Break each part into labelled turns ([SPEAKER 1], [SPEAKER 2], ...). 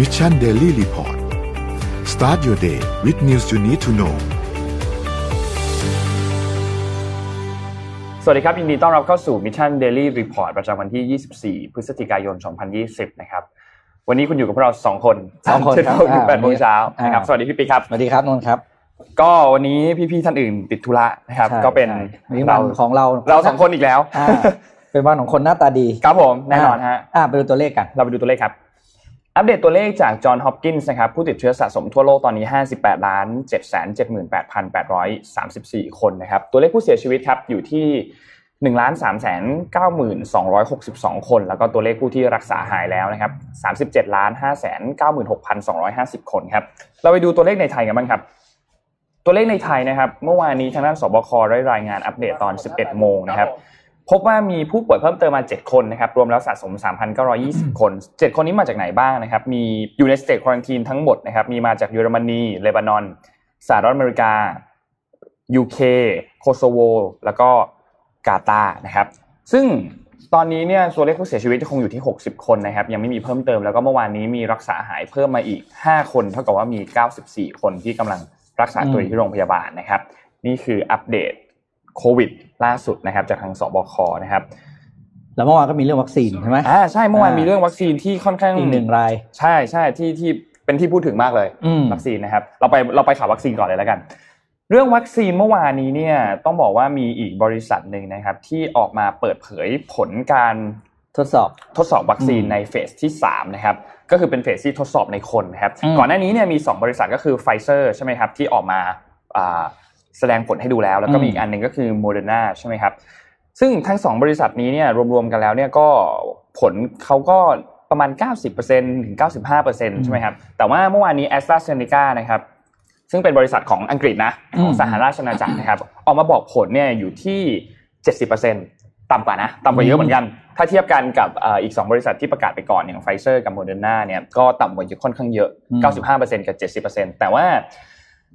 [SPEAKER 1] Mission Daily Report start your day with news you need to know
[SPEAKER 2] สวัสดีครับยินดีต้อนรับเข้าสู่ Mission Daily Report ประจำวันที่ 24 พฤศจิกายน 2020 นะครับ วันนี้คุณอยู่กับพวกเรา 2 คน
[SPEAKER 3] สองคน
[SPEAKER 2] เจ็ด
[SPEAKER 3] ครับ
[SPEAKER 2] โมงถึง
[SPEAKER 3] อ่า
[SPEAKER 2] แปดโมงเช้า
[SPEAKER 3] อ่าน
[SPEAKER 2] นะครับ สวัสดีพี่ปีครับ
[SPEAKER 3] สวัสดีครับนนท์ครับ
[SPEAKER 2] ก็วันนี้พี่ๆท่านอื่นติดธุระนะครับ
[SPEAKER 3] ใช่
[SPEAKER 2] ก็เป็น
[SPEAKER 3] ใช่วันนี้วั
[SPEAKER 2] เรา
[SPEAKER 3] นของเรา
[SPEAKER 2] เราสองคนอีกแล้ว
[SPEAKER 3] อ่าเป็นวันของคนหน้าตาดี
[SPEAKER 2] ครับผม แน่นอนฮะ
[SPEAKER 3] อ่าไปดูตัวเลขกัน
[SPEAKER 2] เราไปดูตัวเลขครับ อัปเดตตัวเลขจากจอห์นฮอปกินส์นะครับ ผู้ติดเชื้อสะสมทั่วโลกตอนนี้ 58ล้าน778,834 คนนะครับ ตัวเลขผู้เสียชีวิตครับ อยู่ที่ 1 3 9 2 6 2 คน แล้วก็ตัวเลขผู้ที่รักษาหายแล้วนะครับ37ล้าน5 9 6 2 5 0 คนครับ เราไปดูตัวเลขในไทยกันบ้างครับ ตัวเลขในไทยนะครับ เมื่อวานนี้ทางด้านสบคได้รายงานอัปเดตตอน 11 โมงนะครับ พบว่ามีผู้ป่วยเพิ่มเติมมา 7 คนนะครับ รวมแล้วสะสม 3,920 คน 7 คนนี้มาจากไหนบ้างนะครับ มีอยู่ในสเต t ควอนตีนทั้งหมดนะครับ มีมาจากเยอรมนี เลบานอน สหรัฐอเมริกา UK โคโซโว แล้วก็กาตาร์นะครับ ซึ่งตอนนี้เนี่ยตัวเลขผู้เสียชีวิตคงอยู่ที่ 60 คนนะครับ ยังไม่มีเพิ่มเติม แล้วก็เมื่อวานนี้มีรักษาหายเพิ่มมาอีก 5 คน เท่ากับว่ามี 94 คนที่กำลังรักษาตัวอยู่ที่โรงพยาบาลนะครับ นี่คืออัปเดตโควิดล่าสุดนะครับจากทางสบคนะครับ
[SPEAKER 3] แล้วเมื่อวานก็มีเรื่องวัคซีนใช่ไหม
[SPEAKER 2] อ่าใช่เมื่อวาน
[SPEAKER 3] อ่ามี
[SPEAKER 2] มีเรื่องวัคซีนที่ค่อนข้าง
[SPEAKER 3] อีกหนึ่งราย
[SPEAKER 2] ใช่ใช่ที่ที่เป็นที่พูดถึงมากเลย
[SPEAKER 3] อืม
[SPEAKER 2] วัคซีนนะครับ เราไปเราไปข่าววัคซีนก่อนเลยแล้วกัน เรื่องวัคซีนเมื่อวานนี้เนี่ยต้องบอกว่ามีอีกบริษัทหนึ่งนะครับ ที่ออกมาเปิดเผยผลการ
[SPEAKER 3] ทดสอบ
[SPEAKER 2] ทดสอบวัคซีน
[SPEAKER 3] อืม
[SPEAKER 2] ในเฟสที่3นะครับก็คือเป็นเฟสที่ทดสอบในคนนะครับ
[SPEAKER 3] อืม
[SPEAKER 2] ก่อนหน้านี้เนี่ยมี 2 บริษัทก็คือไฟเซอร์ใช่ไหมครับที่ออกมาอ่าแสดงผลให้ดูแล้ว แล้วก็มีอีกอันหนึ่งก็คือโมเดอร์นาใช่ไหมครับ ซึ่งทั้งสองบริษัทนี้เนี่ยรวมๆกันแล้วเนี่ยก็ผลเขาก็ประมาณ 90%ถึง 95%ใช่ไหมครับ แต่ว่าเมื่อวานนี้ a s t r a z e ซ e c a นะครับ ซึ่งเป็นบริษัทของอังกฤษนะ ของ
[SPEAKER 3] อืม
[SPEAKER 2] สหราชอาณาจักรนะครับ ออกมาบอกผลเนี่ยอยู่ที่ 70%ต่ำกว่านะ ต่ำกว่าเยอะเหมือนกัน ถ้าเทียบกันกับเอ่ออีก 2 บริษัทที่ประกาศไปก่อนอย่างไฟเซอร์กับโมเดอร์นาเนี่ยก็ต่ำกว่าเยอะค่อนข้างเยอะ
[SPEAKER 3] อืม
[SPEAKER 2] 95%กับ 70%แต่ว่า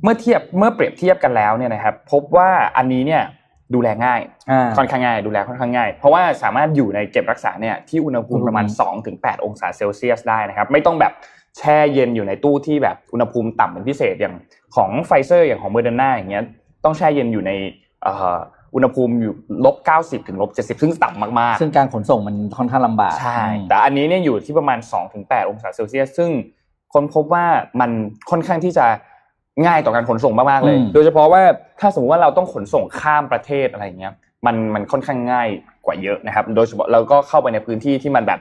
[SPEAKER 2] เมื่อเทียบเมื่อเปรียบเทียบกันแล้วเนี่ยนะครับพบว่าอันนี้เนี่ยดูแลง่าย
[SPEAKER 3] อ่า
[SPEAKER 2] ค่อนข้างง่ายดูแลค่อนข้างง่าย เพราะว่าสามารถอยู่ในเก็บรักษาเนี่ยที่อุณหภูมิประมาณ
[SPEAKER 3] อืม
[SPEAKER 2] 2-8ถึงองศาเซลเซียสได้นะครับ ไม่ต้องแบบแช่เย็นอยู่ในตู้ที่แบบอุณหภูมิต่ำเป็นพิเศษอย่างของไฟเซอร์อย่างของเมอร์เดนาอย่างเงี้ยต้องแช่เย็นอยู่ในเอ่ออุณหภูมิอยู่ลบ 90 ถึงลบ 70 ซึ่งต่ำมาก
[SPEAKER 3] ซึ่งการขนส่งมันค่อนข้างลำบาก
[SPEAKER 2] ๆ ใช่
[SPEAKER 3] อืม
[SPEAKER 2] แต่อันนี้เนี่ยอยู่ที่ประมาณ 2-8ถึงองศาเซลเซียส ซึ่งค้นพบว่ามันค่อนข้างที่จะง่ายต่อการขนส่งมากๆเลย
[SPEAKER 3] อืม
[SPEAKER 2] โดยเฉพาะว่าถ้าสมมติว่าเราต้องขนส่งข้ามประเทศอะไรอย่างเงี้ย มันมันค่อนข้างง่ายกว่าเยอะนะครับ โดยเฉพาะเราก็เข้าไปในพื้นที่ที่มันแบบ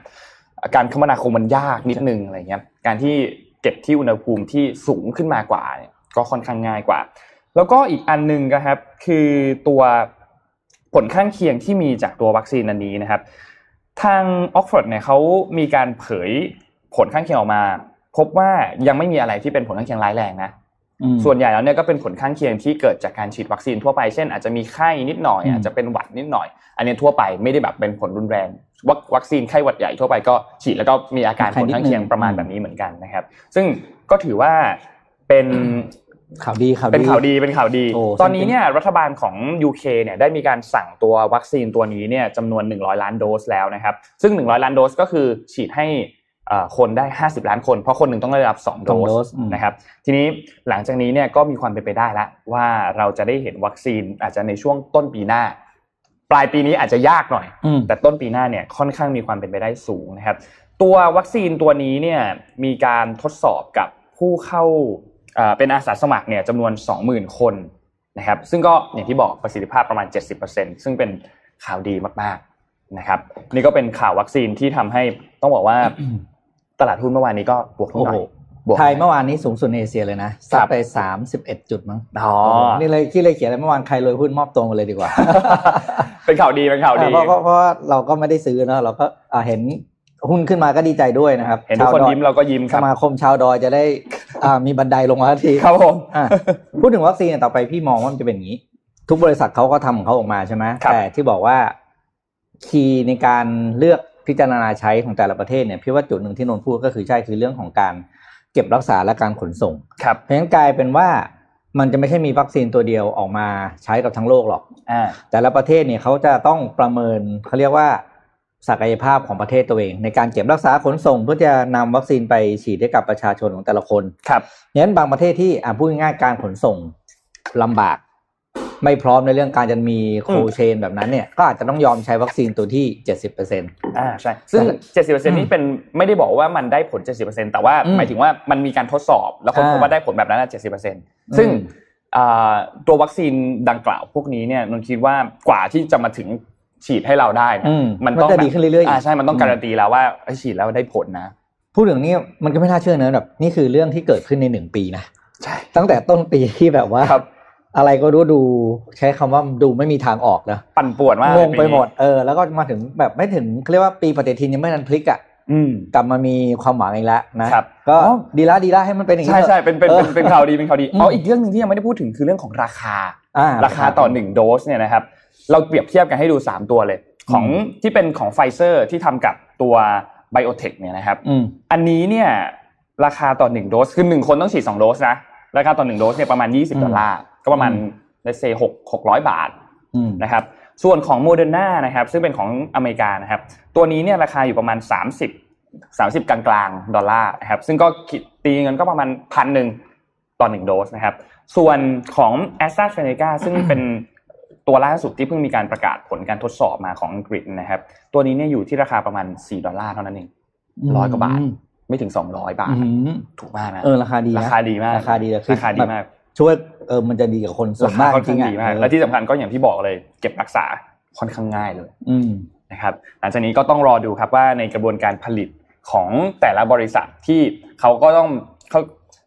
[SPEAKER 2] การคมนาคมมันยากนิดนึงอะไรเงี้ย การที่เก็บที่อุณหภูมิที่สูงขึ้นมากว่าเนี่ยก็ค่อนข้างง่ายกว่า แล้วก็อีกอันหนึ่งนะครับคือตัวผลข้างเคียงที่มีจากตัววัคซีนอันนี้นะครับ ทางออกฟอร์ดเนี่ยเขามีการเผยผลข้างเคียงออกมา พบว่ายังไม่มีอะไรที่เป็นผลข้างเคียงร้ายแรงนะ
[SPEAKER 3] อืม
[SPEAKER 2] ส่วนใหญ่แล้วเนี่ยก็เป็นผลข้างเคียงที่เกิดจากการฉีดวัคซีนทั่วไป เช่นอาจจะมีไข้นิดหน่อย
[SPEAKER 3] อืม
[SPEAKER 2] อาจจะเป็นหวัดนิดหน่อย อันเนี้ยทั่วไปไม่ได้แบบเป็นผลรุนแรงวัควัคซีนไข้หวัดใหญ่ทั่วไปก็ฉีดแล้วก็มีอาการผลข้างเคียงประมาณแบบนี้เหมือนกันนะครับ ซึ่งก็ถือว่าเป็น
[SPEAKER 3] ข่าวดีข่าวดี
[SPEAKER 2] เป็นข่าวดีเป็นข่าวดี
[SPEAKER 3] โอ้
[SPEAKER 2] ตอนนี้เนี่ยรัฐบาลของ UK เนี่ยได้มีการสั่งตัววัคซีนตัวนี้เนี่ยจำนวน 100 ล้านโดสแล้วนะครับ ซึ่ง 100 ล้านโดสก็คือฉีดให้เอ่อคนได้ 50 ล้านคนเพราะคนหนึ่งต้องได้รับสอง
[SPEAKER 3] สอง
[SPEAKER 2] โด
[SPEAKER 3] โด
[SPEAKER 2] ส
[SPEAKER 3] สอืม
[SPEAKER 2] นะครับ ทีนี้หลังจากนี้เนี่ยก็มีความเป็นไปได้แล้วว่าเราจะได้เห็นวัคซีนอาจจะในช่วงต้นปีหน้า ปลายปีนี้อาจจะยากหน่อย
[SPEAKER 3] อืม
[SPEAKER 2] แต่ต้นปีหน้าเนี่ยค่อนข้างมีความเป็นไปได้สูงนะครับ ตัววัคซีนตัวนี้เนี่ยมีการทดสอบกับผู้เข้าเอ่อเป็นอาสาสมัครเนี่ยจำนวน 20,000 คนนะครับซึ่งก็อย่างที่บอกประสิทธิภาพประมาณ 70%ซึ่งเป็นข่าวดีมากๆนะครับ นี่ก็เป็นข่าววัคซีนที่ทำให้ต้องบอกว่า ตลาดหุ้นเมื่อวานนี้ก็บวกนิดหน่อย
[SPEAKER 3] โอ้โห
[SPEAKER 2] บวก
[SPEAKER 3] ไทย
[SPEAKER 2] หน่อ
[SPEAKER 3] เมื่อวานนี้สูงสุดในเอเชียเลยนะซัดไปสามสิบเอ็ดจุดมั้ง
[SPEAKER 2] อ๋อ
[SPEAKER 3] นี่เลยที่เลยเขียนเลยเมื่อวานใครรวยหุ้นมอบตัวมาเลยดีกว่า
[SPEAKER 2] เป็นข่าวดี เป็นข่าวดี
[SPEAKER 3] เพราะเพราะเพราะว่าเราก็ไม่ได้ซื้อเนอะเราก็อ่าเห็นหุ้นขึ้นมาก็ดีใจด้วยนะครับ
[SPEAKER 2] เห็นทุกคน
[SPEAKER 3] ชวดอ
[SPEAKER 2] ยิ้มเราก็ยิ้มค
[SPEAKER 3] ส
[SPEAKER 2] รับ
[SPEAKER 3] มาคมชาวดอยจะได้ อ่ามีบันไดลงมาสักที
[SPEAKER 2] ครับผม
[SPEAKER 3] อ่ะพูดถึงวัคซีนเนี่ยต่อไปพี่มองว่ามันจะเป็นอย่างนี้ ทุกบริษัทเขาก็ทำของเขาออกมาใช่ไหม
[SPEAKER 2] ครับ
[SPEAKER 3] แต่ที่บอกว่าคีย์ในการเลือกพิจารณาใช้ของแต่ละประเทศเนี่ยพี่ว่าจุดหนึ่งที่นนท์พูดก็คือใช่คือเรื่องของการเก็บรักษาและการขนส่ง
[SPEAKER 2] ครับ
[SPEAKER 3] เพราะฉะนั้นกลายเป็นว่ามันจะไม่ใช่มีวัคซีนตัวเดียวออกมาใช้กับทั้งโลกหรอก
[SPEAKER 2] อ่า
[SPEAKER 3] แต่ละประเทศเนี่ยเขาจะต้องประเมินเขาเรียกว่า ศักยภาพของประเทศตัวเอง ในการเก็บรักษาขนส่งเพื่อจะนำวัคซีนไปฉีดให้กับประชาชนของแต่ละคน
[SPEAKER 2] ครับ
[SPEAKER 3] งั้นบางประเทศที่อ่ะพูดง่ายๆการขนส่งลำบาก ไม่พร้อมในเรื่องการจะมีโค
[SPEAKER 2] อืม
[SPEAKER 3] เชนแบบนั้นเนี่ย ก็อาจจะต้องยอมใช้วัคซีนตัวที่เจ็ดสิบเปอร์เซ็น
[SPEAKER 2] อ่าใช่ ซึ่ง 70%นี่เป็นไม่ได้บอกว่ามันได้ผล 70%แต่ว่า
[SPEAKER 3] อืม
[SPEAKER 2] หมายถึงว่ามันมีการทดสอบแล้วคนพบ
[SPEAKER 3] อ่า
[SPEAKER 2] ว่าได้ผลแบบนั้นนะ70%ซึ่ง
[SPEAKER 3] อืม
[SPEAKER 2] อ่าตัววัคซีนดังกล่าวพวกนี้เนี่ยนนท์คิดว่ากว่าที่จะมาถึงฉีดให้เราได้เนี่ย
[SPEAKER 3] มั
[SPEAKER 2] มัน นต้อง
[SPEAKER 3] จะ
[SPEAKER 2] แบบ
[SPEAKER 3] ดีขึ้นเรื่อยๆ
[SPEAKER 2] อ่า
[SPEAKER 3] อีก
[SPEAKER 2] ใช่มันต้องการันตีแล้วว่าเอ้ยฉีดแล้วได้ผลนะ
[SPEAKER 3] พูดถึงนี้มันก็ไม่น่าเชื่อเนอะแบบนี่คือเรื่องที่เกิดขึ้นในหนึ่งปีนะ
[SPEAKER 2] ใช่
[SPEAKER 3] ตั้งแต่ต้นปีที่แบบว่า
[SPEAKER 2] ครับ
[SPEAKER 3] อะไรก็รู้ดูใช้คำว่าดูไม่มีทางออกนะ
[SPEAKER 2] ปั่นป่วนมาก
[SPEAKER 3] ง
[SPEAKER 2] เลย
[SPEAKER 3] ง
[SPEAKER 2] นี้
[SPEAKER 3] ไปหมดเออแล้วก็มาถึงแบบไม่ถึงเขาเรียกว่าปีปฏิทินยังไม่นันพลิกอ่ะ
[SPEAKER 2] อืม
[SPEAKER 3] กลับมามีความหวังอีกแล้วนะครับ ก็
[SPEAKER 2] อ๋อ
[SPEAKER 3] ดีละดีละให้มันเป็นอย่างนี้
[SPEAKER 2] ใช่ใช่
[SPEAKER 3] เถอะ
[SPEAKER 2] เป็นเป็นเป็นเป็นข่าวดีเป็นข่าวดี
[SPEAKER 3] อืม
[SPEAKER 2] เอาอีกเรื่องหนึ่งที่ยังไม่ได้พูดถึงคือเรื่องของราคา
[SPEAKER 3] อ่
[SPEAKER 2] ราคาต่อ 1 โดสเนี่ยนะครับ เราเปรียบเทียบกันให้ดู 3 ตัวเลย ของ
[SPEAKER 3] อืม
[SPEAKER 2] ที่เป็นของไฟเซอร์ที่ทำกับตัวไบโอเทคเนี่ยนะครับ
[SPEAKER 3] อืม
[SPEAKER 2] อันนี้เนี่ยราคาต่อ 1 โดส คือ 1 คนต้องฉีด 2 โดสนะ ราคาต่อ 1 โดสเนี่ยประมาณ
[SPEAKER 3] อืม
[SPEAKER 2] 20 ดอลลาร์ ก็ประมาณเลเซหกหกร้อยบาท
[SPEAKER 3] อืม
[SPEAKER 2] นะครับ ส่วนของโมเดอร์นานะครับ ซึ่งเป็นของอเมริกานะครับ ตัวนี้เนี่ยราคาอยู่ประมาณ 30 30 กลางๆ ดอลลาร์นะครับ ซึ่งก็คิดตีเงินก็ประมาณพันหนึ่งต่อหนึ่งโดสนะครับ ส่วนของ a s t r a z e ซ e c a ซึ่งเป็นตัวล่าสุดที่เพิ่งมีการประกาศผลการทดสอบมาของอังกฤษนะครับ ตัวนี้เนี่ยอยู่ที่ราคาประมาณ 4 ดอลลาร์เท่านั้นเอง ร้อยกว่าบาท ไม่ถึง 200 บาท
[SPEAKER 3] อืม
[SPEAKER 2] ถูกมากนะ
[SPEAKER 3] เออราคาดีนะ
[SPEAKER 2] ราคาดีมาก
[SPEAKER 3] ราคาดีเลยคือ
[SPEAKER 2] ราคาดีมาก
[SPEAKER 3] ช่วยเออมันจะดีกับคนส่วนมาก
[SPEAKER 2] ค่อน
[SPEAKER 3] จริ
[SPEAKER 2] ข้าง
[SPEAKER 3] ง
[SPEAKER 2] ดี
[SPEAKER 3] ๆอ่ะ
[SPEAKER 2] มาก
[SPEAKER 3] เออ
[SPEAKER 2] และที่สำคัญก็อย่างที่บอกเลยเก็บรักษาค่อนข้างง่ายเลย
[SPEAKER 3] อืม
[SPEAKER 2] นะครับหลังจากนี้ก็ต้องรอดูครับว่าในกระบวนการผลิตของแต่ละบริษัทที่เขาก็ต้องเขา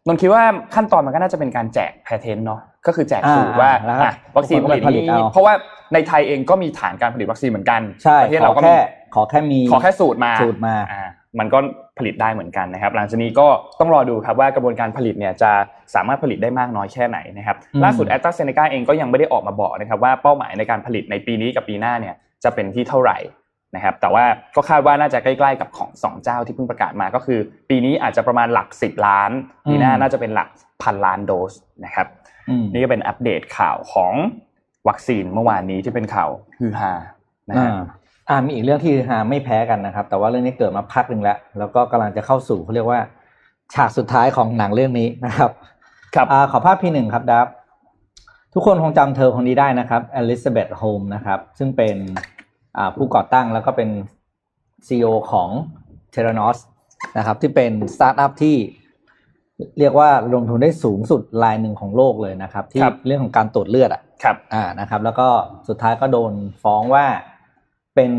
[SPEAKER 2] นนท์คิดว่าขั้นตอนมันก็น่าจะเป็นการแจกแพทเทนต์เนาะก็คือแจกสูตร
[SPEAKER 3] อ่า
[SPEAKER 2] ว่า
[SPEAKER 3] แล้ว
[SPEAKER 2] อ่ะวัคซีนผลิต
[SPEAKER 3] ผลิต
[SPEAKER 2] นี้
[SPEAKER 3] เอา
[SPEAKER 2] เพราะว่าในไทยเองก็มีฐานการผลิตวัคซีนเหมือนกัน
[SPEAKER 3] ใช่
[SPEAKER 2] ประเทศ
[SPEAKER 3] ขอ
[SPEAKER 2] เราก็มี
[SPEAKER 3] แค่ขอแค่มี
[SPEAKER 2] ขอแค่สูตรมา
[SPEAKER 3] สูตรมา
[SPEAKER 2] อ่ามันก็ผลิตได้เหมือนกันนะครับ หลังจากนี้ก็ต้องรอดูครับว่ากระบวนการผลิตเนี่ยจะสามารถผลิตได้มากน้อยแค่ไหนนะครับ
[SPEAKER 3] อืม
[SPEAKER 2] ล่าสุดแอตตาเซเนกาเองก็ยังไม่ได้ออกมาบอกนะครับว่าเป้าหมายในการผลิตในปีนี้กับปีหน้าเนี่ยจะเป็นที่เท่าไหร่ นะครับแต่ว่าก็คาดว่าน่าจะใกล้ๆกับของสองเจ้าที่เพิ่งประกาศมาก็คือ ปีนี้อาจจะประมาณหลัก 10 ล้านปีหน้า
[SPEAKER 3] อืม
[SPEAKER 2] น่าจะเป็นหลักพันล้านโดสนะครับ
[SPEAKER 3] อืม
[SPEAKER 2] นี่ก็เป็นอัปเดตข่าวของวัคซีนเมื่อวานนี้ที่เป็นข่าวฮือฮานะฮะ
[SPEAKER 3] อ่าอ่ามีอีกเรื่องที่ฮือฮาไม่แพ้กันนะครับ แต่ว่าเรื่องนี้เกิดมาพักหนึ่งแล้ว แล้วก็กำลังจะเข้าสู่เขาเรียกว่า ฉากสุดท้ายของหนังเรื่องนี้นะครับ
[SPEAKER 2] ครับ
[SPEAKER 3] อ่าขอภาพพีหนึ่งครับดับ ทุกคนคงจำเธอคนนี้ได้นะครับอลิซาเบธโฮมนะครับ ซึ่งเป็นอ่าผู้ก่อตั้งแล้วก็เป็นซีอของเทเรนอสนะครับ ที่เป็นสตาร์ทอัพที่เรียกว่าลงทุนได้สูงสุดรายหนึ่งของโลกเลยนะครับ ที่
[SPEAKER 2] ครับ
[SPEAKER 3] เรื่องของการตรวจเลือดอ่ะ
[SPEAKER 2] ครับ
[SPEAKER 3] อ่านะครับแล้วก็สุดท้ายก็โดนฟ้องว่าเป็น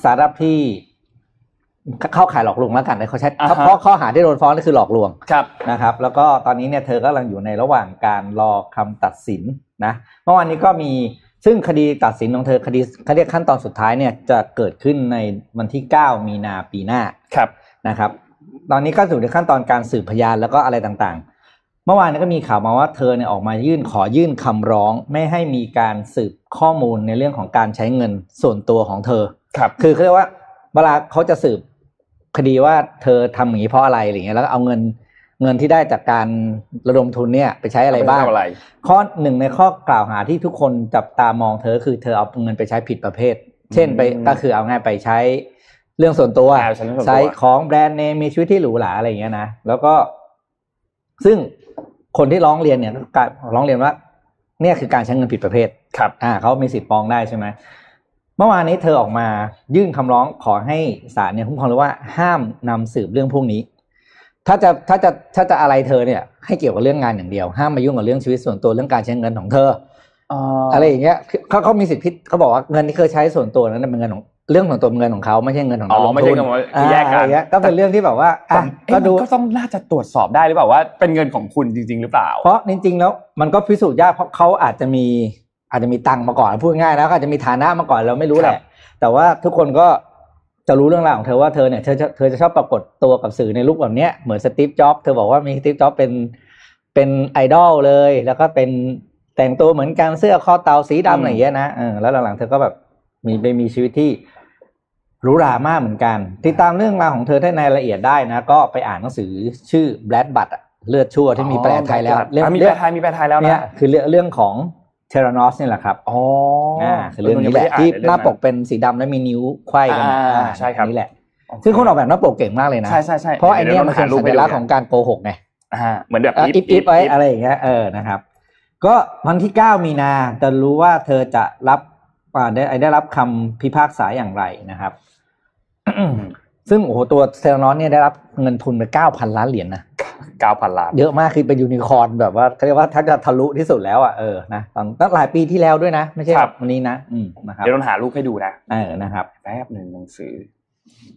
[SPEAKER 3] สตาร์ทอัพที่เข้าข่ายหลอกลวงแล้วกันนะเขาใช้
[SPEAKER 2] อ่าฮะ
[SPEAKER 3] เพราะข้อหาที่โดนฟ้องนี่คือหลอกลวง
[SPEAKER 2] ครับ
[SPEAKER 3] นะครับ แล้วก็ตอนนี้เนี่ยเธอก็กำลังอยู่ในระหว่างการรอคำตัดสินนะเมื่อวานนี้ก็มีซึ่งคดีตัดสินของเธอคดีเขาเรียกขั้นตอนสุดท้ายเนี่ยจะเกิดขึ้นในวันที่ 9 มีนาปีหน้า
[SPEAKER 2] ครับ
[SPEAKER 3] นะครับตอนนี้ก็อยู่ในขั้นตอนการสืบพยานแล้วก็อะไรต่างๆ เมื่อวานเนยก็มีข่าวมาว่าเธอเนี่ยออกมายื่นขอยื่นคำร้อง ไม่ให้มีการสืบข้อมูลในเรื่องของการใช้เงินส่วนตัวของเธอ
[SPEAKER 2] ครับ
[SPEAKER 3] คือเขาเรียกว่าเวลาเขาจะสืบคดีว่าเธอทำอย่างนี้เพราะอะไรอะไรเงี้ยแล้วก็เอาเงินเงินที่ได้จากการระดมทุนเนี่ยไปใช้อะไรบ้าง
[SPEAKER 2] เปทำอะไร
[SPEAKER 3] ข้อหนึ่งในข้อกล่าวหาที่ทุกคนจับตามองเธอคือเธอเอาเงินไปใช้ผิดประเภท เช่นไป
[SPEAKER 2] อืม
[SPEAKER 3] ก็คือเอาง่ายไปใช้เรื่องส่วนตัว
[SPEAKER 2] อ่าใช้เรื่องส่วนตัว
[SPEAKER 3] ใช้ของแบรนด์เนมมีชีวิตที่หรูหราอะไรอย่างเงี้ยนะแล้วก็ซึ่งคนที่ร้องเรียนเนี่ยการร้องเรียนว่า เนี่ยคือการใช้เงินผิดประเภท
[SPEAKER 2] ครับ
[SPEAKER 3] อ่าเขามีสิทธิ์ฟ้องได้ใช่ไหมเมื่อวานนี้เธอออกมายื่นคำร้องขอให้ศาลเนี่ยคุ้มครองเลยว่าห้ามนำสืบเรื่องพวกนี้ ถ้าจะถ้าจะถ้าจะอะไรเธอเนี่ย ให้เกี่ยวกับเรื่องงานอย่างเดียว ห้ามมายุ่งกับเรื่องชีวิตส่วนตัวเรื่องการใช้เงินของเธอ อะไรอย่างเงี้ยคือเขาเขามีสิทธิ์ที่เขาบอกว่าเงินที่เคยใช้ส่วนตัวนั้นนะเป็นเงินของเรื่องของตัวเป็นเงินของเขาไม่ใช่เงินของ
[SPEAKER 2] อ๋
[SPEAKER 3] เรา
[SPEAKER 2] อไม่ใช่กันว่าคือแยกกัน
[SPEAKER 3] อะไรเงี้ยก็เป็นเรื่องที่แบบว่าอ่ะ
[SPEAKER 2] แต่เอ๊ะ
[SPEAKER 3] ก็ดู
[SPEAKER 2] มันก็ต้องน่าจะตรวจสอบได้หรือเปล่าว่าเป็นเงินของคุณจริง ๆ หรือเปล่า
[SPEAKER 3] เพราะจริงๆแล้วมันก็พิสูจน์ยากเพราะเขาอาจจะมีอาจจะมีตังค์มาก่อนพูดง่ายๆนะเขาอาจจะมีฐานะมาก่อนเราไม่รู้แห
[SPEAKER 2] ครั
[SPEAKER 3] ละ
[SPEAKER 2] บ
[SPEAKER 3] แต่ว่าทุกคนก็จะรู้เรื่องราวของเธอว่าเธอเนี่ยเธอจะเธอจะชอบปรากฏตัวกับสื่อในลุคแบบเนี้ยเหมือนสตีฟจ็อบส์เธอบอกว่ามีสตีฟจ็อบส์เป็นเป็นไอดอลเลย แล้วก็เป็นแต่งตัวเหมือนกันเสื้อคอเตาสีดำอะไรอย่างเงี้ยนะเออแล้วหลังๆเธอก็แบบมีไปมีชีวิตที่หรูหรามากเหมือนกันติดตามเรื่องราวของเธอได้ในรายละเอียดได้นะ ก็ไปอ่านหนังสือชื่อ Blood Blood อะเลือดชั่วที่มีแปลไทยแล้ว
[SPEAKER 2] อ๋อ
[SPEAKER 3] เรื่อง
[SPEAKER 2] มีแปลไทยมีแปลไทยแล้ว
[SPEAKER 3] เนี่ย
[SPEAKER 2] นะ
[SPEAKER 3] คือเรื่องเรื่องของ เทเรนอสเนี่ยแหละครับ
[SPEAKER 2] อ๋อ
[SPEAKER 3] อ่าคือเรื่องนี้แหละที่
[SPEAKER 2] เรื่อง
[SPEAKER 3] หน้าป
[SPEAKER 2] ะ
[SPEAKER 3] กเป็นสีดำและมีนิ้วไขว้กัน
[SPEAKER 2] อ่า
[SPEAKER 3] อ่า
[SPEAKER 2] ใช่ครับ
[SPEAKER 3] นี่แหละ ซึ่งคนออกแบบหน้าปกเก่งมากเลยนะ
[SPEAKER 2] ใช่ใช่ใช่
[SPEAKER 3] เพราะไอเนี้ยมันคือสัญลักษณ์ของการโกหกไง
[SPEAKER 2] อ่าเหมือนแบบ
[SPEAKER 3] เอ่ออิฟอิฟไว้อะไรอย่างเงี้ยเออนะครับ ก็วันที่ 9 มีนาจะรู้ว่าเธอจะรับอ่าได้ได้รับคำพิพากษาอย่างไรนะครับ ซึ่งโอ้โหตัวเซลนอนเนี่ยได้รับเงินทุนไป 9,000 ล้านเหรียญนะ
[SPEAKER 2] เก้าพันล้าน
[SPEAKER 3] เยอะมากคือเป็นยูนิคอร์นแบบว่าเขาเรียกว่าถ้าจะทะลุที่สุดแล้วอ่ะเออนะตั้งตั้งหลายปีที่แล้วด้วยนะ ไม่ใช่วันนี้นะ อืมนะครับ
[SPEAKER 2] เดี๋ยวเราหารูปให้ดูนะ
[SPEAKER 3] เออนะครับ
[SPEAKER 2] แป๊บหนึ่งหนังสือ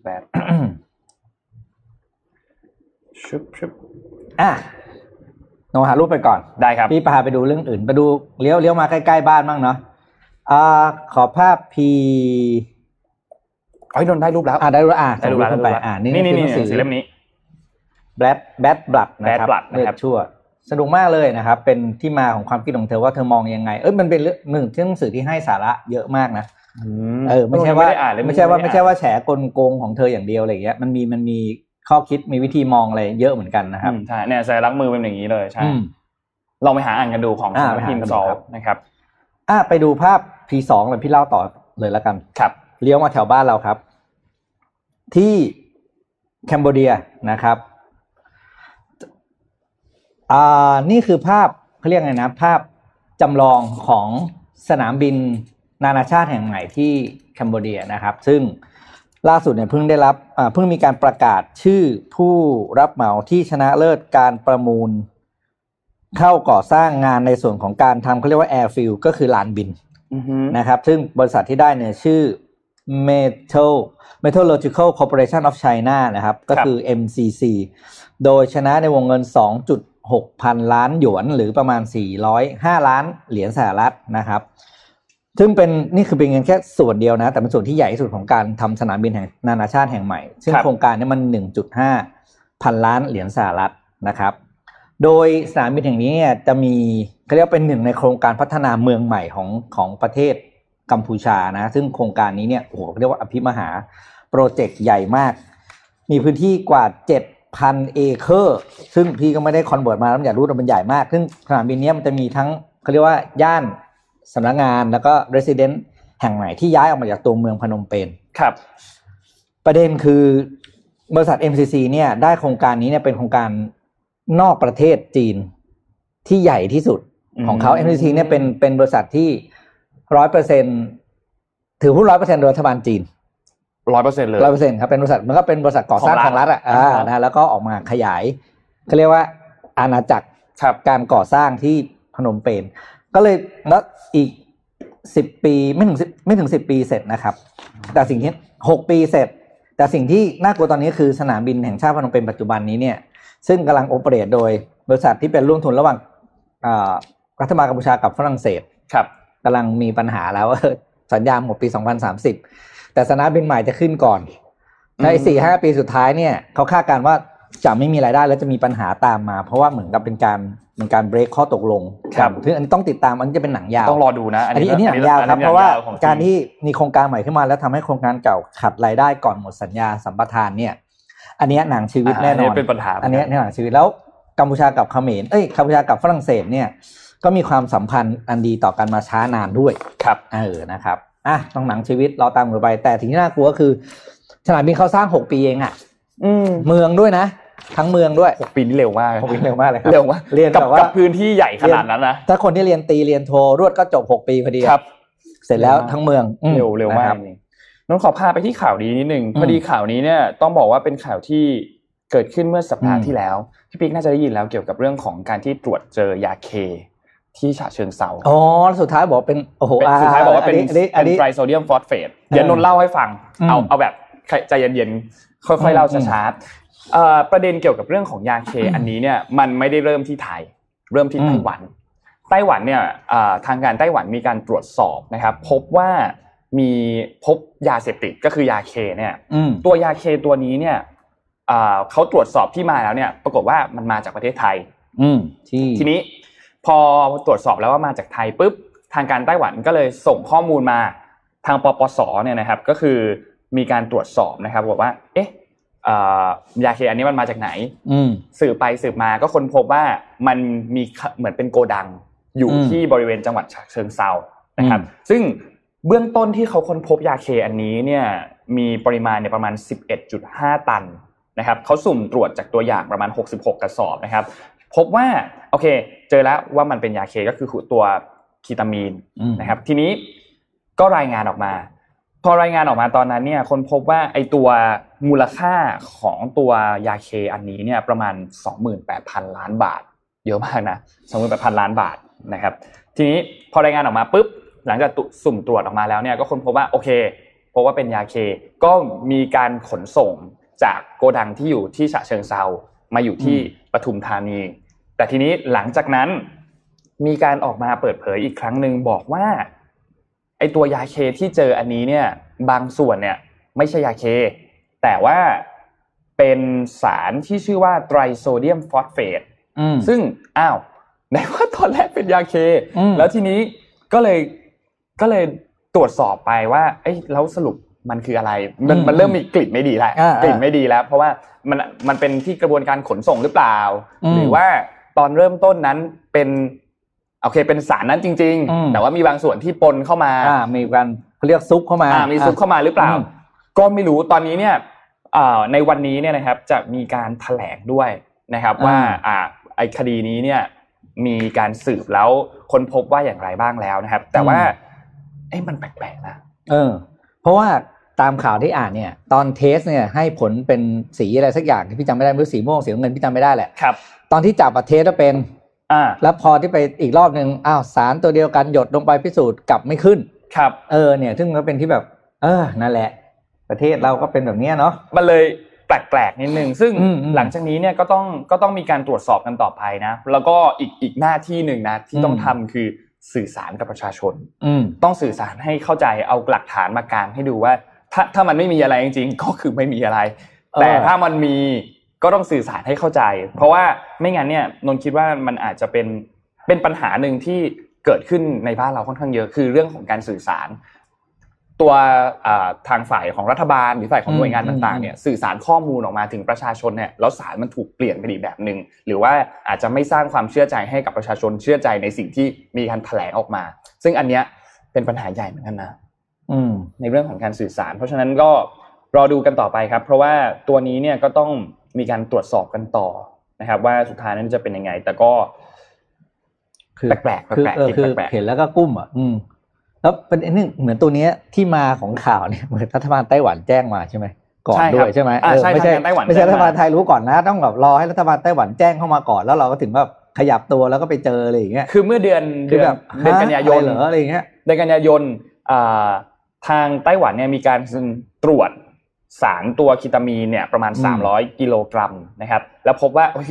[SPEAKER 2] แบบชึบชึบ
[SPEAKER 3] อ่ะโนหารูปไปก่อน
[SPEAKER 2] ได้ครับ
[SPEAKER 3] พี่พาไปดูเรื่องอื่น ไปดูเลี้ยวเลี้ยวมาใกล้ๆบ้านบ้างเนาะอ่าขอภาพพี
[SPEAKER 2] อ๋อยนนท์ได้รูปแล้ว
[SPEAKER 3] อ่าได้รู้อ่า
[SPEAKER 2] ได้รูปแล้ว
[SPEAKER 3] ขึ้นไปอ่านี่
[SPEAKER 2] นี่นี่
[SPEAKER 3] คื
[SPEAKER 2] นี่หนั
[SPEAKER 3] อหนัง
[SPEAKER 2] งสื
[SPEAKER 3] สื
[SPEAKER 2] อ
[SPEAKER 3] อ
[SPEAKER 2] เล่มนี้
[SPEAKER 3] แบทแบทบลัดนะครับ
[SPEAKER 2] Bad Blood นะครับ
[SPEAKER 3] เลือดชั่ว สนุกมากเลยนะครับ เป็นที่มาของความคิดของเธอว่าเธอมองยังไง เอ้ยมันเป็นเรื่องหนึ่งที่หนังสือที่ให้สาระเยอะมากนะ เออไม่ใช่ว่า
[SPEAKER 2] ด้อ่นเลย
[SPEAKER 3] ไม่ใช่ว่าไม่ใช่
[SPEAKER 2] ด้อ่น
[SPEAKER 3] ว่าแฉกลโกงของเธออย่างเดียวอะไรอย่างเงี้ยมันมีมันมีข้อคิดมีวิธีมองอะไรเยอะเหมือนกันนะครับ
[SPEAKER 2] อืมใช่เนี่ยสัญลักษณ์มือเป็นอย่างนี้เลยใช่
[SPEAKER 3] อืม
[SPEAKER 2] ลองไปหาอ่านกันดูของ
[SPEAKER 3] อ่า
[SPEAKER 2] สำนักพิมพ์
[SPEAKER 3] ไป
[SPEAKER 2] ซ
[SPEAKER 3] หา
[SPEAKER 2] อล
[SPEAKER 3] กันดูครับ
[SPEAKER 2] นะครับ
[SPEAKER 3] อ่าไปดูภาพ P2 เลยพี่เล่าต่อเลยละกัน
[SPEAKER 2] ครับ
[SPEAKER 3] เลี้ยวมาแถวบ้านเราครับ ที่แคนเบเดียนะครับอ่านี่คือภาพเขาเรียกไงนะ ภาพจำลองของสนามบินนานาชาติแห่งใหม่ที่แคนเบเดียนะครับ ซึ่งล่าสุดเนี่ยเพิ่งได้รับอ่าเพิ่งมีการประกาศชื่อผู้รับเหมาที่ชนะเลิศการประมูล เข้าก่อสร้างงานในส่วนของการทำเขาเรียกว่าแอร์ฟิลก็คือลานบิน
[SPEAKER 2] อือฮึ
[SPEAKER 3] นะครับซึ่งบริษัทที่ได้เนี่ยชื่อ Metal Metallurgical Corporation of China นะครับ ก็คือ MCC โดยชนะในวงเงิน 2.6 พันล้านหยวน หรือประมาณ 405 ล้านเหรียญสหรัฐนะครับ ซึ่งเป็นนี่คือเป็นเงินแค่ส่วนเดียวนะ แต่เป็นส่วนที่ใหญ่ที่สุดของการทำสนามบินแห่งนานาชาติแห่งใหม่ ซึ่งโครงการเนี้มัน 1.5 พันล้านเหรียญสหรัฐนะครับ โดยสนามบินแห่งนี้เนี่ยจะมีเขาเรียกว่าเป็นหนึ่งในโครงการพัฒนาเมืองใหม่ของของประเทศกัมพูชานะซึ่งโครงการนี้เนี่ยโอ้โหเรียกว่าอภิมหาโปรเจกต์ใหญ่มาก มีพื้นที่กว่า 7,000 เอเคอร์ ซึ่งพี่ก็ไม่ได้คอนเวิร์ตมาแล้วอยากรู้แต่มันใหญ่มาก ซึ่งสนามบินเนี้มันจะมีทั้งเขาเรียกว่าย่านสำนักงานแล้วก็เรสซิเดนต์แห่งใหม่ที่ย้ายออกมาจากตัวเมืองพนมเปญ
[SPEAKER 2] ครับ
[SPEAKER 3] ประเด็นคือบริษัท MCC เนี่ยได้โครงการนี้เนี่ยเป็นโครงการนอกประเทศจีนที่ใหญ่ที่สุดของเขา
[SPEAKER 2] อืม
[SPEAKER 3] MCC เนี่ยเป็นเป็นบริษัทที่ร้อยเปอร์เซ็นถือหุ้นร้อยเปอร์เซ็นโดยรัฐบาลจีน
[SPEAKER 2] ร้อยเปอร์เซ็นต์เลย
[SPEAKER 3] ร้อยเปอร์เซ็นครับเป็นบริษัทมันก็เป็นบริษัทก่อสร้าง
[SPEAKER 2] ข
[SPEAKER 3] ข
[SPEAKER 2] อ
[SPEAKER 3] อง ง
[SPEAKER 2] รั
[SPEAKER 3] รั
[SPEAKER 2] ฐ
[SPEAKER 3] ฐอ่ะอ่า
[SPEAKER 2] ครับ
[SPEAKER 3] นะแล้วก็ออกมาขยายเขาเรียกว่าอาณาจักร
[SPEAKER 2] ครับ
[SPEAKER 3] การก่อสร้างที่พนมเปญก็เลยแล้วอีกสิบปีไม่ถึง10ไม่ถึงสิบปีเสร็จนะครับ แต่สิ่งที่หกปีเสร็จ แต่สิ่งที่น่ากลัวตอนนี้คือสนามบินแห่งชาติพนมเปญปัจจุบันนี้เนี่ยซึ่งกำลังโอเปเรตโดยบริษัทที่เป็นร่วมทุนระหว่างอ่ารัฐบาลกัมพูชากับฝรั่งเศส
[SPEAKER 2] ครับ
[SPEAKER 3] กำลังมีปัญหาแล้ว สัญญาหมดปี 2030 แต่สนามบินใหม่จะขึ้นก่อน ใน
[SPEAKER 2] อืม
[SPEAKER 3] สี่ห้าปีสุดท้ายเนี่ยเขาคาดการณ์ว่าจะไม่มีรายได้แล้วจะมีปัญหาตามมา เพราะว่าเหมือนกับเป็นการเป็นการเบรกข้อตกลงซึ่งอันนี้ต้องติดตามอันนี้จะเป็นหนังยาว
[SPEAKER 2] ต้องรอดูนะ
[SPEAKER 3] อันนี้อันนี้หนังยาวครับ เพราะว่าการที่มีโครงการใหม่ขึ้นมาแล้วทำให้โครงการเก่าขาดรายได้ก่อนหมดสัญญาสัมปทานเนี่ย อันเนี้ยหนังชีวิตแน่นอน
[SPEAKER 2] เป็นปัญหา
[SPEAKER 3] อันเนี้ยในหลังชีวิตแล้วกัมพูชากับเขมรเอ้ยกัมพูชากับฝรั่งเศสเนี่ย ก็มีความสัมพันธ์อันดีต่อกันมาช้านานด้วย
[SPEAKER 2] ครับ
[SPEAKER 3] เออนะครับอ่ะต้องหนังชีวิตเราตามกันไป แต่ถึงที่น่ากลัวก็คือสนามบินเขาสร้างหกปีเองอะ่ะ
[SPEAKER 2] อืม
[SPEAKER 3] เมืองด้วยนะ ทั้งเมืองด้วย
[SPEAKER 2] หกปีนี่เร็วมาก
[SPEAKER 3] หกปีเร็วมากเลยครั
[SPEAKER 2] เร็วมาก
[SPEAKER 3] เรียน
[SPEAKER 2] กับ
[SPEAKER 3] แบบว่า
[SPEAKER 2] กับพื้นที่ใหญ่ขนาดนั้นนะ
[SPEAKER 3] ถ้าคนที่เรียนตีเรียนโทรวดก็จบหกปีพอดีอะ
[SPEAKER 2] ครับ
[SPEAKER 3] เสร็จแล้วทั้งเมืองอื
[SPEAKER 2] เร็วเร็วมา
[SPEAKER 3] นะ
[SPEAKER 2] ก
[SPEAKER 3] ค
[SPEAKER 2] จ
[SPEAKER 3] บ
[SPEAKER 2] ริงนนท์ขอพาไปที่ข่าวดีนิดนึง
[SPEAKER 3] อื
[SPEAKER 2] พ
[SPEAKER 3] ม
[SPEAKER 2] อดีข่าวนี้เนี่ยต้องบอกว่าเป็นข่าวที่เกิดขึ้นเมื่อสัปดาห์
[SPEAKER 3] อืม
[SPEAKER 2] ที่แล้วพี่ปิ๊กน่าจะได้ยินแล้วเกี่ยวกับเรื่องของการที่ตรวจเจอยาเค ที่ฉะเชิงเซา
[SPEAKER 3] อ๋อแล้วสุดท้ายบอกเป็นโอ้โห
[SPEAKER 2] เป็นสุดท้ายบอกว่าเป็น
[SPEAKER 3] อันนี้อัน
[SPEAKER 2] เป็
[SPEAKER 3] นี้
[SPEAKER 2] นไตรโซเดียมฟอสเฟตเดี๋ยวนนท์เล่าให้ฟัง
[SPEAKER 3] อืม
[SPEAKER 2] เอาเอาแบบใจเย็นๆค่อยๆเล่า
[SPEAKER 3] อืม
[SPEAKER 2] ช้าๆเอ่อประเด็นเกี่ยวกับเรื่องของยาเคอันนี้เนี่ยมันไม่ได้เริ่มที่ไทย เริ่มที่ไต้หวัน ไต้หวันเนี่ยอ่าทางการไต้หวันมีการตรวจสอบนะครับ พบว่ามีพบยาเสพติดก็คือยาเคเนี่ย
[SPEAKER 3] อืม
[SPEAKER 2] ตัวยาเคตัวนี้เนี่ยอ่าเขาตรวจสอบที่มาแล้วเนี่ย ปรากฏว่ามันมาจากประเทศไทย
[SPEAKER 3] อืมที่
[SPEAKER 2] ทีนี้พอตรวจสอบแล้วว่ามาจากไทยปุ๊บทางการไต้หวันก็เลยส่งข้อมูลมาทางปปสเนี่ยนะครับ ก็คือมีการตรวจสอบนะครับบอกว่า เอ๊ะอ่ายาเคอันนี้มันมาจากไหน
[SPEAKER 3] อืม
[SPEAKER 2] สืบไปสืบมาก็ค้นพบว่ามันมีขเหมือนเป็นโกดัง อยู่
[SPEAKER 3] อืม
[SPEAKER 2] ที่บริเวณจังหวัดฉะเชิงเซานะครับ ซึ่งเบื้องต้นที่เขาค้นพบยาเคอันนี้เนี่ยมีปริมาณเนี่ยประมาณ 11.5 ตันนะครับเขาสุ่มตรวจจากตัวอย่างประมาณ 66 กระสอบนะครับ พบว่าโอเค เจอแล้วว่ามันเป็นยาเคก็คือตัวคีตามีน นะครับทีนี้ก็รายงานออกมา พอรายงานออกมาตอนนั้นเนี่ยคนพบว่าไอตัวมูลค่าของตัวยาเคอันนี้เนี่ยประมาณ 28,000 ล้านบาท เยอะมากนะ28,000 ล้านบาทนะครับทีนี้พอรายงานออกมาปุ๊บหลังจากตุสุ่มตรวจออกมาแล้วเนี่ยก็คนพบว่าโอเคพบว่าเป็นยาเคก็มีการขนส่งจากโกดังที่อยู่ที่ฉะเชิงเซามาอยู่ที่
[SPEAKER 3] อืม
[SPEAKER 2] ปทุมธานี แต่ทีนี้หลังจากนั้นมีการออกมาเปิดเผยอีกครั้งหนึ่งบอกว่า ไอตัวยาเคที่เจออันนี้เนี่ย บางส่วนเนี่ย ไม่ใช่ยาเค แต่ว่าเป็นสารที่ชื่อว่าไตรโซเดียมฟอสเฟต
[SPEAKER 3] ซึ่ง
[SPEAKER 2] ซึ่งอ้าว ไหนว่าตอนแรกเป็นยาเค
[SPEAKER 3] อืม
[SPEAKER 2] แล้วทีนี้ก็เลยก็เลยตรวจสอบไปว่า เอ้ยแล้วสรุปมันคืออะไร มันมันเริ่มมีกลิ่นไม่ดีแล้ว
[SPEAKER 3] อ่าอ่าก
[SPEAKER 2] ลิ่นไม่ดีแล้ว เพราะว่ามันมันเป็นที่กระบวนการขนส่งหรือเปล่า
[SPEAKER 3] อืม
[SPEAKER 2] หรือว่าตอนเริ่มต้นนั้นเป็นโอเคเป็นสารนั้นจริง
[SPEAKER 3] อืม
[SPEAKER 2] ๆ แต่ว่ามีบางส่วนที่ปนเข้ามา
[SPEAKER 3] อ่ามีการเขาเรียกซุปเข้ามา
[SPEAKER 2] อ่ามีซุปเข้ามาหรือเปล่า
[SPEAKER 3] อืม
[SPEAKER 2] ก็ไม่รู้ตอนนี้เนี่ยเอ่อในวันนี้เนี่ยนะครับจะมีการแถลงด้วยนะครับ ว่า
[SPEAKER 3] อ่า
[SPEAKER 2] อ่าไอคดีนี้เนี่ยมีการสืบแล้วค้นพบว่าอย่างไรบ้างแล้วนะครับ แต่ว่าเอ้มันแปลกๆนะ
[SPEAKER 3] เออ เพราะว่าตามข่าวที่อ่านเนี่ย ตอนเทสเนี่ยให้ผลเป็นสีอะไรสักอย่างที่พี่จำไม่ได้ไม่รู้สีม่วงสีน้ำเงินพี่จำไม่ได้แหละ
[SPEAKER 2] ครับ
[SPEAKER 3] ตอนที่จับประเทศก็เป็น
[SPEAKER 2] อ่า
[SPEAKER 3] แล้วพอที่ไปอีกรอบหนึ่งอ้าวสารตัวเดียวกันหยดลงไปพิสูจน์กลับไม่ขึ้น
[SPEAKER 2] ครับ
[SPEAKER 3] เออเนี่ยซึ่งมันก็เป็นที่แบบ เออนั่นแหละ ประเทศเราก็เป็นแบบเนี้ยเนาะ
[SPEAKER 2] มันเลยแปลกๆนิดนึงซึ่ง
[SPEAKER 3] อืมอืม
[SPEAKER 2] หลังจากนี้เนี่ยก็ต้องก็ต้องมีการตรวจสอบกันต่อไปนะ แล้วก็อีกอีกหน้าที่หนึ่งนะที่ต้อง
[SPEAKER 3] อืม
[SPEAKER 2] ทำคือสื่อสารกับประชาชน
[SPEAKER 3] อืม
[SPEAKER 2] ต้องสื่อสารให้เข้าใจเอาหลักฐานมากางให้ดูว่า ถ้าถ้ามันไม่มีอะไรจริงๆ ก็คือไม่มีอะไร
[SPEAKER 3] เออ
[SPEAKER 2] แต่ถ้ามันมีก็ต้องสื่อสารให้เข้าใจ เพราะว่าไม่งั้นเนี่ยนนท์คิดว่ามันอาจจะเป็นเป็นปัญหาหนึ่งที่เกิดขึ้นในบ้านเราค่อนข้างเยอะคือเรื่องของการสื่อสาร ตัวเอ่อทางฝ่ายของรัฐบาลหรือฝ่ายของหน่วยงานต่างๆเนี่ยสื่อสารข้อมูลออกมาถึงประชาชนเนี่ยแล้วสารมันถูกเปลี่ยนไปอีกแบบหนึ่งหรือว่าอาจจะไม่สร้างความเชื่อใจให้กับประชาชนเชื่อใจในสิ่งที่มีการแถลงออกมา ซึ่งอันเนี้ยเป็นปัญหาใหญ่เหมือนกันนะ
[SPEAKER 3] อืม
[SPEAKER 2] ในเรื่องของการสื่อสาร เพราะฉะนั้นก็รอดูกันต่อไปครับ เพราะว่าตัวนี้เนี่ยก็ต้องมีการตรวจสอบกันต่อนะครับ ว่าสุดท้ายนั้นจะเป็นยังไง แต่ก็
[SPEAKER 3] คือ
[SPEAKER 2] แปลกๆ
[SPEAKER 3] คือ
[SPEAKER 2] แปลก
[SPEAKER 3] เอ
[SPEAKER 2] ๆ
[SPEAKER 3] อ
[SPEAKER 2] ติด
[SPEAKER 3] คือ
[SPEAKER 2] แปลก
[SPEAKER 3] เห็นแล้วก็กุ้มอ่ะ อืม แล้วเป็นอันหนึงเหมือนตัวเนี้ยที่มาของข่าวเนี่ยเหมือนรัฐบาลไต้หวันแจ้งมาใช่ไหมก่อนด้วยใช่ไหม
[SPEAKER 2] อ่า
[SPEAKER 3] เออ
[SPEAKER 2] ใช่
[SPEAKER 3] ไม่
[SPEAKER 2] ทา
[SPEAKER 3] ใช่
[SPEAKER 2] งการไต้หวัน
[SPEAKER 3] ไม่ใช่รัฐบาล
[SPEAKER 2] แจ้ง
[SPEAKER 3] ไทยรู้ก่อนนะ ต้องแบบรอให้รัฐบาลไต้หวันแจ้งเข้ามาก่อนแล้วเราก็ถึงแบบขยับตัวแล้วก็ไปเจออะไรอย่างเงี้ย
[SPEAKER 2] คือเมื่อเดือน
[SPEAKER 3] คื
[SPEAKER 2] เดื
[SPEAKER 3] อ
[SPEAKER 2] อน
[SPEAKER 3] แบบ
[SPEAKER 2] เดือนกันยายน
[SPEAKER 3] ฮะอะไรเหรออะไรอย่างเงี้ย
[SPEAKER 2] เดือนกันยายนอ่าทางไต้หวันเนี่ยมีการตรวจสารตัวคิตามีนเนี่ยประมาณ
[SPEAKER 3] อืม
[SPEAKER 2] 300 กิโลกรัมนะครับ แล้วพบว่าเฮ้ย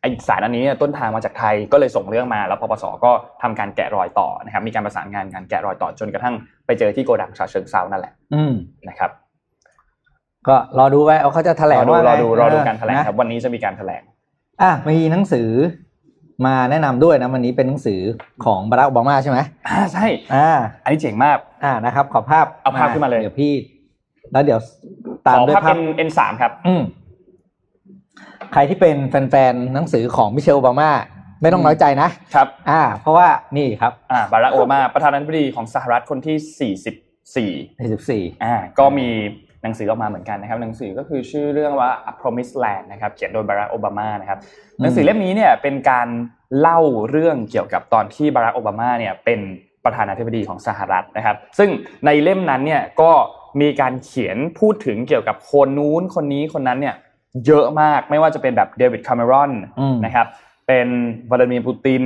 [SPEAKER 2] ไอสารอันนี้เนี่ยต้นทางมาจากไทยก็เลยส่งเรื่องมา แล้วปปสก็ทำการแกะรอยต่อนะครับ มีการประสานงานการแกะรอยต่อจนกระทั่งไปเจอที่โกดังฉะเชิงเซานั่นแหละ
[SPEAKER 3] อืม
[SPEAKER 2] นะครับ
[SPEAKER 3] ก็รอดูไว้เอาเขาจะแถล
[SPEAKER 2] รงอดู
[SPEAKER 3] ว่าะ
[SPEAKER 2] ร
[SPEAKER 3] ไ
[SPEAKER 2] อดูรอดูการ
[SPEAKER 3] เ
[SPEAKER 2] แถลงครับ วันนี้จะมีการแถลง
[SPEAKER 3] อ่ะมีหนังสือมาแนะนำด้วยนะวันนี้เป็นหนังสือของบารักโอบามาใช่ไหม
[SPEAKER 2] อ่าใช่
[SPEAKER 3] อ่า
[SPEAKER 2] อันนี้เจ๋งมาก
[SPEAKER 3] อ่านะครับ ขอภาพ
[SPEAKER 2] เอาภาพขึ้นมาเลย
[SPEAKER 3] เดี๋ยวพี่ แล้วเดี๋ยวตาม
[SPEAKER 2] ขอ
[SPEAKER 3] ด้วย
[SPEAKER 2] ภาพ
[SPEAKER 3] ภา
[SPEAKER 2] เ
[SPEAKER 3] พ
[SPEAKER 2] ป็น N3 ครับ
[SPEAKER 3] อืมใครที่เป็นแฟนๆหนังสือของมิเชลโอบามา ไม่ต้องน้อยใจนะ
[SPEAKER 2] ครับ
[SPEAKER 3] อ่า เพราะว่านี่ครับ
[SPEAKER 2] อ่าบารักโอบามาประธานาธิบดีของสหรัฐคนที่ 44
[SPEAKER 3] 44
[SPEAKER 2] อ่าก็มีหนังสือออกมาเหมือนกันนะครับ หนังสือก็คือชื่อเรื่องว่า A Promised Land นะครับเขียนโดยบารักโอบามานะครับหนังสือเล่มนี้เนี่ยเป็นการเล่าเรื่องเกี่ยวกับตอนที่บารักโอบามาเนี่ยเป็นประธานาธิบดีของสหรัฐนะครับ ซึ่งในเล่มนั้นเนี่ยก็มีการเขียนพูดถึงเกี่ยวกับคนนู้นคนนี้คนนั้นเนี่ยเยอะมากไม่ว่าจะเป็นแบบเดวิดคาเมรอน
[SPEAKER 3] อืม
[SPEAKER 2] นะครับ เป็นวลาดิเมียร์ปูติน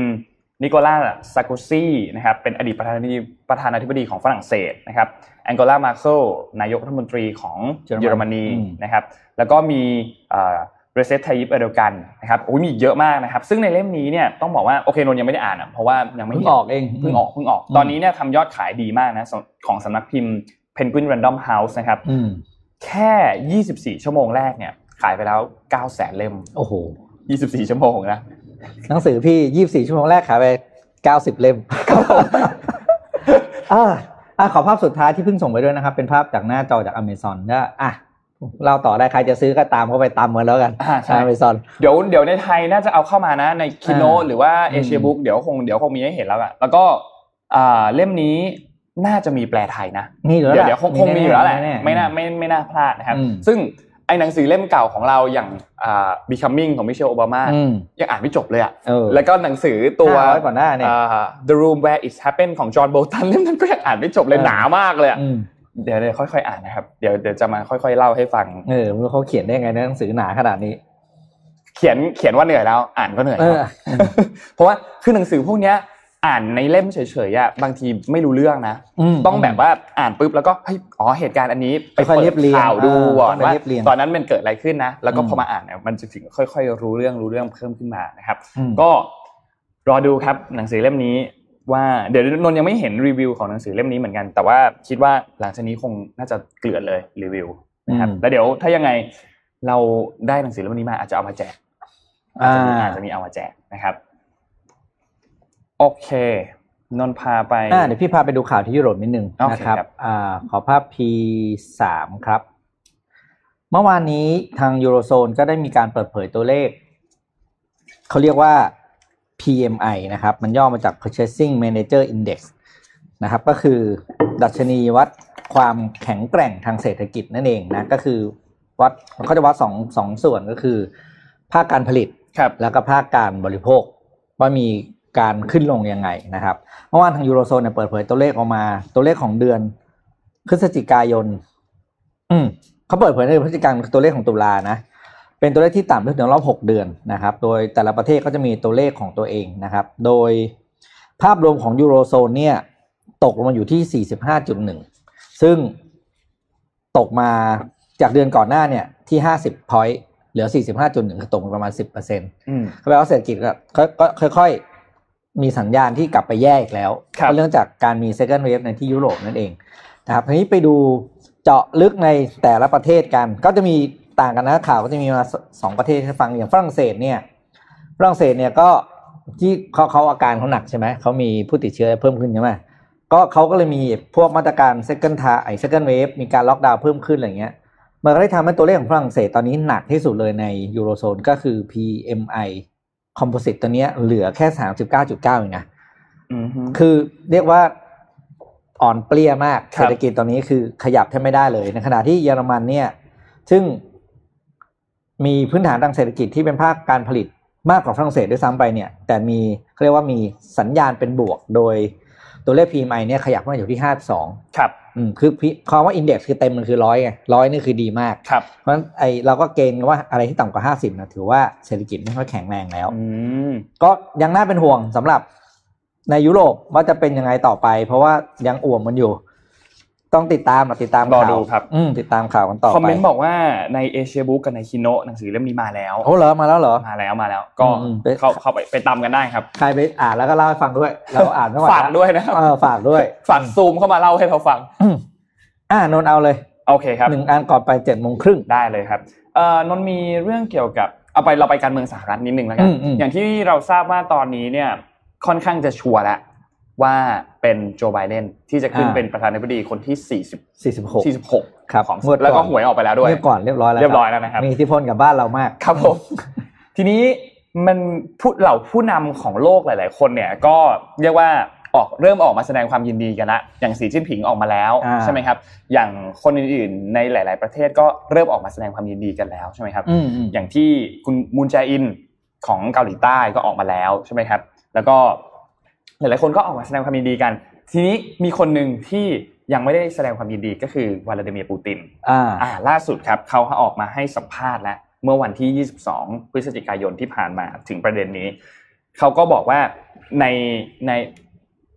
[SPEAKER 2] นิโคลาซาโกซีนะครับ เป็นอดีตประธานาธิบดีประธานาธิบดีของฝรั่งเศสนะครับ แองโกลา มาโซลนายกรัฐมนตรีของ
[SPEAKER 3] เย
[SPEAKER 2] เย
[SPEAKER 3] อ
[SPEAKER 2] อ
[SPEAKER 3] ร
[SPEAKER 2] รม
[SPEAKER 3] มนี
[SPEAKER 2] นี
[SPEAKER 3] อืม
[SPEAKER 2] นะครับ แล้วก็มีเรเซ t ไทยิปเอ r ด o กันนะครับ โอ้ยมีเยอะมากนะครับ ซึ่งในเล่มนี้เนี่ยต้องบอกว่า โอเคนนท์ยังไม่ได้อ่านอะเพราะว่ายังไม่
[SPEAKER 3] เพิ่ง
[SPEAKER 2] เห็น
[SPEAKER 3] ออกเอง
[SPEAKER 2] เพิ่งออกเพิ่งออก
[SPEAKER 3] อืม
[SPEAKER 2] ตอนนี้เนี่ยทำยอดขายดีมากนะสของสำนักพิมพ์ Penguin Random House นะครับ
[SPEAKER 3] อืม
[SPEAKER 2] แค่ 24 ชั่วโมงแรกเนี่ยขายไปแล้ว 9 แสนเล่ม
[SPEAKER 3] โอ้โห
[SPEAKER 2] 24 ชั่วโมงนะ
[SPEAKER 3] หนังสือพี่ 24 ชั่วโมงแรกขายไป 90 เล่ม อ่าอ่ะขอภาพสุดท้ายที่เพิ่งส่งไปด้วยนะครับ เป็นภาพจากหน้าจอจาก Amazon นะอ่ะ เล่าต่อได้ใครจะซื้อก็ตามเข้าไปตามกันแล้วกัน
[SPEAKER 2] อ่าใช่
[SPEAKER 3] อเมซอน
[SPEAKER 2] เดี๋ยวเดี๋ยวในไทยน่าจะเอาเข้ามานะในคิโน
[SPEAKER 3] อ่า
[SPEAKER 2] หรือว่าเอเชีย
[SPEAKER 3] อืม
[SPEAKER 2] บุ๊กเดี๋ยวคงเดี๋ยวคงมีให้เห็นแล้วอะแล้วก็อ่าเล่มนี้น่าจะมีแปลไทยนะ
[SPEAKER 3] มีอยู่แล้ว
[SPEAKER 2] เดี๋ยว
[SPEAKER 3] ล่ะ
[SPEAKER 2] เดี๋ยวคงคงมีอยู่แล้วแหละ
[SPEAKER 3] น่ๆ
[SPEAKER 2] ไม่น่าไม่ไม่น่าพลาดนะครับ
[SPEAKER 3] อืม
[SPEAKER 2] ซึ่งไอ้หนังสือเล่มเก่าของเราอย่างอ่า becoming ของมิเชลโอบามา
[SPEAKER 3] อืม
[SPEAKER 2] ยังอ่านไม่จบเลยอะ
[SPEAKER 3] เออ
[SPEAKER 2] แล้วก็หนังสือตัว
[SPEAKER 3] ห้าร้อยกว่าหน้าเนี่ย
[SPEAKER 2] อ่า the room where it happened ของจอห์นโบตันเล่มนั้นก็ยังอ่านไม่จบเลย
[SPEAKER 3] เออ
[SPEAKER 2] หนามากเลยอะ
[SPEAKER 3] อืม
[SPEAKER 2] เดี๋ยวเดี๋ยวค่อยๆ อ่านนะครับเดี๋ยวเดี๋ยวจะมาค่อยๆเล่าให้ฟัง
[SPEAKER 3] เออไม่รู้เขาเขียนได้ไงนะหนังสือหนาขนาดนี้
[SPEAKER 2] เขียนเขียนว่าเหนื่อยแล้ว อ่านก็เหนื่อย
[SPEAKER 3] เอ
[SPEAKER 2] ครับ
[SPEAKER 3] อ
[SPEAKER 2] เพราะว่าคือหนังสือพวกเนี้ยอ่านในเล่มเฉยๆอะบางทีไม่รู้เรื่องนะ
[SPEAKER 3] ม
[SPEAKER 2] ต้องแบบว่าอ่านปุ๊บแล้วก็เฮ้ยอ๋อเหตุการณ์อันนี้ไป
[SPEAKER 3] ค่อย
[SPEAKER 2] เปิ
[SPEAKER 3] ๆเรี
[SPEAKER 2] ด
[SPEAKER 3] ยบเรียง
[SPEAKER 2] ข่าวดู
[SPEAKER 3] เออ
[SPEAKER 2] ก่อ
[SPEAKER 3] ต้
[SPEAKER 2] น
[SPEAKER 3] องไป
[SPEAKER 2] ว่า
[SPEAKER 3] เรียบเรียง
[SPEAKER 2] ตอนนั้นมันเกิดอะไรขึ้นนะ แล้วก็
[SPEAKER 3] อืม
[SPEAKER 2] พอมาอ่านเนี่ยมันจะถึงค่อยๆ รู้เรื่องรู้เรื่องเพิ่มขึ้นมานะครับ
[SPEAKER 3] อืม
[SPEAKER 2] ก็รอดูครับหนังสือเล่มนี้ว่าเดี๋ยวนนท์ยังไม่เห็นรีวิวของหนังสือเล่มนี้เหมือนกัน แต่ว่าคิดว่าหลังจากนี้คงน่าจะเกลื่อนเลยรีวิวนะครับแล้วเดี๋ยวถ้ายังไงเราได้หนังสือเล่มนี้มาอาจจะเอามาแจก อา
[SPEAKER 3] อ่า
[SPEAKER 2] จจะมีอาจจะมีเอามาแจกนะครับ โอเคนนท์พาไป
[SPEAKER 3] อ่าเดี๋ยวพี่พาไปดูข่าวที่ยุโรปนิดนึง
[SPEAKER 2] โอเค
[SPEAKER 3] นะครับ
[SPEAKER 2] ครับ
[SPEAKER 3] อ่า ขอภาพ P3 ครับ เมื่อวานนี้ทางยูโรโซนก็ได้มีการเปิดเผยตัวเลข เขาเรียกว่า PMI นะครับ มันย่อมาจาก Purchasing Manager Index นะครับ ก็คือดัชนีวัดความแข็งแกร่งทางเศรษฐกิจนั่นเองนะ ก็คือวัดเขาจะวัดสองสองส่วนก็คือ ภาคการผลิต
[SPEAKER 2] ครับ
[SPEAKER 3] แล้วก็ภาคการบริโภคว่ามีการขึ้นลงยังไงนะครับเมื่อวานทางยูโรโซนเนี่ยเปิดเผยตัวเลขออกมา ตัวเลขของเดือนพฤศจิกายน อืมเขาเปิดเผยในเดือนพฤศจิกายนตัวเลขของตุลานะ เป็นตัวเลขที่ต่ำที่สุดในรอบ 6 เดือนนะครับ โดยแต่ละประเทศก็จะมีตัวเลขของตัวเองนะครับ โดยภาพรวมของยูโรโซนเนี่ยตกลงมาอยู่ที่ 45.1 ซึ่งตกมาจากเดือนก่อนหน้าเนี่ยที่ 50 point เหลือ 45.1คือตกลงประมาณ 10%เปอร์เซ็นต
[SPEAKER 2] อืม
[SPEAKER 3] แปลว่าเศรษฐกิจก็ก็ก็ค่อยๆ มีสัญญาณที่กลับไปแย่อีกแล้ว
[SPEAKER 2] ครับ
[SPEAKER 3] เพราะเรื่องจากการมี second wave ในที่ยุโรปนั่นเองนะครับทีนี้ไปดูเจาะลึกในแต่ละประเทศกัน ก็จะมีต่างกันนะข่าวก็จะมีมาสสองประเทศให้ฟังอย่างฝรั่งเศสเนี่ยฝรั่งเศสเนี่ยก็ที่เขาเขาอาการเขาหนักใช่ไหมเขามีผู้ติดเชื้อเพิ่มขึ้นใช่ไหมก็เขาก็เลยมีพวกมาตรการ second t i ไอ้ second wave มีการล็อกดาวน์เพิ่มขึ้นอะไรเงี้ย มันก็ได้ทำให้ตัวเลขของฝรั่งเศสตอนนี้หนักที่สุดเลยในยูโรโซนก็คือ PMI Composite ตัวเนี้ยเหลือแค่ 39.9เองนะ
[SPEAKER 2] อืมฮึ
[SPEAKER 3] คือเรียกว่าอ่อนเปลี้ยมาก
[SPEAKER 2] ครับ
[SPEAKER 3] เศรษฐกิจตอนนี้คือขยับแทบไม่ได้เลย ในขณะที่เยอรมันเนี่ย ซึ่งมีพื้นฐานทางเศรษฐกิจที่เป็นภาคการผลิตมากกว่าฝรั่งเศสด้วยซ้ำไปเนี่ย แต่มีเขาเรียกว่ามีสัญญาณเป็นบวก โดยตัวเลข PMI เนี่ยขยับมาอยู่ที่ 52
[SPEAKER 2] ครับ
[SPEAKER 3] อืมคือคำว่าอินเด็กซ์คือเต็มมันคือร้อยไงร้อยนี่คือดีมาก
[SPEAKER 2] ครับ
[SPEAKER 3] เพราะฉะนั้นไอเราก็เกณฑ์ว่าอะไรที่ต่ำกว่า 50นะถือว่าเศรษฐกิจไม่ค่อยแข็งแรงแล้ว
[SPEAKER 2] อืม
[SPEAKER 3] ก็ยังน่าเป็นห่วงสำหรับในยุโรปว่าจะเป็นยังไงต่อไป เพราะว่ายังอ่วมมันอยู่ ต้องติดตามนะติดตาม
[SPEAKER 2] รอ
[SPEAKER 3] ข่าว
[SPEAKER 2] ดูครับ
[SPEAKER 3] อืมติดตามข่าวกันต่อไป
[SPEAKER 2] คอมเมนต์บอกว่าในเอเชียบุ๊กกับในคิโนหนังสือเล่มนี้มาแล้ว
[SPEAKER 3] โอ้เหรอมาแล้วเหรอ
[SPEAKER 2] มาแล้วมาแล้ว ก็
[SPEAKER 3] อืม
[SPEAKER 2] เข้าเข้าไปไปตามกันได้ครับ
[SPEAKER 3] ใครไปอ่านแล้วก็เล่าให้ฟังด้วย เราอ่านไม่ไหว
[SPEAKER 2] ฝากด้วยนะครับ
[SPEAKER 3] เออฝากด้วย
[SPEAKER 2] ฝากซูมเข้ามาเล่าให้เราฟัง
[SPEAKER 3] อืมอ่านนท์เอาเลย
[SPEAKER 2] โอเคครับ
[SPEAKER 3] หนึ่งอันก่อนไปเจ็ดโมงครึ่ง
[SPEAKER 2] ได้เลยครับเอ่อนนท์มีเรื่องเกี่ยวกับเอาไปเราไปการเมืองสหรัฐนิดนึงแล้วกั
[SPEAKER 3] อื
[SPEAKER 2] น
[SPEAKER 3] มอืม
[SPEAKER 2] อย่างที่เราทราบว่าตอนนี้เนี่ยค่อนข้างจะชัวร์แล้วว่าเป็นโจไบเดนที่จะขึ้นเป็นประธานาธิบดีคนที่ 40
[SPEAKER 3] สี่สิบหก
[SPEAKER 2] 46
[SPEAKER 3] ครับ
[SPEAKER 2] ของ
[SPEAKER 3] งวดก่อน
[SPEAKER 2] แล้วก็หวยออกไปแล้วด้วย
[SPEAKER 3] เรียบก่อนเรียบร้อยแล้ว
[SPEAKER 2] เรียบร้อยแล้วนะครับ
[SPEAKER 3] มีอิทธิพลกับบ้านเรามาก
[SPEAKER 2] ครับผม ทีนี้มันผู้เหล่าผู้นำของโลกหลาย ๆ คนเนี่ยก็เรียกว่าออกเริ่มออกมาแสดงความยินดีกันละอย่างสีจิ้นผิงออกมาแล้ว
[SPEAKER 3] อ่า
[SPEAKER 2] ใช่ไหมครับ อย่างคนอื่น ๆ ในหลาย ๆ ประเทศก็เริ่มออกมาแสดงความยินดีกันแล้วใช่ไหมครับ
[SPEAKER 3] อืมอืม
[SPEAKER 2] อย่างที่คุณมูนแจอินของเกาหลีใต้ก็ออกมาแล้วใช่ไหมครับ แล้วก็หลายๆคนก็ออกมาแสดงความยินดีกัน ทีนี้มีคนหนึ่งที่ยังไม่ได้แสดงความยินดีก็คือวลาดิเมียร์ปูติน
[SPEAKER 3] อ่า
[SPEAKER 2] อ่าล่าสุดครับเขาออกมาให้สัมภาษณ์แล้วเมื่อวันที่ 22 พฤศจิกายนที่ผ่านมาถึงประเด็นนี้ เขาก็บอกว่าในใน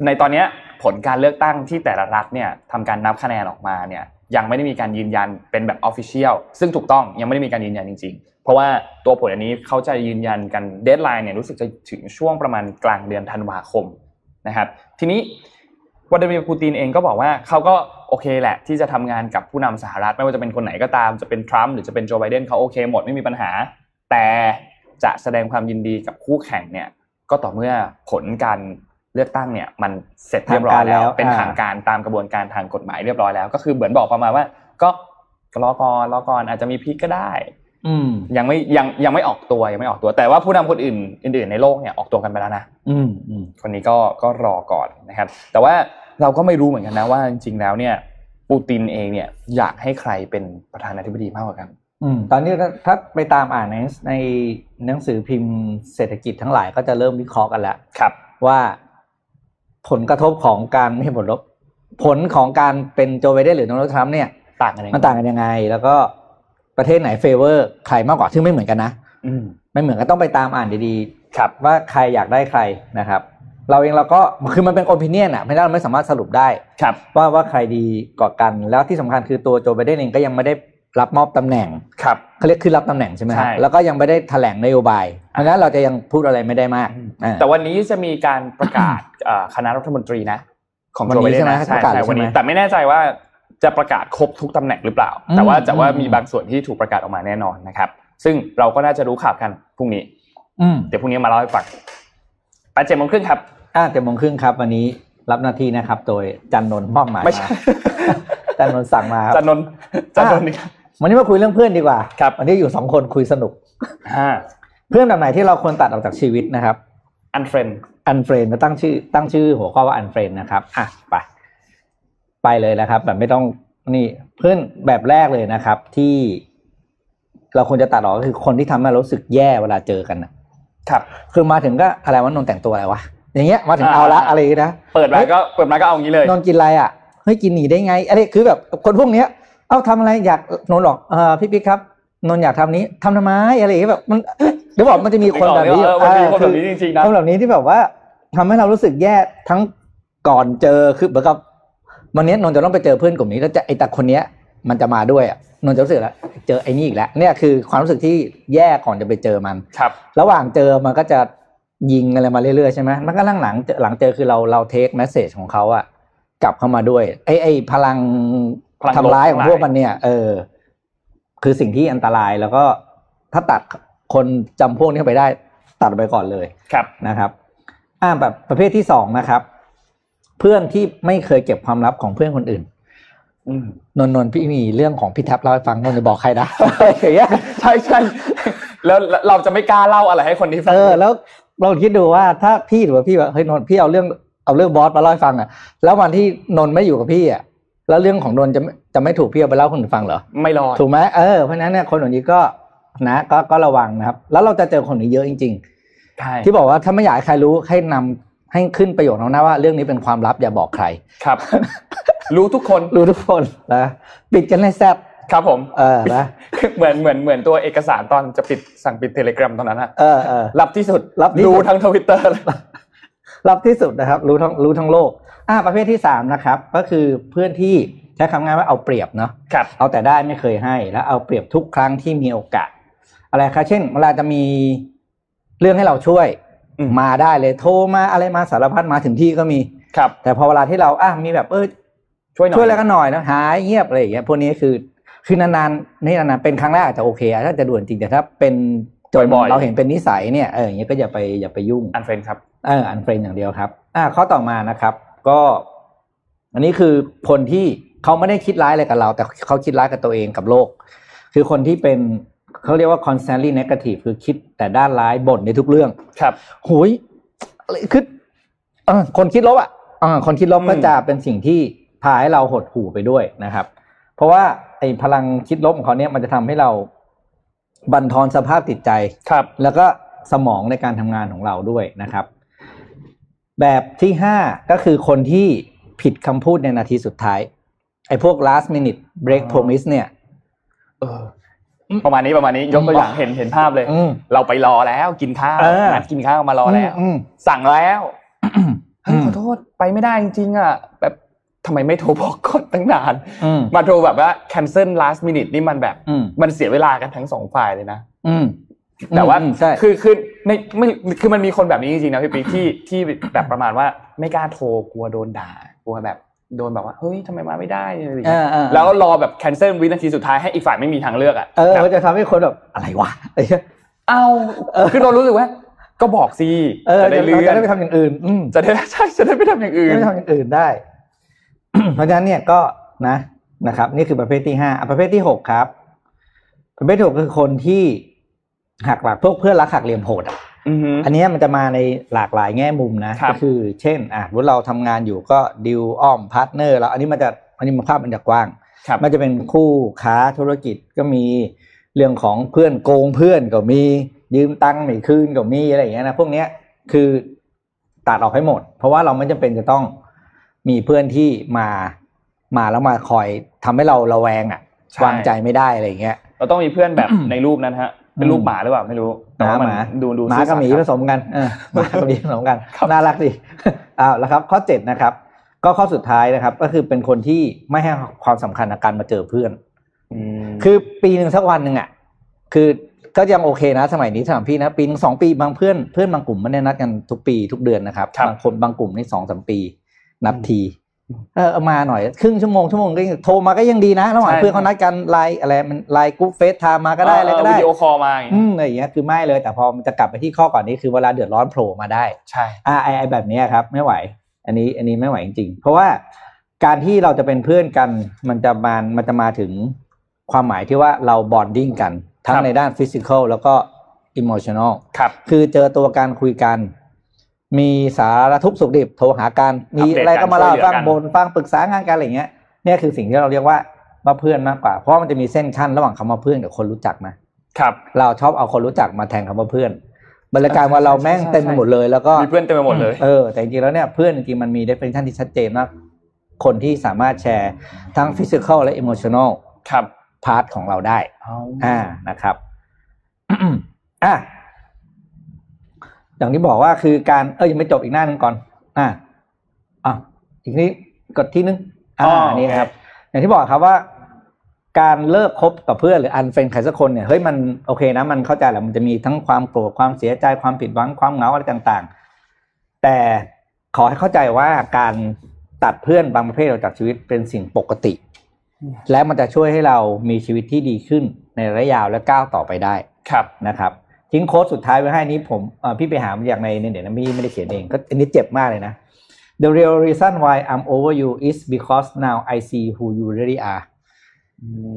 [SPEAKER 2] ในตอนเนี้ยผลการเลือกตั้งที่แต่ละรัฐเนี่ยทำการนับคะแนนออกมาเนี่ยยังไม่ได้มีการยืนยันเป็นแบบออฟฟิเชียลซึ่งถูกต้องยังไม่ได้มีการยืนยันจริง ๆ เพราะว่าตัวผลอันนี้เขาจะยืนยันกันเดทไลน์เนี่ยรู้สึกจะถึงช่วงประมาณกลางเดือนธันวาคม นะครับทีนี้วลาดิเมียร์ปูตินเองก็บอกว่าเขาก็โอเคแหละ ที่จะทำงานกับผู้นำสหรัฐไม่ว่าจะเป็นคนไหนก็ตามจะเป็นทรัมป์หรือจะเป็นโจไบเดนเขาโอเคหมดไม่มีปัญหา แต่จะแสดงความยินดีกับคู่แข่งเนี่ยก็ต่อเมื่อผลการเลือกตั้งเนี่ยมันเสร็จเรียบร้อยแล้ว
[SPEAKER 3] ทางการแล้ว
[SPEAKER 2] เป็น
[SPEAKER 3] อ่า
[SPEAKER 2] ทางการตามกระบวนการทางกฎหมายเรียบร้อยแล้ว ก็คือเหมือนบอกประมาณว่าก็ รอก่อนรอก่อนอาจจะมีพีคก็ได้
[SPEAKER 3] อืม
[SPEAKER 2] ยังไม่ยังยังไม่ออกตัวยังไม่ออกตัว แต่ว่าผู้นำคนอื่นอื่นๆในโลกเนี่ยออกตัวกันไปแล้วนะ
[SPEAKER 3] อืมอืม
[SPEAKER 2] คนนี้ก็ก็รอก่อนนะครับ แต่ว่าเราก็ไม่รู้เหมือนกันนะว่าจริงๆแล้วเนี่ยปูตินเองเนี่ยอยากให้ใครเป็นประธานาธิบดีมากกว่ากัน
[SPEAKER 3] อืมตอนนี้ถ้าถ้าไปตามอ่านในในหนังสือพิมพ์เศรษฐกิจทั้งหลายก็จะเริ่มวิเคราะห์กันแล้ว
[SPEAKER 2] ครับ
[SPEAKER 3] ว่าผลกระทบของการไม่ใช่ผลลบผลของการเป็นโจไบเดนหรือโดนัลด์ทรัมป์เนี่ย
[SPEAKER 2] ต่างกันยังไง
[SPEAKER 3] มันต่างกันยังไง แล้วก็ประเทศไหนเฟเวอร์ใครมากกว่าซึ่งไม่เหมือนกันนะ
[SPEAKER 2] อืม
[SPEAKER 3] ไม่เหมือนกันต้องไปตามอ่านดี
[SPEAKER 2] ครับ
[SPEAKER 3] ๆ ว่าใครอยากได้ใครนะครับ เราเองเราก็คือมันเป็นโอปิเนียนอะไม่ได้เราไม่สามารถสรุปได้
[SPEAKER 2] ครับ
[SPEAKER 3] ว่าว่าใครดีกว่ากัน แล้วที่สำคัญคือตัวโจไบเดนเองก็ยังไม่ได้รับมอบตำแหน่ง
[SPEAKER 2] ครับ
[SPEAKER 3] เขาเรียกคือรับตำแหน่งใช่ไหมฮะ
[SPEAKER 2] ใช่
[SPEAKER 3] แล้วก็ยังไม่ได้แถลงนโยบายเพราะฉะนั้นเราจะยังพูดอะไรไม่ได้มาก
[SPEAKER 2] อืม
[SPEAKER 3] อ่า
[SPEAKER 2] แต่วันนี้จะมีการประกา ศเอ่อคณะรัฐมนตรีนะ ของ
[SPEAKER 3] วัน
[SPEAKER 2] โจ
[SPEAKER 3] นี้
[SPEAKER 2] ไบเดนนะ
[SPEAKER 3] ใช่ไหมประกาศ
[SPEAKER 2] วันนี้
[SPEAKER 3] ใช่ไหม
[SPEAKER 2] แต่ไม่แน่ใจว่าจะประกาศครบทุกตำแหน่งหรือเปล่า
[SPEAKER 3] อืม
[SPEAKER 2] แต่ว่าแต่ว่า
[SPEAKER 3] อืม
[SPEAKER 2] มีบางส่วนที่ถูกประกาศออกมาแน่นอนนะครับ ซึ่งเราก็น่าจะรู้ข่าวกันพรุ่งนี้
[SPEAKER 3] อืม
[SPEAKER 2] เดี๋ยวพรุ่งนี้มาเล่าให้ฟังแปดเจ็ดโมงครึ่งครับ
[SPEAKER 3] อ่าแต่โมงครึ่งครับ วันนี้รับหน้าที่นะครับ โดยจันนนท์มอบหมาย
[SPEAKER 2] ไม่ใช่
[SPEAKER 3] จันนนท์สั่งมาครั บ
[SPEAKER 2] จันนนท์จันนนท์นี่ครับ
[SPEAKER 3] วันนี้มาคุยเรื่องเพื่อนดีกว่า
[SPEAKER 2] ครับ
[SPEAKER 3] วันนี้อยู่สองคนคุยสนุก
[SPEAKER 2] ห้า
[SPEAKER 3] เพื่อนแบบไหนที่เราควรตัดออกจากชีวิตนะครับ
[SPEAKER 2] อันเฟรน
[SPEAKER 3] อันเฟรนก็ตั้งชื่อ ตั้งชื่อหัวข้อว่าอันเฟรนนะครับ อ่ะไป ไปเลยนะครับ แบบไม่ต้องนี่เพื่อนแบบแรกเลยนะครับ ที่ เราควรจะตัดออกก็คือคนที่ทำให้เรารู้สึกแย่เวลาเจอกันนะครับ คือมาถึงก็อะไรวะนนท์แต่งตัวอะไรวะอย่างเงี้ยมาถึง
[SPEAKER 2] อ่า
[SPEAKER 3] เอาละอะไรนะ
[SPEAKER 2] เปิดมาก็เปิดมาก็เอางี้เลย
[SPEAKER 3] นอนกินอะไรอ่ะเฮ้ยกินหนีได้ไงอะไรคือแบบคนพวกเนี้ย เอ้าทำอะไรอยากนนท์หรอกเออพี่ปิ๊กครับนนท์อยากทำนี้ทำทำไมอะไรอย่างเงี้ยแบบมันเดี๋ยวบอกมันจะมีคนแบบนี้
[SPEAKER 2] เออมันมีคนแบบนี้
[SPEAKER 3] เออ
[SPEAKER 2] จริงๆนะ
[SPEAKER 3] คนแบบนี้ที่แบบว่าทำให้เรารู้สึกแย่ทั้งก่อนเจอคือเหมือนกับวันเนี้ยนนท์จะต้องไปเจอเพื่อนกลุ่มนี้แล้วจะไอ้ตาคนเนี้ย มันจะมาด้วยอ่ะนนท์จะรู้สึกแล้วเจอไอ้นี่อีกแล้วเนี่ยคือความรู้สึกที่แย่ก่อนจะไปเจอมัน
[SPEAKER 2] ครับ
[SPEAKER 3] ระหว่างเจอมันก็จะยิงอะไรมาเรื่อยๆใช่ไหมมันก็หลังหลังหลังเจอคือเราเราเทคแมสเซจของเขาอะกลับเข้ามาด้วยไอ้ไอ้พลัง
[SPEAKER 2] พลังลบ
[SPEAKER 3] ทำร้ายของ
[SPEAKER 2] ทั้งหลาย
[SPEAKER 3] พวกมันเนี่ย เออ คือสิ่งที่อันตรายแล้วก็ถ้าตัดคนจำพวกนี้ไปได้ ตัดไปก่อนเลย
[SPEAKER 2] ครับ
[SPEAKER 3] นะครับ อ่าแบบประเภทที่สองนะครับ เพื่อนที่ไม่เคยเก็บความลับของเพื่อนคนอื่น
[SPEAKER 2] อืม
[SPEAKER 3] นนท์นนท์พี่มีเรื่องของพี่แท็บเล่าให้ฟังนนท์จะบอกใครนะ อย่างเงี้ย
[SPEAKER 2] ใช่ใช่แล้วแล้วเราจะไม่กล้าเล่าอะไรให้คนที่ฟั
[SPEAKER 3] เออแล้วลองคิดดูว่าถ้าพี่หรือว่าพี่ว่าเฮ้ยนนท์พี่เอาเรื่องเอาเรื่องบอสมาเล่าให้ฟังอ่ะ แล้ววันที่นนท์ไม่อยู่กับพี่อ่ะแล้วเรื่องของนนท์จะไม่จะไม่ถูกพี่เอาไปเล่าคนอื่นฟังเหรอ
[SPEAKER 2] ไม่รอด
[SPEAKER 3] ถูกไหมเออเพราะฉะนั้นเนี่ยคนเหล่านี้ก็นะก็ก็ระวังนะครับ แล้วเราจะเจอคนนี้เยอะจริง
[SPEAKER 2] ใช่
[SPEAKER 3] ๆ ที่บอกว่าถ้าไม่อยากให้ใครรู้ให้นำให้ขึ้นประโยคเอาหน้าว่าเรื่องนี้เป็นความลับอย่าบอกใคร
[SPEAKER 2] ครับ รู้ทุกคน
[SPEAKER 3] รู้ทุกคนนะปิดกันให้แซบ
[SPEAKER 2] ครับผม
[SPEAKER 3] เออนะ
[SPEAKER 2] เหมือนเหมือนเหมือนตัวเอกสารตอนจะปิดสั่งปิดเทเลกราตอนนั้นอะ
[SPEAKER 3] เออเออ
[SPEAKER 2] รับที่สุด
[SPEAKER 3] ลับที่สุด
[SPEAKER 2] ดูทั้งทวิตเตอร์เลย
[SPEAKER 3] รับที่สุดนะครับ รู้ทั้งรู้ทั้งโลก อ่า ประเภทที่สามนะครับ ก็คือเพื่อนที่ใช้คำง่ายว่าเอาเปรียบเนาะ
[SPEAKER 2] ครับ
[SPEAKER 3] เอาแต่ได้ไม่เคยให้ แล้วเอาเปรียบทุกครั้งที่มีโอกาส อะไรครับเช่นเวลาจะมีเรื่องให้เราช่วย
[SPEAKER 2] อืม
[SPEAKER 3] มาได้เลยโทรมาอะไรมาสารพัดมาถึงที่ก็มี
[SPEAKER 2] ครับ
[SPEAKER 3] แต่พอเวลาที่เราอ่ะมีแบบเออ
[SPEAKER 2] ช่วยหน่อย
[SPEAKER 3] ช่วยแล้วก็หน่อยนะหายเงียบอะไรอย่างเงี้ยพวกนี้คือคือนานๆนี่นานๆเป็นครั้งแรกอาจจะโอเคอะถ้าจะด่วนจริงแต่ถ้าเป็นจน
[SPEAKER 2] บ่อยๆ
[SPEAKER 3] เราเห็นเป็นนิสัยเนี่ยเอออย่างเงี้ยก็อย่าไปอย่าไปยุ่ง
[SPEAKER 2] อันเฟรนครับ
[SPEAKER 3] เอออันเฟรนอย่างเดียวครับ อ่าข้อต่อมานะครับ ก็ อันนี้คือคนที่เขาไม่ได้คิดร้ายอะไรกับเรา แต่เขาคิดร้ายกับตัวเองกับโลก คือคนที่เป็นเขาเรียกว่า constantly negative คือคิดแต่ด้านร้ายบ่นในทุกเรื่อง
[SPEAKER 2] ครับ
[SPEAKER 3] หุยคือเออคนคิดลบอ่ะเออคนคิดลบ
[SPEAKER 2] อืม
[SPEAKER 3] ก็จะเป็นสิ่งที่พาให้เราหดหู่ไปด้วยนะครับ เพราะว่าไอ้พลังคิดลบของเขาเนี่ยมันจะทำให้เราบั่นทอนสภาพจิตใจ
[SPEAKER 2] ครับ
[SPEAKER 3] แล้วก็สมองในการทำงานของเราด้วยนะครับ แบบที่ห้าก็คือคนที่ผิดคำพูดในนาทีสุดท้าย ไอ้พวก last minute break
[SPEAKER 2] อ๋อ
[SPEAKER 3] promise เนี่ย
[SPEAKER 2] เออประมาณนี้ประมาณนี้ยกตัวอย่างเห็นเห็นภาพเลย
[SPEAKER 3] อืม
[SPEAKER 2] เราไปรอแล้วกินข้าว
[SPEAKER 3] เออ
[SPEAKER 2] นัดกินข้าวมารอแล้ว
[SPEAKER 3] อืม
[SPEAKER 2] สั่งแล้ว เฮ้ย
[SPEAKER 3] อืม
[SPEAKER 2] ขอโทษไปไม่ได้จริงๆอ่ะแบบทำไมไม่โทรบอกก่อนตั้งนาน
[SPEAKER 3] อืม
[SPEAKER 2] มาโทรแบบว่า cancel last minute นี่มันแบบ
[SPEAKER 3] อืม
[SPEAKER 2] มันเสียเวลากันทั้งสองฝ่ายเลยนะ
[SPEAKER 3] อืม
[SPEAKER 2] แต่ว่า
[SPEAKER 3] อืมใช่
[SPEAKER 2] คือคือในไม่คือมันมีคนแบบนี้จริงๆนะพี่ปิ๊กที่ที่แบบประมาณว่าไม่กล้าโทรกลัวโดนด่ากลัวแบบโดนแบบว่าเฮ้ยทำไมมาไม่ได้อะไรอย่าง
[SPEAKER 3] เอ
[SPEAKER 2] เงี้ย
[SPEAKER 3] อเออ
[SPEAKER 2] แล้วรอแบบ cancel วินาทีสุดท้ายให้อีกฝ่ายไม่มีทางเลือกอ่ะ
[SPEAKER 3] เออ
[SPEAKER 2] แบบ
[SPEAKER 3] มันจะทำให้คนแบบอะไรวะ อะไรเงี้ย
[SPEAKER 2] เอาคือเรารู้สึกว่า ก็บอกสิ
[SPEAKER 3] เออ
[SPEAKER 2] จะได้
[SPEAKER 3] จะ
[SPEAKER 2] เลื่อ
[SPEAKER 3] จะได้
[SPEAKER 2] น
[SPEAKER 3] ไปทำอย่างอื่น อืม
[SPEAKER 2] จะได้ใช่จะได้ไม่ทำอย่างอื่น
[SPEAKER 3] ไม่ทำอย่างอื่นได้ เพราะฉะนั้นเนี่ยก็นะ นะครับนี่คือประเภทที่ห้าอ่ะประเภทที่หกครับ ประเภทที่หกคือคนที่หักหลักพวกเพื่อนรักหักเหลี่ยมโหดอ่ะ
[SPEAKER 2] อือฮึ
[SPEAKER 3] อันเนี้ยมันจะมาในหลากหลายแง่มุมนะครับ ก็คือ เช่นอ่ะสมมุติเราทำงานอยู่ก็ดิวอ้อมพาร์ทเนอร์เราอันนี้มันจะอันนี้มันภาพมันจะกว้าง
[SPEAKER 2] ครับ
[SPEAKER 3] มันจะเป็นคู่ค้าธุรกิจก็มีเรื่องของเพื่อนโกงเพื่อนก็มียืมตังค์ไม่คืนก็มีอะไรอย่างเงี้ยนะพวกเนี้ยคือตัดออกให้หมด เพราะว่าเราไม่จำเป็นจะต้องมีเพื่อนที่มามาแล้วมาคอยทำให้เราระแวงอะ
[SPEAKER 2] ช่
[SPEAKER 3] วางใจไม่ได้อะไรอย่างเงี้ย
[SPEAKER 2] เราต้องมีเพื่อนแบบ ในรูปนั้นฮะ เป็นรูป
[SPEAKER 3] อืม
[SPEAKER 2] หมาหรือเปล่าไม่รู้แต่ว่ามัน
[SPEAKER 3] หมา
[SPEAKER 2] ดูดู
[SPEAKER 3] หมา
[SPEAKER 2] ซื่อ
[SPEAKER 3] กับหมี
[SPEAKER 2] สัตย์
[SPEAKER 3] ผ
[SPEAKER 2] ครับ
[SPEAKER 3] สมกันเออหมากับหมีผสมกัน
[SPEAKER 2] ครับ
[SPEAKER 3] น่ารักดีอ้าวแล้วครับ ข้อเจ็ดนะครับ ก็ข้อสุดท้ายนะครับ ก็คือเป็นคนที่ไม่ให้ความสำคัญกับการมาเจอเพื่อน
[SPEAKER 2] อืม
[SPEAKER 3] คือปีหนึ่งสักวันหนึ่งอ่ะ คือก็ยังโอเคนะ สมัยนี้สำหรับพี่นะปีหนึ่งสองปีบางเพื่อนเพื่อนบางกลุ่มไม่ได้นัดกันทุกปีทุกเดือนนะครับบางคนบางกลุ่มนี่สองสามปี นับทีเออเอามาหน่อยครึ่งชั่วโมงชั่วโมงก็ยังโทรมาก็ยังดีนะระหว่างเพื่อนเขานัดกันไลน์อะไรมันไลน์กรุ๊ปเฟซไทม์มาก็ได้อะไรก็ได้
[SPEAKER 2] เวิดีโอคอลมาอย่าง
[SPEAKER 3] อื
[SPEAKER 2] เงี้ย
[SPEAKER 3] มอะไรอย่างเงี้ยคือไม่เลยแต่พอมันจะกลับไปที่ข้อก่อนนี้คือเวลาเดือดร้อนโผล่มาได้
[SPEAKER 2] ใช่
[SPEAKER 3] อ่าไอไอแบบเนี้ยครับ ไม่ไหว อันนี้อันนี้ไม่ไหวจริงๆ เพราะว่าการที่เราจะเป็นเพื่อนกัน มันจะมามันจะมาถึงความหมายที่ว่าเราบอนดิ้งกัน ทั้งในด้านฟิสิก a l แล้วก็อิม t ชัน a ล
[SPEAKER 2] ครับ
[SPEAKER 3] คือเจอตัวการคุยกัน มีสารทุกข์สุขดิบโทรหากัน มี
[SPEAKER 2] อัปเดต
[SPEAKER 3] อะไรก็มาเล่า
[SPEAKER 2] การช่วยเหลือกัน
[SPEAKER 3] ฟังบนฟังปรึกษางานกันอะไรเงี้ยเนี่ยคือสิ่งที่เราเรียกว่าว่าเพื่อนมากกว่า เพราะมันจะมีเส้นขั้นระหว่างคำว่าเพื่อนกับคนรู้จักนะ
[SPEAKER 2] ครับ
[SPEAKER 3] เราชอบเอาคนรู้จักมาแทนคำว่าเพื่อนบรรยากาศว่าเราแม่งเต็มไปหมดเลยแล้วก็
[SPEAKER 2] มีเพื่อนเต็มไปหมดเลย
[SPEAKER 3] เออแต่จริงๆแล้วเนี่ยเพื่อนจริงๆมันมี definition ที่ชัดเจนมากคนที่สามารถแชร์ทั้ง physical และ emotional
[SPEAKER 2] ครับ
[SPEAKER 3] part ของเราได้ อ่านะครับ อ่ะอย่างที่บอกว่าคือการเออยังไม่จบอีกหน้าหนึ่งก่อน อ่าอ่ะอีกนี้กดที่นึงอ่า
[SPEAKER 2] อ๋อ
[SPEAKER 3] นี่ครับ
[SPEAKER 2] โอเค
[SPEAKER 3] อย่างที่บอกครับว่า การเลิกคบกับเพื่อนหรืออันเฟนใครสักคนเนี่ยเฮ้ยมันโอเคนะ มันเข้าใจแหละมันจะมีทั้งความโกรธความเสียใจความผิดหวังความเหงาอะไรต่าง ๆ แต่ขอให้เข้าใจว่าการตัดเพื่อนบางประเภทออกจากชีวิตเป็นสิ่งปกติ และมันจะช่วยให้เรามีชีวิตที่ดีขึ้นในระยะยาวและก้าวต่อไปได้
[SPEAKER 2] ครับ
[SPEAKER 3] นะครับทิ้งโค้ดสุดท้ายไว้ให้นี้ผมเอ่อพี่ไปหามาจากในเน็ตนะพี่ไม่ได้เขียนเองก็อันนี้เจ็บมากเลยนะ The real reason why I'm over you is because now I see who you really are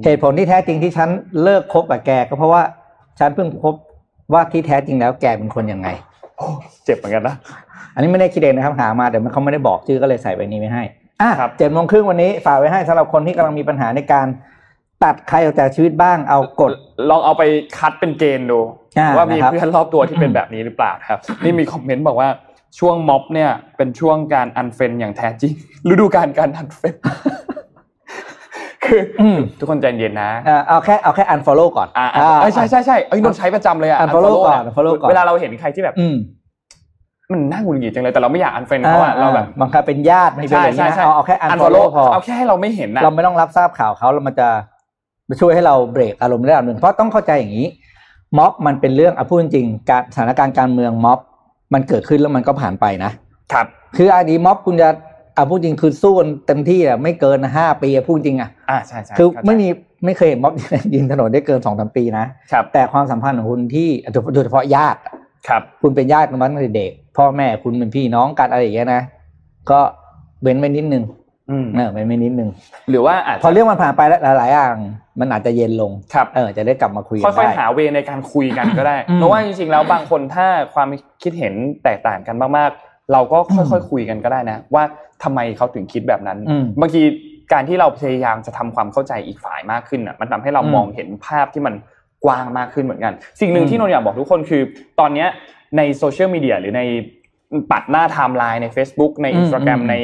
[SPEAKER 3] เหตุผลที่แท้จริงที่ฉันเลิกคบกับแกก็เพราะว่าฉันเพิ่งพบว่าที่แท้จริงแล้วแกเป็นคนยังไง
[SPEAKER 2] เจ็บเหมือนกันนะ
[SPEAKER 3] อันนี้ไม่ได้คิดเองนะครับหามาแต่มันเขาไม่ได้บอกชื่อก็เลยใส่ไปนี้ไม่ให้อ่ะ
[SPEAKER 2] ครับ
[SPEAKER 3] เจ็ดโมงครึ่งวันนี้ฝากไว้ให้สำหรับคนที่กำลังมีปัญหาในการตัดใครออกจากชีวิตบ้างเอากฎ
[SPEAKER 2] ลองเอาไปคัดเป็นเกณฑ์ดู
[SPEAKER 3] อ่า
[SPEAKER 2] ว่ามี
[SPEAKER 3] นะครับ
[SPEAKER 2] เพื่อนรอบตัวที่เป็นแบบนี้หรือเปล่าครับ นี่มีคอมเมนต์บอกว่าช่วงม็อบเนี่ย เป็นช่วงการอันเฟนอย่างแท้จริง ฤดูการการอันเฟน คือ
[SPEAKER 3] อืม
[SPEAKER 2] ทุกคนใจเย็นนะ
[SPEAKER 3] เอ่อเอาแค่เอาแค่ unfollow ก่อน
[SPEAKER 2] อ่า
[SPEAKER 3] อ่า
[SPEAKER 2] เอ้ยใช่ใช่ใช่เอ้ยนนท์ใช้ประจำเลยอ่ะ
[SPEAKER 3] unfollow
[SPEAKER 2] unfollow
[SPEAKER 3] ก่อน unfollow ก่อน
[SPEAKER 2] เวลาเราเห็นใครที่แบบ
[SPEAKER 3] อืม
[SPEAKER 2] มันน่าหงุดหงิดจังเลยแต่เราไม่อยากอันเฟนเขาอะเราแบบ
[SPEAKER 3] บางครั้งเป็นญาติไม่เป็น
[SPEAKER 2] ใช่
[SPEAKER 3] อย่าง
[SPEAKER 2] ใช่
[SPEAKER 3] นี้นะ
[SPEAKER 2] ใช่
[SPEAKER 3] เอาเอาแค่
[SPEAKER 2] นฟอลโล่
[SPEAKER 3] unfollow พอ
[SPEAKER 2] เอาแค่ให้เราไม่เห็นนะ
[SPEAKER 3] เราไม่ต้องรับทราบข่าวเขาแล้วมันจะช่วยให้เราเบรกอารมณ์ได้ระดับหนึ่งเพราะต้องเข้าใจอย่างนี้ ม็อบมันเป็นเรื่องอ่ะพูดจริงๆการสถานการณ์การเมืองม็อบมันเกิดขึ้นแล้วมันก็ผ่านไปนะ
[SPEAKER 2] ครับ
[SPEAKER 3] คือไอ้นี้ม็อบคุณจะอ่ะพูดจริงคือสู้กันเต็มที่อ่ะไม่เกินห้าปีอ่ะพูดจริงอ่ะ
[SPEAKER 2] อ่าใช่ใช่
[SPEAKER 3] คือ
[SPEAKER 2] เข้าใจ
[SPEAKER 3] ไม่มีไม่เคยเห็นม็อบ ยืนถนนได้เกินสองสามปีนะ
[SPEAKER 2] ครับ
[SPEAKER 3] แต่ความสัมพันธ์ของคุณที่โดยเฉพาะญาติอ่ะ
[SPEAKER 2] ครับ
[SPEAKER 3] คุณเป็นญาติกันมาตั้งแต่เด็ก พ่อแม่คุณเป็นพี่น้องกันอะไรอย่างเงี้ยนะก็เว้นไว้นิดนึง
[SPEAKER 2] อืม
[SPEAKER 3] เออเว้นไว้นิดนึง
[SPEAKER 2] หรือว่าอาจ
[SPEAKER 3] พอเรื่องมันผ่านไปแล้วหลายๆอย่างมันอาจจะเย็นลง
[SPEAKER 2] ครับ
[SPEAKER 3] เออจะได้กลับมาคุยกั
[SPEAKER 2] ค่
[SPEAKER 3] น
[SPEAKER 2] อย
[SPEAKER 3] ได้
[SPEAKER 2] ๆ หาเวในการคุย กันก็ได้
[SPEAKER 3] อืม
[SPEAKER 2] เพราะว่าจริงๆ แล้วบางคนถ้าความคิดเห็นแตกต่างกันมากๆ เราก็ค่อยๆ คุยกันก็ได้นะ ว่าทำไมเขาถึงคิดแบบนั้น
[SPEAKER 3] อืม
[SPEAKER 2] บางทีการที่เราพยายามจะทำความเข้าใจอีกฝ่ายมากขึ้นอ่ะ มันทำให้เรา
[SPEAKER 3] อืม
[SPEAKER 2] มองเห็นภาพที่มันกว้างมากขึ้นเหมือนกัน สิ่งหนึ่ง
[SPEAKER 3] อืม
[SPEAKER 2] ที่นนท์อยากบอกทุกคนคือ ตอนเนี้ยในโซเชียลมีเดียหรือในปัดหน้าไทม์ไลน์ใน Facebook ใน
[SPEAKER 3] อืม
[SPEAKER 2] Instagram
[SPEAKER 3] อืม
[SPEAKER 2] ใน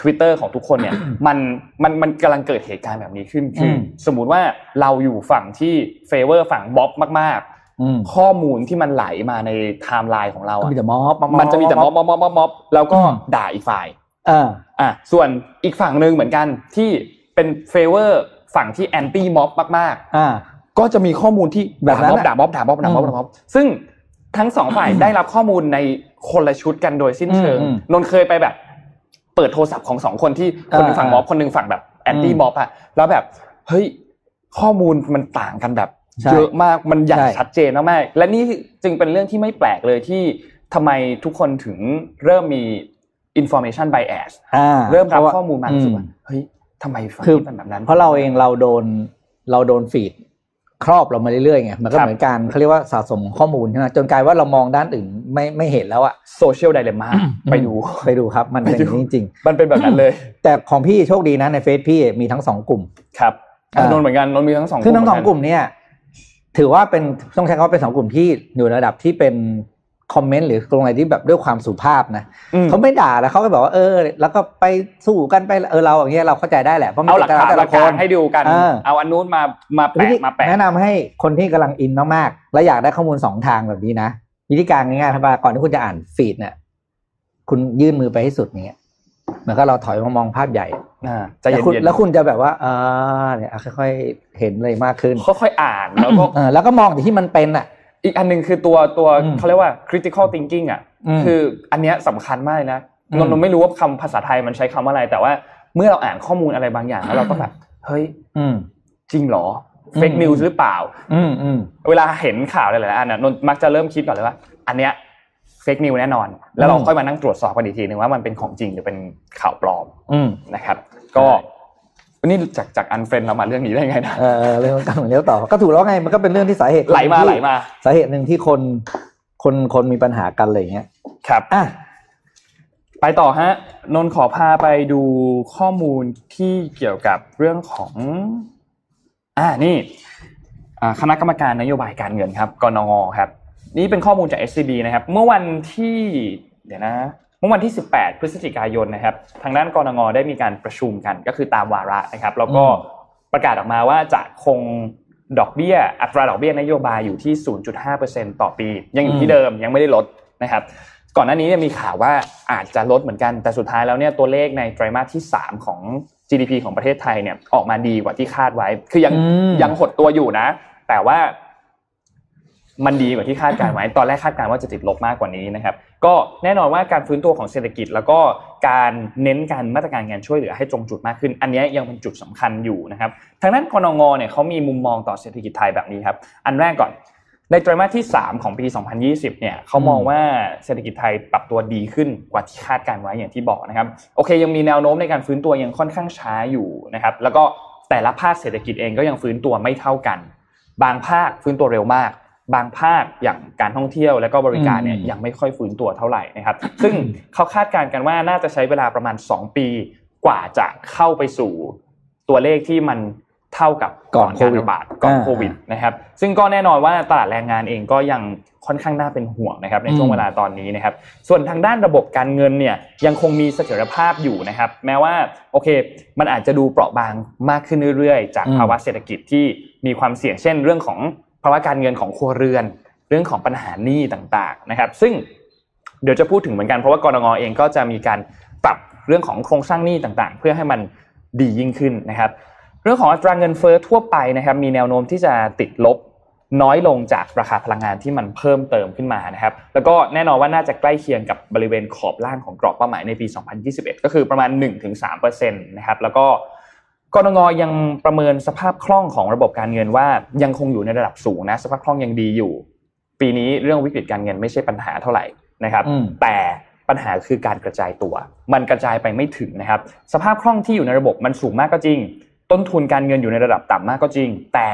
[SPEAKER 2] Twitter ของทุกคน เนี่ยมันมันมันกำลังเกิดเหตุการณ์แบบนี้ขึ้นคืออ
[SPEAKER 3] ม
[SPEAKER 2] สมมุติว่าเราอยู่ฝั่งที่เฟเวอร์ฝั่งบ๊อบมากๆ
[SPEAKER 3] อืม
[SPEAKER 2] ข้อมูลที่มันไหลมาในไทม์ไลน์ของเราอะ
[SPEAKER 3] มันมีแต่ม็อบ
[SPEAKER 2] มันจะมีแต่ม็อบม็อบม็อบม็อบม็อบแล้วก็ด่าอีกฝ่าย
[SPEAKER 3] เออ
[SPEAKER 2] อ่ะ ส่วนอีกฝั่งหนึ่งเหมือนกันที่เป็นเฟเวอร์ฝั่งที่แอนตี้ม็อบมาก
[SPEAKER 3] อ่า
[SPEAKER 2] ๆ ก็จะมีข้อมูลที่
[SPEAKER 3] แบบนั้นอะ
[SPEAKER 2] ด่าม็อบด่าม็อบด่าม็อบ
[SPEAKER 3] อืม
[SPEAKER 2] ด่าม็อบ ซึ่งทั้งสองฝ่ายได้รับข้อมูลในคนละชุดกันโดยสิ้นเชิง
[SPEAKER 3] อืมอืม
[SPEAKER 2] นนท์เคยไปแบบ เปิดโทรศัพท์ของสองคนที่คนหนึงฝั่งม็อบคนหนึงฝั่งแบบแอนตี้ม็อบอะแล้วแบบเฮ้ยข้อมูลมันต่างกันแบบ
[SPEAKER 3] ใช่
[SPEAKER 2] เยอะมากมัน อย่าง
[SPEAKER 3] ใช่
[SPEAKER 2] ชัดเจนมากๆและนี่จึงเป็นเรื่องที่ไม่แปลกเลยที่ทำไมทุกคนถึงเริ่มมี information bias
[SPEAKER 3] อ่า
[SPEAKER 2] เริ่มรับ
[SPEAKER 3] พาะว่า
[SPEAKER 2] ข้อมูลมา
[SPEAKER 3] อื
[SPEAKER 2] รู้สึกว่าเฮ้ย ทำไมฝัน
[SPEAKER 3] คือ
[SPEAKER 2] ที่เป็นแบบนั้น
[SPEAKER 3] เพราะเราเองเราโดนเราโดนฟีดครอบเรามาเรื่อยๆไงมันก็
[SPEAKER 2] ครับ
[SPEAKER 3] เหมือนการเขาเรียกว่าสะสมข้อมูลใช่ไหมจนกลายว่าเรามองด้านอื่นไม่ไม่เห็นแล้วอะ
[SPEAKER 2] โซเชียลไดเรม่าไปดู
[SPEAKER 3] ไปดูครับ มันเป็น
[SPEAKER 2] ไปดู
[SPEAKER 3] อย่างนี้จริง
[SPEAKER 2] มันเป็นแบบนั้นเลย
[SPEAKER 3] ๆ แต่ของพี่โชคดีนะในเฟซพี่มีทั้งสองกลุ่ม
[SPEAKER 2] ครับ
[SPEAKER 3] อ่า
[SPEAKER 2] นนท์เหมือนกันนนท์มีทั้งสอง
[SPEAKER 3] คือทั้ง
[SPEAKER 2] เห
[SPEAKER 3] ส
[SPEAKER 2] มื
[SPEAKER 3] อง
[SPEAKER 2] น
[SPEAKER 3] กลุ่มเนี่ย ถือว่าเป็นต้องใช้คำว่าเป็นสองกลุ่มที่อยู่ในระดับที่เป็นคอมเมนต์หรือตรงไหนที่แบบด้วยความสุภาพนะ
[SPEAKER 2] อืม
[SPEAKER 3] เขาไม่ด่าแล้วเขาก็บอกว่าเออ แล้วก็ไปสู้กันไปเออเราอย่างเงี้ยเราเข้าใจได้แหละเพราะมัน
[SPEAKER 2] เอาหลัก
[SPEAKER 3] ป็น
[SPEAKER 2] ฐาน
[SPEAKER 3] แต่
[SPEAKER 2] ห
[SPEAKER 3] ละ
[SPEAKER 2] ลัก
[SPEAKER 3] ค
[SPEAKER 2] ฐาน
[SPEAKER 3] น
[SPEAKER 2] ให้ดูกัน
[SPEAKER 3] เออ
[SPEAKER 2] เอาอันนู้นมามาแปะมาแปะ
[SPEAKER 3] แนะนำให้คนที่กำลังอินมากๆและอยากได้ข้อมูลสองทางแบบนี้นะวิธีการง่ายๆครับว่าก่อนที่คุณจะอ่านฟีดเนี่ยคุณยื่นมือไปให้สุดอย่างเงี้ยเหมือนก็เราถอยมามองภาพใหญ่
[SPEAKER 2] อ่าใจ
[SPEAKER 3] แล้วคุณ
[SPEAKER 2] เย็น
[SPEAKER 3] แล้วคุณจะแบบว่าเออเนี่ยอ่ะค่อยๆเห็นเลยมากขึ้น
[SPEAKER 2] ๆค่อยๆอ่านแล้วก็
[SPEAKER 3] เออแล้วก็มองที่ที่มันเป็นอ่ะ
[SPEAKER 2] อีกอันหนึ่งคือตัวตัว
[SPEAKER 3] อืม
[SPEAKER 2] เขาเรียกว่า critical thinking อ่ะ
[SPEAKER 3] อืม
[SPEAKER 2] คืออันเนี้ยสำคัญมากเลยนะ
[SPEAKER 3] อืม
[SPEAKER 2] นนท์นนท์ไม่รู้ว่าคำภาษาไทยมันใช้คำว่าอะไร แต่ว่าเมื่อเราอ่านข้อมูลอะไรบางอย่างแล้วเราก็แบบ เฮ้ย
[SPEAKER 3] อืม
[SPEAKER 2] จริงเหรอ
[SPEAKER 3] อืม
[SPEAKER 2] fake news หรือเปล่า
[SPEAKER 3] อืมอืม
[SPEAKER 2] เวลาเห็นข่าวหลายๆอันน่ะนนท์มักจะเริ่มคิดก่อนเลยว่า อันเนี้ย fake news แน่นอน แล้วเรา
[SPEAKER 3] อืม
[SPEAKER 2] ค่อยมานั่งตรวจสอบกันอีกทีหนึ่งว่ามันเป็นของจริงหรือเป็นข่าวปลอม
[SPEAKER 3] อืม
[SPEAKER 2] นะครับก็นี่จากจากอันเฟรนเรามาเรื่องนี้ได้ไงนะ
[SPEAKER 3] เออเออเรื่องการเมืองเลี้ยวต่อ ก็ถูกแล้วไงมันก็เป็นเรื่องที่สาเหตุ
[SPEAKER 2] ไหลมา
[SPEAKER 3] ที่
[SPEAKER 2] ไหลมา
[SPEAKER 3] สาเหตุหนึ่งที่คนคนคนมีปัญหากันอะไรอย่างเงี้ย
[SPEAKER 2] ครับ
[SPEAKER 3] อ่ะ
[SPEAKER 2] ไปต่อฮะนนท์ขอพาไปดูข้อมูลที่เกี่ยวกับเรื่องของอ่านี่อ่าคณะกรรมการนโยบายการเงินครับกนงครับ นี่เป็นข้อมูลจาก SCB นะครับ เมื่อวันที่เดี๋ยวนะ เมื่อวันที่ 18 พฤศจิกายนนะครับ ทางด้านกนงได้มีการประชุมกันก็คือตามวาระนะครับ แล้วก็
[SPEAKER 3] อืม
[SPEAKER 2] ประกาศออกมาว่าจะคงดอกเบี้ย อัตราดอกเบี้ยนโยบายอยู่ที่ 0.5%ต่อปี ยังอยู่ที่เดิมยังไม่ได้ลดนะครับ ก่อนหน้านี้เนี่ยมีข่าวว่าอาจจะลดเหมือนกัน แต่สุดท้ายแล้วเนี่ยตัวเลขในไตรมาสที่ 3 ของ GDP ของประเทศไทยเนี่ยออกมาดีกว่าที่คาดไว้ คือยัง
[SPEAKER 3] อืม
[SPEAKER 2] ยังหดตัวอยู่นะ แต่ว่า มันดีกว่าที่คาดการณ์ไว้ ตอนแรกคาดการณ์ว่าจะติดลบมากกว่านี้นะครับ ก็แน่นอนว่าการฟื้นตัวของเศรษฐกิจ แล้วก็การเน้นการมาตรการการช่วยเหลือให้ตรงจุดมากขึ้น อันเนี้ยยังเป็นจุดสำคัญอยู่นะครับ ทางด้านกนงเนี่ยเขามีมุมมองต่อเศรษฐกิจไทยแบบนี้ครับ อันแรกก่อน ในไตรมาสที่ 3 ของปี 2020 เนี่ยเขามองว่าเศรษฐกิจไทยปรับตัวดีขึ้นกว่าที่คาดการไว้อย่างที่บอกนะครับ โอเค ยังมีแนวโน้มในการฟื้นตัวยังค่อนข้างช้าอยู่นะครับ แล้วก็แต่ละภาคเศรษฐกิจเองก็ยังฟื้นตัวไม่เท่ากัน บางภาคฟื้นตัวเร็วมาก บางภาคอย่างการท่องเที่ยวและก็บริการเนี่ย
[SPEAKER 3] อืม
[SPEAKER 2] ยังไม่ค่อยฟื้นตัวเท่าไหร่นะครับ ซึ่งเขาคาดการณ์กันว่าน่าจะใช้เวลาประมาณ 2 ปีกว่าจะเข้าไปสู่ตัวเลขที่มันเท่ากับการระบาดก่อนโควิด นะครับซึ่งก็แน่นอนว่าตลาดแรงงานเองก็ยังค่อนข้างน่าเป็นห่วงนะครับในช่วง
[SPEAKER 3] อืม
[SPEAKER 2] เวลาตอนนี้นะครับส่วนทางด้านระบบการเงินเนี่ยยังคงมีเสถียรภาพอยู่นะครับ แม้ว่าโอเค มันอาจจะดูเปราะบางมากขึ้นเรื่อยๆ จากภาวะเศรษฐกิจที่มีความเสี่ยงเช่น เรื่องของภาวะการเงินของครัวเรือน เรื่องของปัญหาหนี้ต่างๆนะครับ ซึ่งเดี๋ยวจะพูดถึงเหมือนกันเพราะว่ากรงเองก็จะมีการปรับเรื่องของโครงสร้างหนี้ต่างๆ เพื่อให้มันดียิ่งขึ้นนะครับ เรื่องของอัตราเงินเฟ้อทั่วไปนะครับมีแนวโน้มที่จะติดลบน้อยลงจากราคาพลังงานที่มันเพิ่มเติมขึ้นมานะครับแล้วก็แน่นอนว่าน่าจะใกล้เคียงกับบริเวณขอบล่างของกรอบเป้าหมายในปี 2021 ก็คือประมาณ 1-3%นะครับแล้วก็กรงยังประเมินสภาพคล่องของระบบการเงินว่ายังคงอยู่ในระดับสูงนะสภาพคล่องยังดีอยู่ ปีนี้เรื่องวิกฤตการเงินไม่ใช่ปัญหาเท่าไหร่นะครับ
[SPEAKER 3] อืม
[SPEAKER 2] แต่ปัญหาคือการกระจายตัว มันกระจายไปไม่ถึงนะครับ สภาพคล่องที่อยู่ในระบบมันสูงมากก็จริง ต้นทุนการเงินอยู่ในระดับต่ำมากก็จริง แต่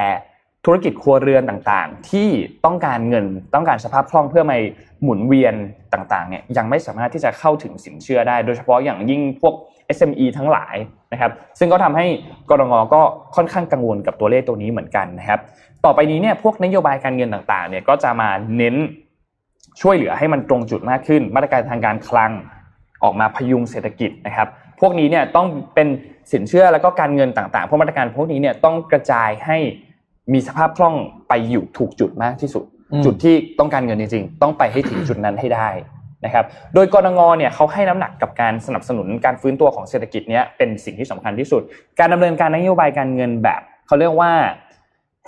[SPEAKER 2] ธุรกิจครัวเรือนต่างๆ ที่ต้องการเงินต้องการสภาพคล่องเพื่อมาหมุนเวียนต่างๆเนี่ยยังไม่สามารถที่จะเข้าถึงสินเชื่อได้ โดยเฉพาะอย่างยิ่งพวก SME ทั้งหลายนะครับ ซึ่งก็ทำให้กรงก็ค่อนข้างกังวลกับตัวเลขตัวนี้เหมือนกันนะครับ ต่อไปนี้เนี่ยพวกนโยบายการเงินต่างๆเนี่ยก็จะมาเน้นช่วยเหลือให้มันตรงจุดมากขึ้น มาตรการทางการคลังออกมาพยุงเศรษฐกิจนะครับ พวกนี้เนี่ยต้องเป็นสินเชื่อแล้วก็การเงินต่างๆพวกมาตรการพวกนี้เนี่ยต้องกระจายให้มีสภาพคล่องไปอยู่ถูกจุดมากที่สุด
[SPEAKER 3] อืม
[SPEAKER 2] จุดที่ต้องการเงินจริงๆ ต้องไปให้ถึงจุดนั้นให้ได้นะครับ โดยกรงเนี่ยเขาให้น้ำหนักกับการสนับสนุนการฟื้นตัวของเศรษฐกิจเนี้ยเป็นสิ่งที่สำคัญที่สุด การดำเนินการนโยบายการเงินแบบเขาเรียกว่า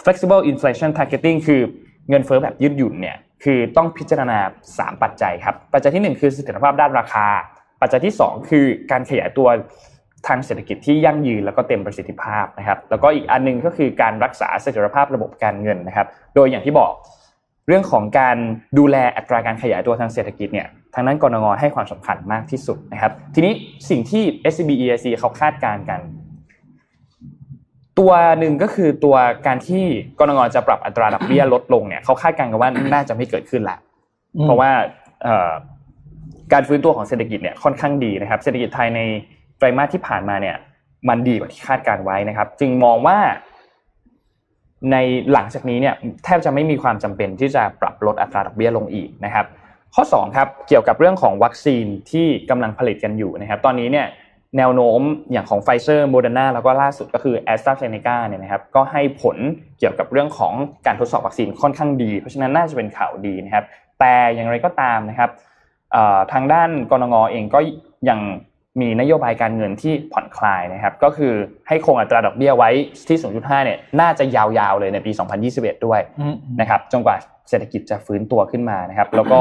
[SPEAKER 2] flexible inflation targeting คือเงินเฟ้อแบบยืดหยุ่นเนี่ยคือต้องพิจารณา 3 ปัจจัยครับ ปัจจัยทีหนึ่1 คือเสถียรภาพด้านราคา ปัจจัยที่ 2 คือการขยายตัวทางเศรษฐกิจที่ยั่งยืนแล้วก็เต็มประสิทธิภาพนะครับ แล้วก็อีกอันหนึงก็คือการรักษาเสถียรภาพระบบการเงินนะครับ โดยอย่างที่บอก เรื่องของการดูแลอัตราการขยายตัวทางเศรษฐกิจเนี่ยทางนั้นกรงให้ความสำคัญมากที่สุดนะครับ ทีนี้สิ่งที่ SCB EIC เขาคาดการณ์กัน ตัวหนึ่งก็คือตัวการที่กรงงจะปรับอัตราดอกเบี้ยลดลงเนี่ยเขาคาดการณ์กันว่าน่าจะไม่เกิดขึ้นละ
[SPEAKER 3] อืม
[SPEAKER 2] เพราะว่าเอ่อการฟื้นตัวของเศรษฐกิจเนี่ยค่อนข้างดีนะครับ เศรษฐกิจไทยในไตรมาสที่ผ่านมาเนี่ย มันดีกว่าที่คาดการไว้นะครับ จึงมองว่า ในหลังจากนี้เนี่ยแทบจะไม่มีความจำเป็นที่จะปรับลดอัตราดอกเบี้ยลงอีกนะครับ ข้อสองครับเกี่ยวกับเรื่องของวัคซีนที่กำลังผลิตกันอยู่นะครับ ตอนนี้เนี่ยแนวโน้มอย่างของไฟเซอร์โมเดอร์นาแล้วก็ล่าสุดก็คือแอสตราเซเนกาเนี่ยนะครับก็ให้ผลเกี่ยวกับเรื่องของการทดสอบวัคซีนค่อนข้างดี เพราะฉะนั้นน่าจะเป็นข่าวดีนะครับ แต่อย่างไรก็ตามนะครับเอ่อทางด้านกรงงเองก็ยังมีนโยบายการเงินที่ผ่อนคลายนะครับ ก็คือให้คงอัตราดอกเบี้ยไว้ที่ 0.5 เนี่ยน่าจะยาวๆเลยในปี 2021 ด้วย
[SPEAKER 3] อืม
[SPEAKER 2] นะครับจนกว่าเศรษฐกิจจะฟื้นตัวขึ้นมานะครับ แล้วก็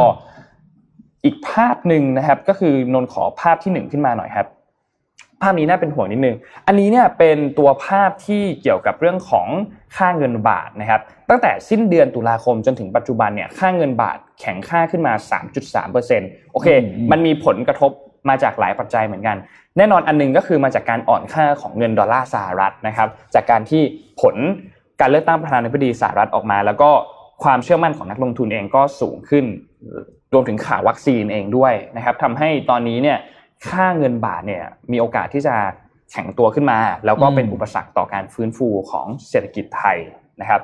[SPEAKER 2] อีกภาพหนึ่งนะครับ ก็คือนนท์ขอภาพที่หนึ่งขึ้นมาหน่อยครับ ภาพนี้น่าเป็นห่วงนิดนึง อันนี้เนี่ยเป็นตัวภาพที่เกี่ยวกับเรื่องของค่าเงินบาทนะครับ ตั้งแต่สิ้นเดือนตุลาคมจนถึงปัจจุบันเนี่ยค่าเงินบาทแข็งค่าขึ้นมา 3.3%โอเค
[SPEAKER 3] อืม
[SPEAKER 2] มันมีผลกระทบมาจากหลายปัจจัยเหมือนกัน แน่นอนอันหนึงก็คือมาจากการอ่อนค่าของเงินดอลลาร์สหรัฐนะครับ จากการที่ผลการเลือกตั้งประธานาธิบดีสหรัฐออกมา แล้วก็ความเชื่อมั่นของนักลงทุนเองก็สูงขึ้น รวมถึงข่าววัคซีนเองด้วยนะครับทำให้ตอนนี้เนี่ยค่าเงินบาทเนี่ยมีโอกาสที่จะแข็งตัวขึ้นมา แล้วก็เป็น
[SPEAKER 3] อืม
[SPEAKER 2] อุปสรรคต่อการฟื้นฟูของเศรษฐกิจไทยนะครับ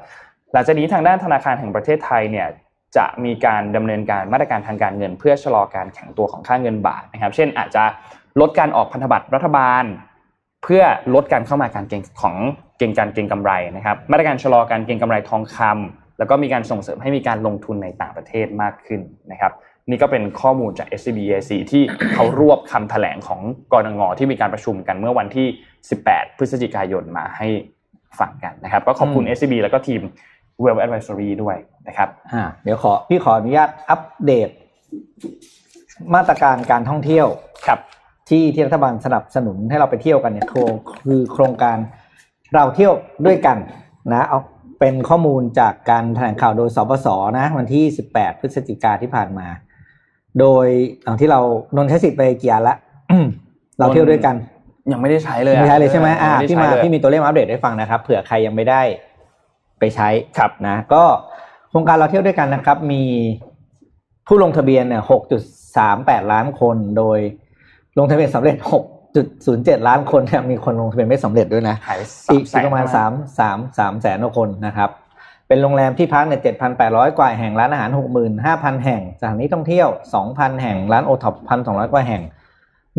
[SPEAKER 2] หลังจากนี้ทางด้านธนาคารแห่งประเทศไทยเนี่ยจะมีการดำเนินการมาตรการทางการเงิน เพื่อชะลอการแข็งตัวของค่าเงินบาทนะครับ เช่นอาจจะลดการออกพันธบัตรรัฐบาล เพื่อลดการเข้ามาการเก็งของเก็งการเก็งกำไรนะครับ มาตรการชะลอการเก็งกำไรทองคำแล้วก็มีการส่งเสริมให้มีการลงทุนในต่างประเทศมากขึ้นนะครับ นี่ก็เป็นข้อมูลจาก SCBAC ที่ เขารวบคำแถลงของกรงงที่มีการประชุมกันเมื่อวันที่ 18 พฤศจิกายนมาให้ฟังกันนะครับ ก็ขอบคุณ
[SPEAKER 3] อืม
[SPEAKER 2] SCB แล้วก็ทีม Well Advisory ด้วยนะครับ
[SPEAKER 3] อ่าเดี๋ยวขอพี่ขออนุญาตอัปเดต มาตรการการท่องเที่ยว
[SPEAKER 2] ครับ
[SPEAKER 3] ที่ที่รัฐบาลสนับสนุนให้เราไปเที่ยวกันเนี่ยโครงคือโครงการเราเที่ยวด้วยกันนะเอาเป็นข้อมูลจากการแถลงข่าวโดยสบสนะวันที่ 18 พฤศจิกาที่ผ่านมา โดยหลังที่เรานนทใช้สิทธิ์ไปเกียร์ละ เราเที่ยวด้วยกัน
[SPEAKER 2] ยังไม่ได้ใช้เลยอะ
[SPEAKER 3] ไม่ใช่เลยใช่ไหมอ่า
[SPEAKER 2] ยังด้
[SPEAKER 3] พี่มา
[SPEAKER 2] ใช้เลย
[SPEAKER 3] พี่มีตัวเลขมาอัปเดตให้ฟังนะครับเผื่อใครยังไม่ได้ไปใช้
[SPEAKER 2] ครับ
[SPEAKER 3] นะก็โครงการเราเที่ยวด้วยกันนะครับ มีผู้ลงทะเบียนเนี่ย 6.38 ล้านคน โดยลงทะเบียนสำเร็จ 6.07 ล้านคนเนี่ยมีคนลงทะเบียนไม่สำเร็จด้วยนะ
[SPEAKER 2] หายไป
[SPEAKER 3] อีก
[SPEAKER 2] 300,000
[SPEAKER 3] ประมาณ 3 3 3แสนกว่าคนนะครับ เป็นโรงแรมที่พักเนี่ย7,800 กว่าแห่งร้านอาหาร 65,000 แห่งสถานที่ท่องเที่ยว 2,000 แห่งร้านโอท็อป1,200 กว่าแห่ง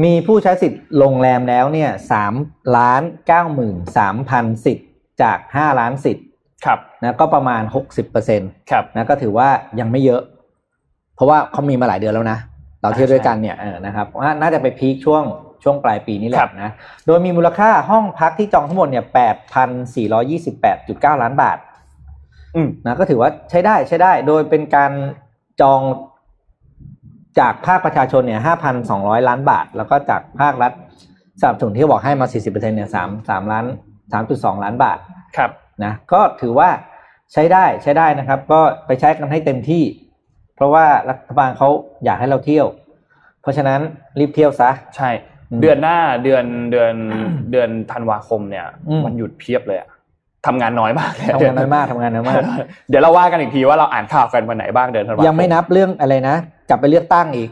[SPEAKER 3] มีผู้ใช้สิทธิ์โรงแรมแล้วเนี่ย3ล้าน93,000สิทธิ์จาก 5 ล้านสิทธิ์
[SPEAKER 2] ครับ
[SPEAKER 3] นะก็ประมาณ 60%น
[SPEAKER 2] ครับ
[SPEAKER 3] ะก็ถือว่ายังไม่เยอะ เพราะว่าเขามีมาหลายเดือนแล้วนะ เราเที่ยวด้วยกันเนี่ยเออนะครับว่าน่าจะไปพีคช่วงช่วงปลายปีนี่แห
[SPEAKER 2] ครั
[SPEAKER 3] ละ
[SPEAKER 2] บ
[SPEAKER 3] นะ โดยมีมูลค่าห้องพักที่จองทั้งหมดเนี่ย 8,428.9 ล้านบาท
[SPEAKER 2] อืม
[SPEAKER 3] นะก็ถือว่าใช้ได้ใช้ได้ โดยเป็นการจองจากภาคประชาชนเนี่ย 5,200 ล้านบาท แล้วก็จากภาครัฐสนับสนุนที่บอกให้มา 40%เนี่ย3 3ล้าน 3.2 ล้านบาท
[SPEAKER 2] ครับ
[SPEAKER 3] นะก็ถือว่าใช้ได้ใช้ได้นะครับ ก็ไปใช้กันให้เต็มที่ เพราะว่ารัฐบาลเขาอยากให้เราเที่ยว เพราะฉะนั้นรีบเที่ยวซะ
[SPEAKER 2] ใช่
[SPEAKER 3] อืม
[SPEAKER 2] เดือนหน้าเดือนเดือน เดือนธันวาคมเนี่ย
[SPEAKER 3] อืม
[SPEAKER 2] วันหยุดเพียบเลยอะทำงานน้อยมากเลย
[SPEAKER 3] ทำงานน้อยมากทำงานน้อยมาก
[SPEAKER 2] เดี๋ยวเราว่ากันอีกทีว่าเราอ่านข่าวกันวันไหนบ้างเดือนธันวาคม
[SPEAKER 3] ยังไม่นับเรื่องอะไรนะกลับไปเลือกตั้งอีก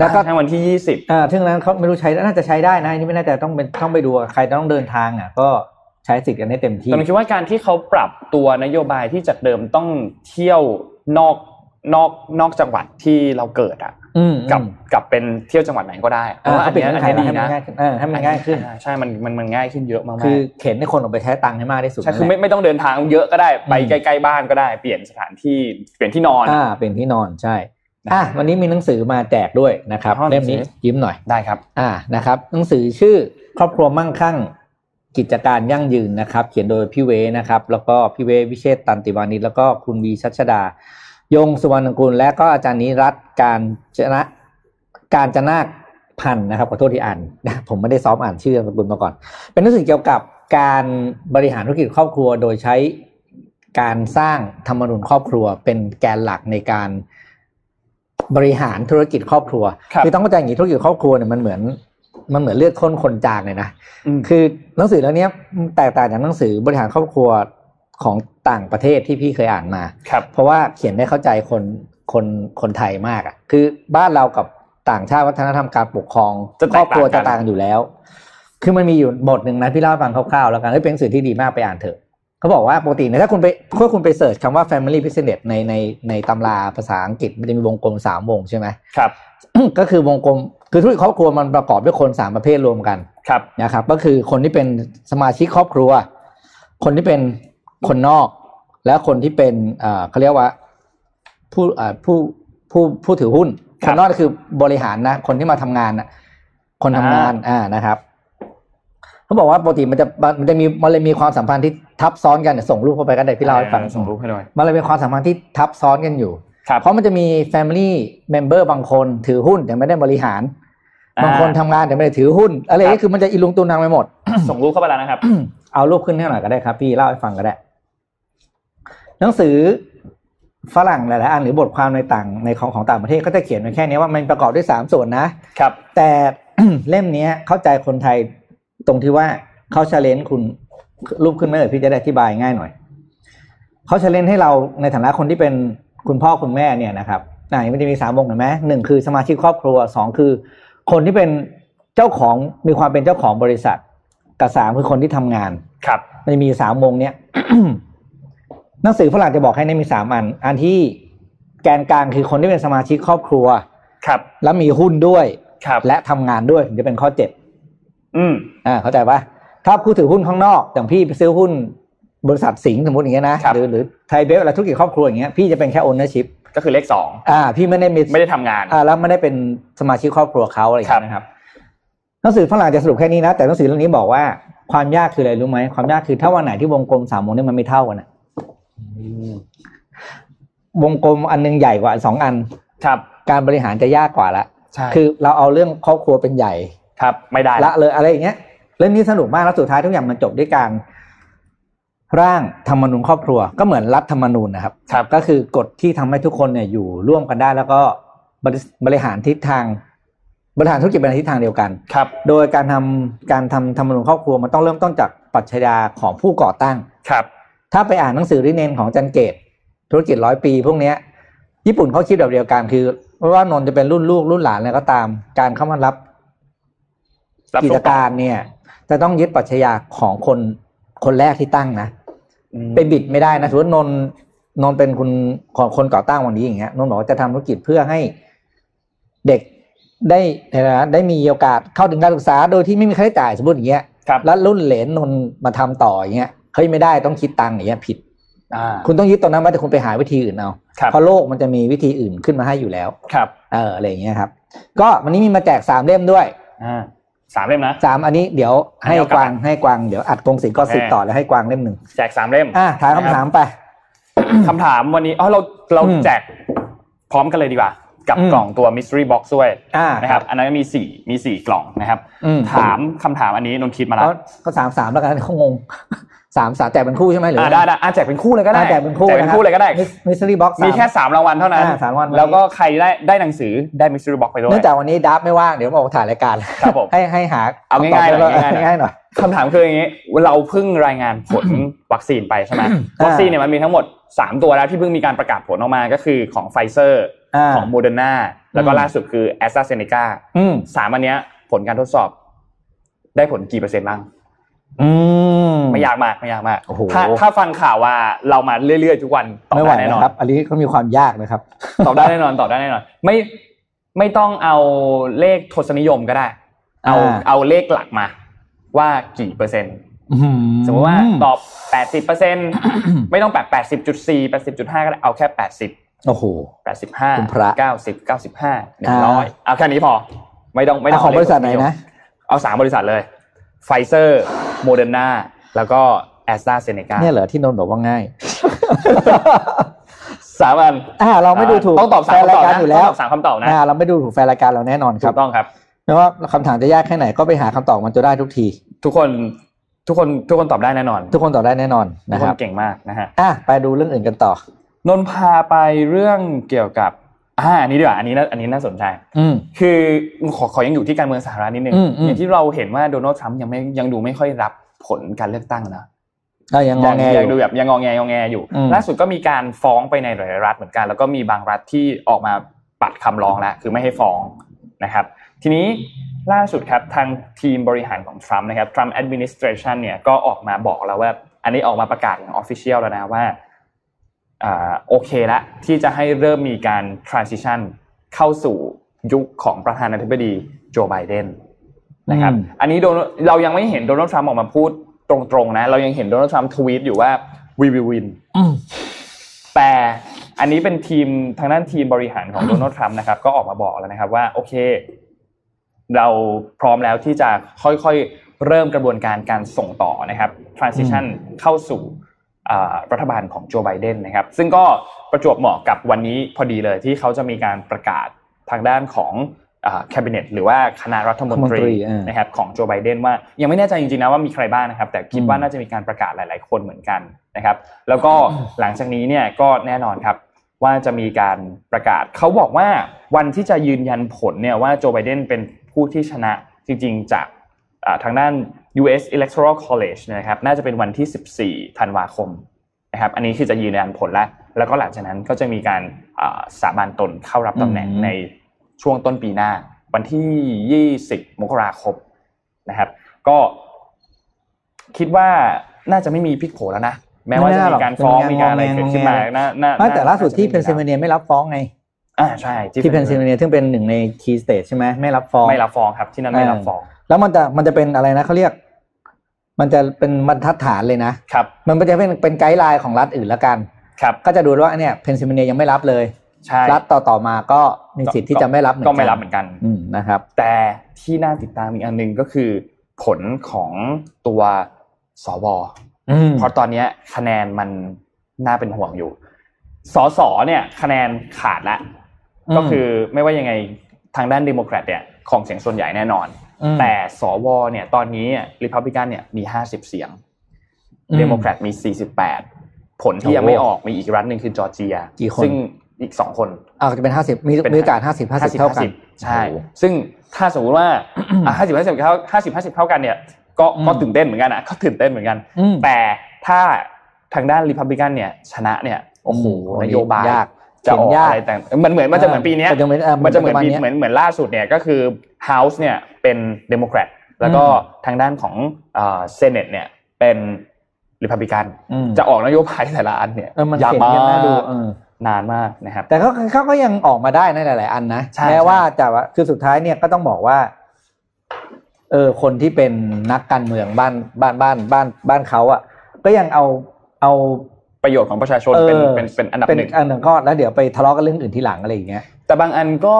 [SPEAKER 3] นะก็
[SPEAKER 2] ทั้งวันที่ยี่สิบ
[SPEAKER 3] เอ่อทึ่งนั้นเขาไม่รู้ใช้น่าจะใช้ได้นะอันนี้ไม่แน่าจะต้องเป็นต้องไปดูอะใครต้องเดินทางอ่ะ ก็ใช้สิทธิ์กันให้เต็มที่
[SPEAKER 2] แต่ผมคิดว่าการที่เขาปรับตัวนโยบายที่จากเดิมต้องเที่ยวนอกนอกนอกจังหวัดที่เราเกิดอ่ะ
[SPEAKER 3] อืม
[SPEAKER 2] กับ
[SPEAKER 3] อืม
[SPEAKER 2] กับเป็นเที่ยวจังหวัดไหนก็ได้เพ
[SPEAKER 3] เอ
[SPEAKER 2] ราะ
[SPEAKER 3] อ
[SPEAKER 2] ว่าอัน
[SPEAKER 3] เขาเปลี่ย
[SPEAKER 2] เนี้ย
[SPEAKER 3] น
[SPEAKER 2] อัน
[SPEAKER 3] เงื่อนไข
[SPEAKER 2] เนี้ย
[SPEAKER 3] แล้ว
[SPEAKER 2] ดีนะ
[SPEAKER 3] ให้มันง่ายขึ้นเออให้มันง่ายขึ้น
[SPEAKER 2] อ่ใช่มันมันมันง่ายขึ้นเยอะมากๆ
[SPEAKER 3] คือเข็นให้คนออกไปใช้ตังค์ให้มากที่สุด
[SPEAKER 2] ใช่คือ
[SPEAKER 3] นั่นแหละ
[SPEAKER 2] ไม่ไม่ต้องเดินทางเยอะก็ได้ไป
[SPEAKER 3] อืม
[SPEAKER 2] ใกล้ๆบ้านก็ได้เปลี่ยนสถานที่เปลี่ยนที่นอน
[SPEAKER 3] อ่าเป็นที่นอนใช่
[SPEAKER 2] นะ
[SPEAKER 3] อ่ะวันนี้มีหนังสือมาแจกด้วยนะครับ
[SPEAKER 2] อ๋อหนั
[SPEAKER 3] เล่
[SPEAKER 2] ง
[SPEAKER 3] ม
[SPEAKER 2] สือ
[SPEAKER 3] นี้ยิ้มหน่อย
[SPEAKER 2] ได้ครับ
[SPEAKER 3] อ่านะครับหนังสือชื่อครอบครัวมั่งคั่ง กิจการยั่งยืนนะครับ เขียนโดยพี่เวนะครับ แล้วก็พี่เววิเชษฐ์ตันติวานิชแล้วก็คุณวีชัชดา ยงสุวรรณกุลและก็อาจารย์นิรัตน์การจนะการจนาพันธ์นะครับขอโทษที่อ่านนะผมไม่ได้ซ้อมอ่านชื่อนามสกุลมาก่อน เป็นหนังสือเกี่ยวกับการบริหารธุรกิจครอบครัว โดยใช้การสร้างธรรมนูญครอบครัว เป็นแกนหลักในการบริหารธุรกิจครอบครัว
[SPEAKER 2] ครับ
[SPEAKER 3] อต้องเข้าใจอย่างนี้ธุรกิจครอบครัวเนี่ยมันเหมือน มันเหมือนเลือดข้นคนจางเลยนะ
[SPEAKER 2] อืม
[SPEAKER 3] คือหนังสือเล่มเนี้ยแตกต่างจากหนังสือบริหารครอบครัวของต่างประเทศที่พี่เคยอ่านมา
[SPEAKER 2] ครับ
[SPEAKER 3] เพราะว่าเขียนได้เข้าใจคนคนคนไทยมากอ่ะคือบ้านเรากับต่างชาติวัฒนธรรมการปกครอง
[SPEAKER 2] จะแต
[SPEAKER 3] ครอก บ
[SPEAKER 2] ต่างกัน
[SPEAKER 3] ครัวจะต่างกันอยู่แล้ว คือมันมีอยู่บทหนึ่งนะพี่เล่าให้ฟังคร่าวๆแล้วกันเอ้ยเป็นหนังสือที่ดีมากไปอ่านเถอะเขาบอกว่าปกติเนี่ยถ้าคุณไปถ้าคุณไปเสิร์ชคำว่า family business ในในในตำราภาษาอังกฤษมันจะมีวงกลมสามวงใช่ไหม
[SPEAKER 2] ครับ
[SPEAKER 3] ก็คือวงกลมคือธุรกิจครอบครัวมันประกอบด้วยคนสามประเภทรวมกัน
[SPEAKER 2] ครับ
[SPEAKER 3] นะครับก็คือคนที่เป็นสมาชิกครอบครัว คนที่เป็นคนนอก และคนที่เป็นเอ่อเขาเรียกว่าผู้เอ่อผู้ผู้ผู้ถือหุ้น
[SPEAKER 2] ค
[SPEAKER 3] ครับ นนอกก็คือบริหารนะ คนที่มาทำงานนะคนทำงานอ่านะครับเขาบอกว่าปกติมันจะมันจะมีมันเลยมีความสัมพันธ์ที่ทับซ้อนกันเนี่ยส่งรูปเข้าไปกันได้พี่เล่าให้ฟัง
[SPEAKER 2] อ่ส่งรูปให้หน่อย
[SPEAKER 3] มันเลยมีความสัมพันธ์ที่ทับซ้อนกันอยู่
[SPEAKER 2] ครับ
[SPEAKER 3] เพราะมันจะมี Family Member บางคนถือหุ้นแต่ไม่ได้บริหาร
[SPEAKER 2] อ่า
[SPEAKER 3] บางคนทำงานแต่ไม่ได้ถือหุ้น อะไร
[SPEAKER 2] ครับ
[SPEAKER 3] ก็คือมันจะอิลุงตุงนางไปหมด
[SPEAKER 2] ส่งรูปเข้าไปแล้วนะครับ
[SPEAKER 3] เอารูปขึ้นให้หน่อยก็ได้ครับ พี่เล่าให้ฟังก็ได้ หนังสือฝรั่งหลายๆอันหรือบทความในต่างในของของต่างประเทศก็จะเขียนไว้แค่นี้ว่ามันประกอบด้วยสามส่วนนะ
[SPEAKER 2] ครับ
[SPEAKER 3] แต่ เล่มเนี้ยเข้าใจคนไทยตรงที่ว่าเขาเชลนคุณรูปขึ้นไหม่เอ่ยพี่จะได้อธิบายง่ายหน่อยเขาเชลนให้เราในฐานะคนที่เป็นคุณพ่อคุณแม่เนี่ยนะครับไหนมันจะมีสามวงเห็นไหมหนึ่งคือสมาชิกครอบครัวสองคือ คนที่เป็นเจ้าของมีความเป็นเจ้าของบริษัทกับสามคือคนที่ทำงาน
[SPEAKER 2] ครับ
[SPEAKER 3] มันจะมีอยู่สามวงเนี้ย หนังสือฝรั่งจะบอกให้เนี่ยมีสามอัน อันที่แกนกลางคือคนที่เป็นสมาชิกครอบครัว
[SPEAKER 2] ครับ
[SPEAKER 3] แล้วมีหุ้นด้วย
[SPEAKER 2] ครับ
[SPEAKER 3] และทำงานด้วยถึงจะเป็นข้อเจ็ด
[SPEAKER 2] อืม
[SPEAKER 3] อ่าเข้าใจปะถ้าผู้ถือหุ้นข้างนอกอย่างพี่ไปซื้อหุ้นบริษัทสิงห์สมมติอย่างเงี้ยนะ
[SPEAKER 2] ครับ
[SPEAKER 3] หรือหรือไทยเบฟอะไรธุรกิจครอบครัวอย่างเงี้ยพี่จะเป็นแค่โอเนอร์ชิพ
[SPEAKER 2] ก็คือเลขสอง
[SPEAKER 3] อ่า พี่ไม่ได้มี
[SPEAKER 2] ไม่ได้ทำงาน
[SPEAKER 3] อ่าแล้วไม่ได้เป็นสมาชิกครอบครัวเขาอะไรอย่างเงี้ยนะครับหนังสือฝรั่งจะสรุปแค่นี้นะ แต่หนังสือเล่มนี้บอกว่าความยากคืออะไรรู้ไหมความยากคือถ้าวันไหนที่วงกลมสามวงเนี่ยมันไม่เท่ากันอะวงกลมอันหนึงใหญ่กว่าสองอัน
[SPEAKER 2] ครับ
[SPEAKER 3] การบริหารจะยากกว่าละ
[SPEAKER 2] ใช่
[SPEAKER 3] คือเราเอาเรื่องครอบครัวเป็นใหญ่
[SPEAKER 2] ครับ ไม่ได้
[SPEAKER 3] ละเลยอะไรอย่างเงี้ยเรื่องนี้สนุกมากแล้วสุดท้ายทุกอย่างมันจบด้วยการร่างธรรมนูญครอบครัว ก็เหมือนรัฐธรรมนูญนะครับ
[SPEAKER 2] ครับ
[SPEAKER 3] ก็คือกฎที่ทำให้ทุกคนเนี่ยอยู่ร่วมกันได้ แล้วก็บริบริหารทิศทาง บริหารธุรกิจไปในทิศทางเดียวกัน
[SPEAKER 2] ครับ
[SPEAKER 3] โดยการทำการทำธรรมนูญครอบครัวมันต้องเริ่มต้นจากปรัชญาของผู้ก่อตั้ง
[SPEAKER 2] ครับ
[SPEAKER 3] ถ้าไปอ่านหนังสือริเนนของจันเกต ธุรกิจร้อยปี พวกเนี้ย ญี่ปุ่นเขาคิดแบบเดียวกันคือไม่ว่านนท์จะเป็นรุ่นลูกรุ่นหลานอะไรก็ตาม การเข้ามารับ
[SPEAKER 2] รับ
[SPEAKER 3] กิ
[SPEAKER 2] ส่ง
[SPEAKER 3] จ
[SPEAKER 2] ต่อ
[SPEAKER 3] การเนี่ยจะต้องยึดปรัชญาของคนคนแรกที่ตั้งนะ
[SPEAKER 2] อืม
[SPEAKER 3] ไปบิดไม่ได้นะถือว่านนท์นนท์เป็นคุณของคนก่อตั้งวันนี้อย่างเงี้ยนนท์บอกว่าจะทำธุรกิจเพื่อให้เด็กได้ในฐานะได้มีโอกาสเข้าถึงการศึกษาโดยที่ไม่มีค่าใช้จ่ายสมมติอย่างเงี้ย
[SPEAKER 2] ครับ
[SPEAKER 3] แล้วรุ่นเหลนนนท์มาทำต่ออย่างเงี้ยเฮ้ยไม่ได้ต้องคิดตังค์อย่างเงี้ยผิด
[SPEAKER 2] อ่า
[SPEAKER 3] คุณต้องยึดตรงนั้นมาแต่คุณไปหาวิธีอื่นเอา
[SPEAKER 2] ครับ
[SPEAKER 3] เพราะโลกมันจะมีวิธีอื่นขึ้นมาให้อยู่แล้ว
[SPEAKER 2] ครับ
[SPEAKER 3] เอออะไรอย่างเงี้ยครับ ก็วันนี้มีมาแจกสามเล่มด้วย
[SPEAKER 2] อ่าสามเล่มนะ
[SPEAKER 3] สามอันนี้เดี๋ยวให้
[SPEAKER 2] เอากลับ
[SPEAKER 3] กวางให้กวางเดี๋ยวอัดกรงสีก็สิบ
[SPEAKER 2] โอเค
[SPEAKER 3] ต่อแล้วให้กวางเล่มหนึ่ง
[SPEAKER 2] แจกสามเล่ม
[SPEAKER 3] อ่ะถาม
[SPEAKER 2] นะครับ
[SPEAKER 3] คำถามไป
[SPEAKER 2] คำถามวันนี้อ๋อเรา เรา
[SPEAKER 3] อืม
[SPEAKER 2] แจกพร้อมกันเลยดีกว่า กับ
[SPEAKER 3] อืม
[SPEAKER 2] กล่องตัว mystery box ด้วย
[SPEAKER 3] อ่า
[SPEAKER 2] นะครับ อันนั้นมีสี่มีสี่กล่องนะครับ
[SPEAKER 3] อืม
[SPEAKER 2] ถามคำถามอันนี้นนท์คิดมาแล้
[SPEAKER 3] เอา
[SPEAKER 2] ว
[SPEAKER 3] ก็สามสามแล้วกันเขางง สามสามแจกเป็นคู่ใช่ไหมหรือ
[SPEAKER 2] อ่าได้ได้อ่าแจกเป็นคู่เลยก็ได้
[SPEAKER 3] อ่ะแจกเป็นคู่
[SPEAKER 2] แจกเป็นคู่เลยก็ได้
[SPEAKER 3] มิสซิลี่บ็อกซ์
[SPEAKER 2] มีแค่สามรางวัลเท่านั้น
[SPEAKER 3] อ่าสามรางวัล
[SPEAKER 2] แล้วก็ใครได้ได้หนังสือได้ mystery box ไปด้วย
[SPEAKER 3] เนื่องจากวันนี้ดับไม่ว่างเดี๋ยวมาออกถ่ายรายการ
[SPEAKER 2] ครับผม
[SPEAKER 3] ให้ให้หา
[SPEAKER 2] เอาง่ายๆหน่อยง่ายๆหน่อย
[SPEAKER 3] ง่ายๆหน่อย
[SPEAKER 2] คำถามคืออย่างนี้เราเพิ่งรายงานผล วัคซีนไปใช่ไหม
[SPEAKER 3] อ่า
[SPEAKER 2] วัคซีนเนี่ยมันมีทั้งหมด 3 ตัวแล้วที่เพิ่งมีการประกาศผลออกมาก็คือของไฟเซอร์
[SPEAKER 3] อ่า
[SPEAKER 2] ของโมเดอร์นาแล้วก็
[SPEAKER 3] อืม
[SPEAKER 2] ล่าสุดคือแอสตราเซเนกา
[SPEAKER 3] อืม
[SPEAKER 2] สามอันเนี้ยผลการทดสอบ ได้ผลกี่เปอร์เซ็นต์บ้าง
[SPEAKER 3] อืม
[SPEAKER 2] ไม่ยากมากไม่ยากมาก
[SPEAKER 3] โอ้โห
[SPEAKER 2] ถ้าถ้าฟังข่าวว่าเรามาเรื่อยๆทุกวันตอบ
[SPEAKER 3] ไม่ไหว
[SPEAKER 2] ได้แน่นอน
[SPEAKER 3] นะครับ อันนี้ก็มีความยากนะครับ
[SPEAKER 2] ตอบได้แน่นอนตอบได้แน่นอน ไม่ไม่ต้องเอาเลขทศนิยมก็ได้ เอา
[SPEAKER 3] อ่า
[SPEAKER 2] เอาเลขหลักมา ว่ากี่เปอร์เซ็นต์
[SPEAKER 3] อื้อหือ
[SPEAKER 2] สมมติว่าตอบ 80%ไม่ต้องแบบ80.4 80.5 ก็ได้ เอาแค่ 80
[SPEAKER 3] โอ้โห คุณพระ
[SPEAKER 2] 85 90 95
[SPEAKER 3] อ่า
[SPEAKER 2] 100 เอาแค่นี้พอ ไม่ต้องไม่ต้อ
[SPEAKER 3] เอา
[SPEAKER 2] ง
[SPEAKER 3] ของ
[SPEAKER 2] เาเล
[SPEAKER 3] บ
[SPEAKER 2] ข
[SPEAKER 3] ริษัทไหนนะ
[SPEAKER 2] เอาสามบริษัทเลย ไฟเซอร์โมเดอร์นาแล้วก็แอสตราเซเนกา
[SPEAKER 3] เนี่ยเหรอที่นนท์บอกว่าง่าย
[SPEAKER 2] สามอัน
[SPEAKER 3] อ่าเราไม่ดูถูก
[SPEAKER 2] ต้องตอบสามคำ
[SPEAKER 3] แฟน
[SPEAKER 2] ต
[SPEAKER 3] ราย
[SPEAKER 2] อบ
[SPEAKER 3] การ
[SPEAKER 2] นะ
[SPEAKER 3] อยู่แล้ว
[SPEAKER 2] ต้องตอบสามคำตอบนะ
[SPEAKER 3] อ่าเราไม่ดูถูกแฟนรายการเราแน่นอนค
[SPEAKER 2] ถู
[SPEAKER 3] รับ
[SPEAKER 2] กต้องครับ
[SPEAKER 3] ไม่ว่าคำถามจะยากแค่ไหนก็ไปหาคำตอบมันจะได้ทุกที
[SPEAKER 2] ทุกคนทุกคนทุกคนตอบได้แน่นอน
[SPEAKER 3] ทุกคนตอบได้แน่นอน
[SPEAKER 2] ทุ
[SPEAKER 3] นะ
[SPEAKER 2] ก
[SPEAKER 3] ค
[SPEAKER 2] ค
[SPEAKER 3] รั
[SPEAKER 2] น
[SPEAKER 3] บ
[SPEAKER 2] เก่งมากนะฮะ
[SPEAKER 3] อ่ะไปดูเรื่องอื่นกันต่อ
[SPEAKER 2] นนท์พาไปเรื่องเกี่ยวกับ อ่าอันนี้ดีกว่าอันนี้น่าอันนี้น่าสนใจ
[SPEAKER 3] อืม
[SPEAKER 2] คือขอขอยังอยู่ที่การเมืองสหรัฐนิดนึง
[SPEAKER 3] อืมอืม
[SPEAKER 2] อย่างที่เราเห็นว่าโดนัลด์ทรัมป์ยังไม่ยังดูไม่ค่อยรับผลการเลือกตั้งนะ
[SPEAKER 3] ก็ยังงอแงอ
[SPEAKER 2] ยัดู
[SPEAKER 3] ยู่
[SPEAKER 2] แบบยังงอแงงอแงอยู่
[SPEAKER 3] อืม
[SPEAKER 2] ล่าสุดก็มีการฟ้องไปในหลายๆรัฐเหมือนกัน แล้วก็มีบางรัฐที่ออกมาปัดคำร้องแล้วคือไม่ให้ฟ้องนะครับ ทีนี้ล่าสุดครับทางทีมบริหารของทรัมป์นะครับทรัมป์แอดมินิสทรชันเนี่ยก็ออกมาบอกแล้วว่า อันนี้ออกมาประกาศอย่างออฟฟิเชียลแล้วนะว่าอ่าโอเคละที่จะให้เริ่มมีการ transition เข้าสู่ยุคของประธานาธิบดีโจไบเดนนะครับ
[SPEAKER 3] อืม
[SPEAKER 2] อันนี้โดนลด์เรายังไม่เห็นโดนัลด์ทรัมป์ออกมาพูดตรงๆนะ เรายังเห็นโดนัลด์ทรัมป์ทวีตอยู่ว่า we will win
[SPEAKER 3] อืม
[SPEAKER 2] แต่อันนี้เป็นทีมทางด้านทีมบริหารของโดนัลด์ทรัมป์นะครับ ก็ออกมาบอกแล้วนะครับว่า โอเค เราพร้อมแล้วที่จะค่อยๆ เริ่มกระบวนการการส่งต่อนะครับ transition เข้าสู่อ่ารัฐบาลของโจไบเดนนะครับ ซึ่งก็ประจวบเหมาะกับวันนี้พอดีเลยที่เขาจะมีการประกาศทางด้านของอ่า cabinet หรือว่าคณะรัฐมนต
[SPEAKER 3] รัฐมนตรี
[SPEAKER 2] รี
[SPEAKER 3] อ่าน
[SPEAKER 2] นะครับของโจไบเดนว่ายังไม่แน่ใจจริงๆนะว่ามีใครบ้างนะครับ แต่คิดว่าน่าจะมีการประกาศหลาย ๆ คนเหมือนกันนะครับ แล้วก็หลังจากนี้เนี่ยก็แน่นอนครับ ว่าจะมีการประกาศเขาบอกว่าวันที่จะยืนยันผลเนี่ยว่าโจไบเดนเป็นผู้ที่ชนะจริงๆ จากอ่าทางด้าน U.S. Electoral College นะครับ น่าจะเป็นวันที่ 14 ธันวาคมนะครับ อันนี้คือจะยืนยันผลแล้ว แล้วก็หลังจากนั้นก็จะมีการอ่าสาบานตนเข้ารับตำแหน่ง
[SPEAKER 3] อืม
[SPEAKER 2] ในช่วงต้นปีหน้า วันที่ 20 มกราคมนะครับ ก็ คิดว่าน่าจะไม่มีพลิกโผแล้วนะ แม้ว่าจะมีการฟ้องมีการอะไรเกิดขึ้นมาน่าน่า
[SPEAKER 3] ไม่แต่ล่าสุดที่
[SPEAKER 2] จะ
[SPEAKER 3] เพนซิลเวเนียไม่รับฟ้องไง
[SPEAKER 2] อ่าใช่
[SPEAKER 3] ที่เพนซิลเวเนียซึ่งเป็นหนึ่งในคีย์สเตทใช่ไหมไม่รับฟ้อง
[SPEAKER 2] ไม่รับฟ้องครับที่นั่นไม่รับฟ้อง
[SPEAKER 3] แล้วมันจะมันจะเป็นอะไรนะเขาเรียก มันจะเป็นบรรทัดฐานเลยนะ
[SPEAKER 2] ครับ
[SPEAKER 3] มันจะเป็นเป็นไกด์ไลน์ของรัฐอื่นละกัน
[SPEAKER 2] ครับ
[SPEAKER 3] ก็จะดูว่าเนี่ยเพนซิลเวเนียยังไม่รับเลย
[SPEAKER 2] ใช่
[SPEAKER 3] รัฐต่อต่อๆมาก็มีสิทธิ์ที่จะไม่รับเหมือนกั
[SPEAKER 2] ก็
[SPEAKER 3] น
[SPEAKER 2] ไม่รับเหมือนกัน
[SPEAKER 3] อืมนะครับ
[SPEAKER 2] แต่ที่น่าติดตามอีกอันหนึ่งก็คือ ผลของตัวสว
[SPEAKER 3] อืม
[SPEAKER 2] เพราะตอนเนี้ยคะแนนมันน่าเป็นห่วงอยู่ สสเนี่ย คะแนนขาดละ
[SPEAKER 3] อืม
[SPEAKER 2] ก็คือไม่ว่ายังไงทางด้านเดโมแครตเนี่ยของเสียงส่วนใหญ่แน่นอน
[SPEAKER 3] อืม
[SPEAKER 2] แต่สวเนี่ยตอนนี้ริพับลิกันเนี่ยมี 50 เสียง
[SPEAKER 3] อืม
[SPEAKER 2] เดโมแครตมี 48 ผลที่ยังไม่ออกมีอีกรัฐหนึ่งคือจอร์เจีย
[SPEAKER 3] กี่คน
[SPEAKER 2] ซึ่งอีก 2 คน
[SPEAKER 3] อ่าจะเป็นห้าสิบมี
[SPEAKER 2] เป็น
[SPEAKER 3] มีโอกาสห้าสิบห้าสิบเท่ากัน
[SPEAKER 2] 50ใช่ ซึ่งถ้าสมมุติว่าห้าสิบห้าสิบเท่าห้าสิบห้าสิบเท่ากันเนี่ยก็
[SPEAKER 3] อืม
[SPEAKER 2] ก็ตื่นเต้นเหมือนกันนะก็ตื่นเต้นเหมือนกัน
[SPEAKER 3] อืม
[SPEAKER 2] แต่ถ้าทางด้านริพับลิกันเนี่ยชนะเนี่ยโอ้โห
[SPEAKER 3] อืม
[SPEAKER 2] นโยบาย
[SPEAKER 3] ยาก
[SPEAKER 2] จะออก
[SPEAKER 3] เขียนยาก
[SPEAKER 2] อะไรแต่งมันเหมือนมันจะเหมือนปีเนี้ย
[SPEAKER 3] จะเหมือน
[SPEAKER 2] มันจะเหมือน
[SPEAKER 3] ปัจ
[SPEAKER 2] ปี
[SPEAKER 3] จุบัย
[SPEAKER 2] เหมือนเหมือนล่าสุดเนี่ยก็คือ House เนี่ยเป็นเดโมแครตแล้วก็
[SPEAKER 3] อื
[SPEAKER 2] ทางด้านของเซเนตเนี่ยเป็นริพับลิกัน
[SPEAKER 3] อืม
[SPEAKER 2] จะออกนโยบายแต่ละอันเนี่ย
[SPEAKER 3] เออมัน
[SPEAKER 2] ยาว
[SPEAKER 3] เขียน
[SPEAKER 2] มา
[SPEAKER 3] กันน่าดู
[SPEAKER 2] ก
[SPEAKER 3] เออ
[SPEAKER 2] นานมากนะครับ
[SPEAKER 3] แต่เขาเขาก็ยังออกมาได้ในหลาย ๆ อันนะ
[SPEAKER 2] ใช่
[SPEAKER 3] แม้
[SPEAKER 2] ใช่
[SPEAKER 3] ว่าจะว่าคือสุดท้ายเนี่ยก็ต้องบอกว่าเออคนที่เป็นนักการเมืองบ้านบ้านบ้านบ้านบ้านเขาอ่ะ ก็ยังเอาเอา
[SPEAKER 2] ประโยชน์ของประชาชน
[SPEAKER 3] เออ
[SPEAKER 2] เป็นเป็นเป็นอันดับ
[SPEAKER 3] เป็น
[SPEAKER 2] หนึ่ง
[SPEAKER 3] อันดับก้อนแล้วเดี๋ยวไปทะเลาะกันเรื่องอื่นทีหลังอะไรอย่างเงี้ย
[SPEAKER 2] แต่บางอันก็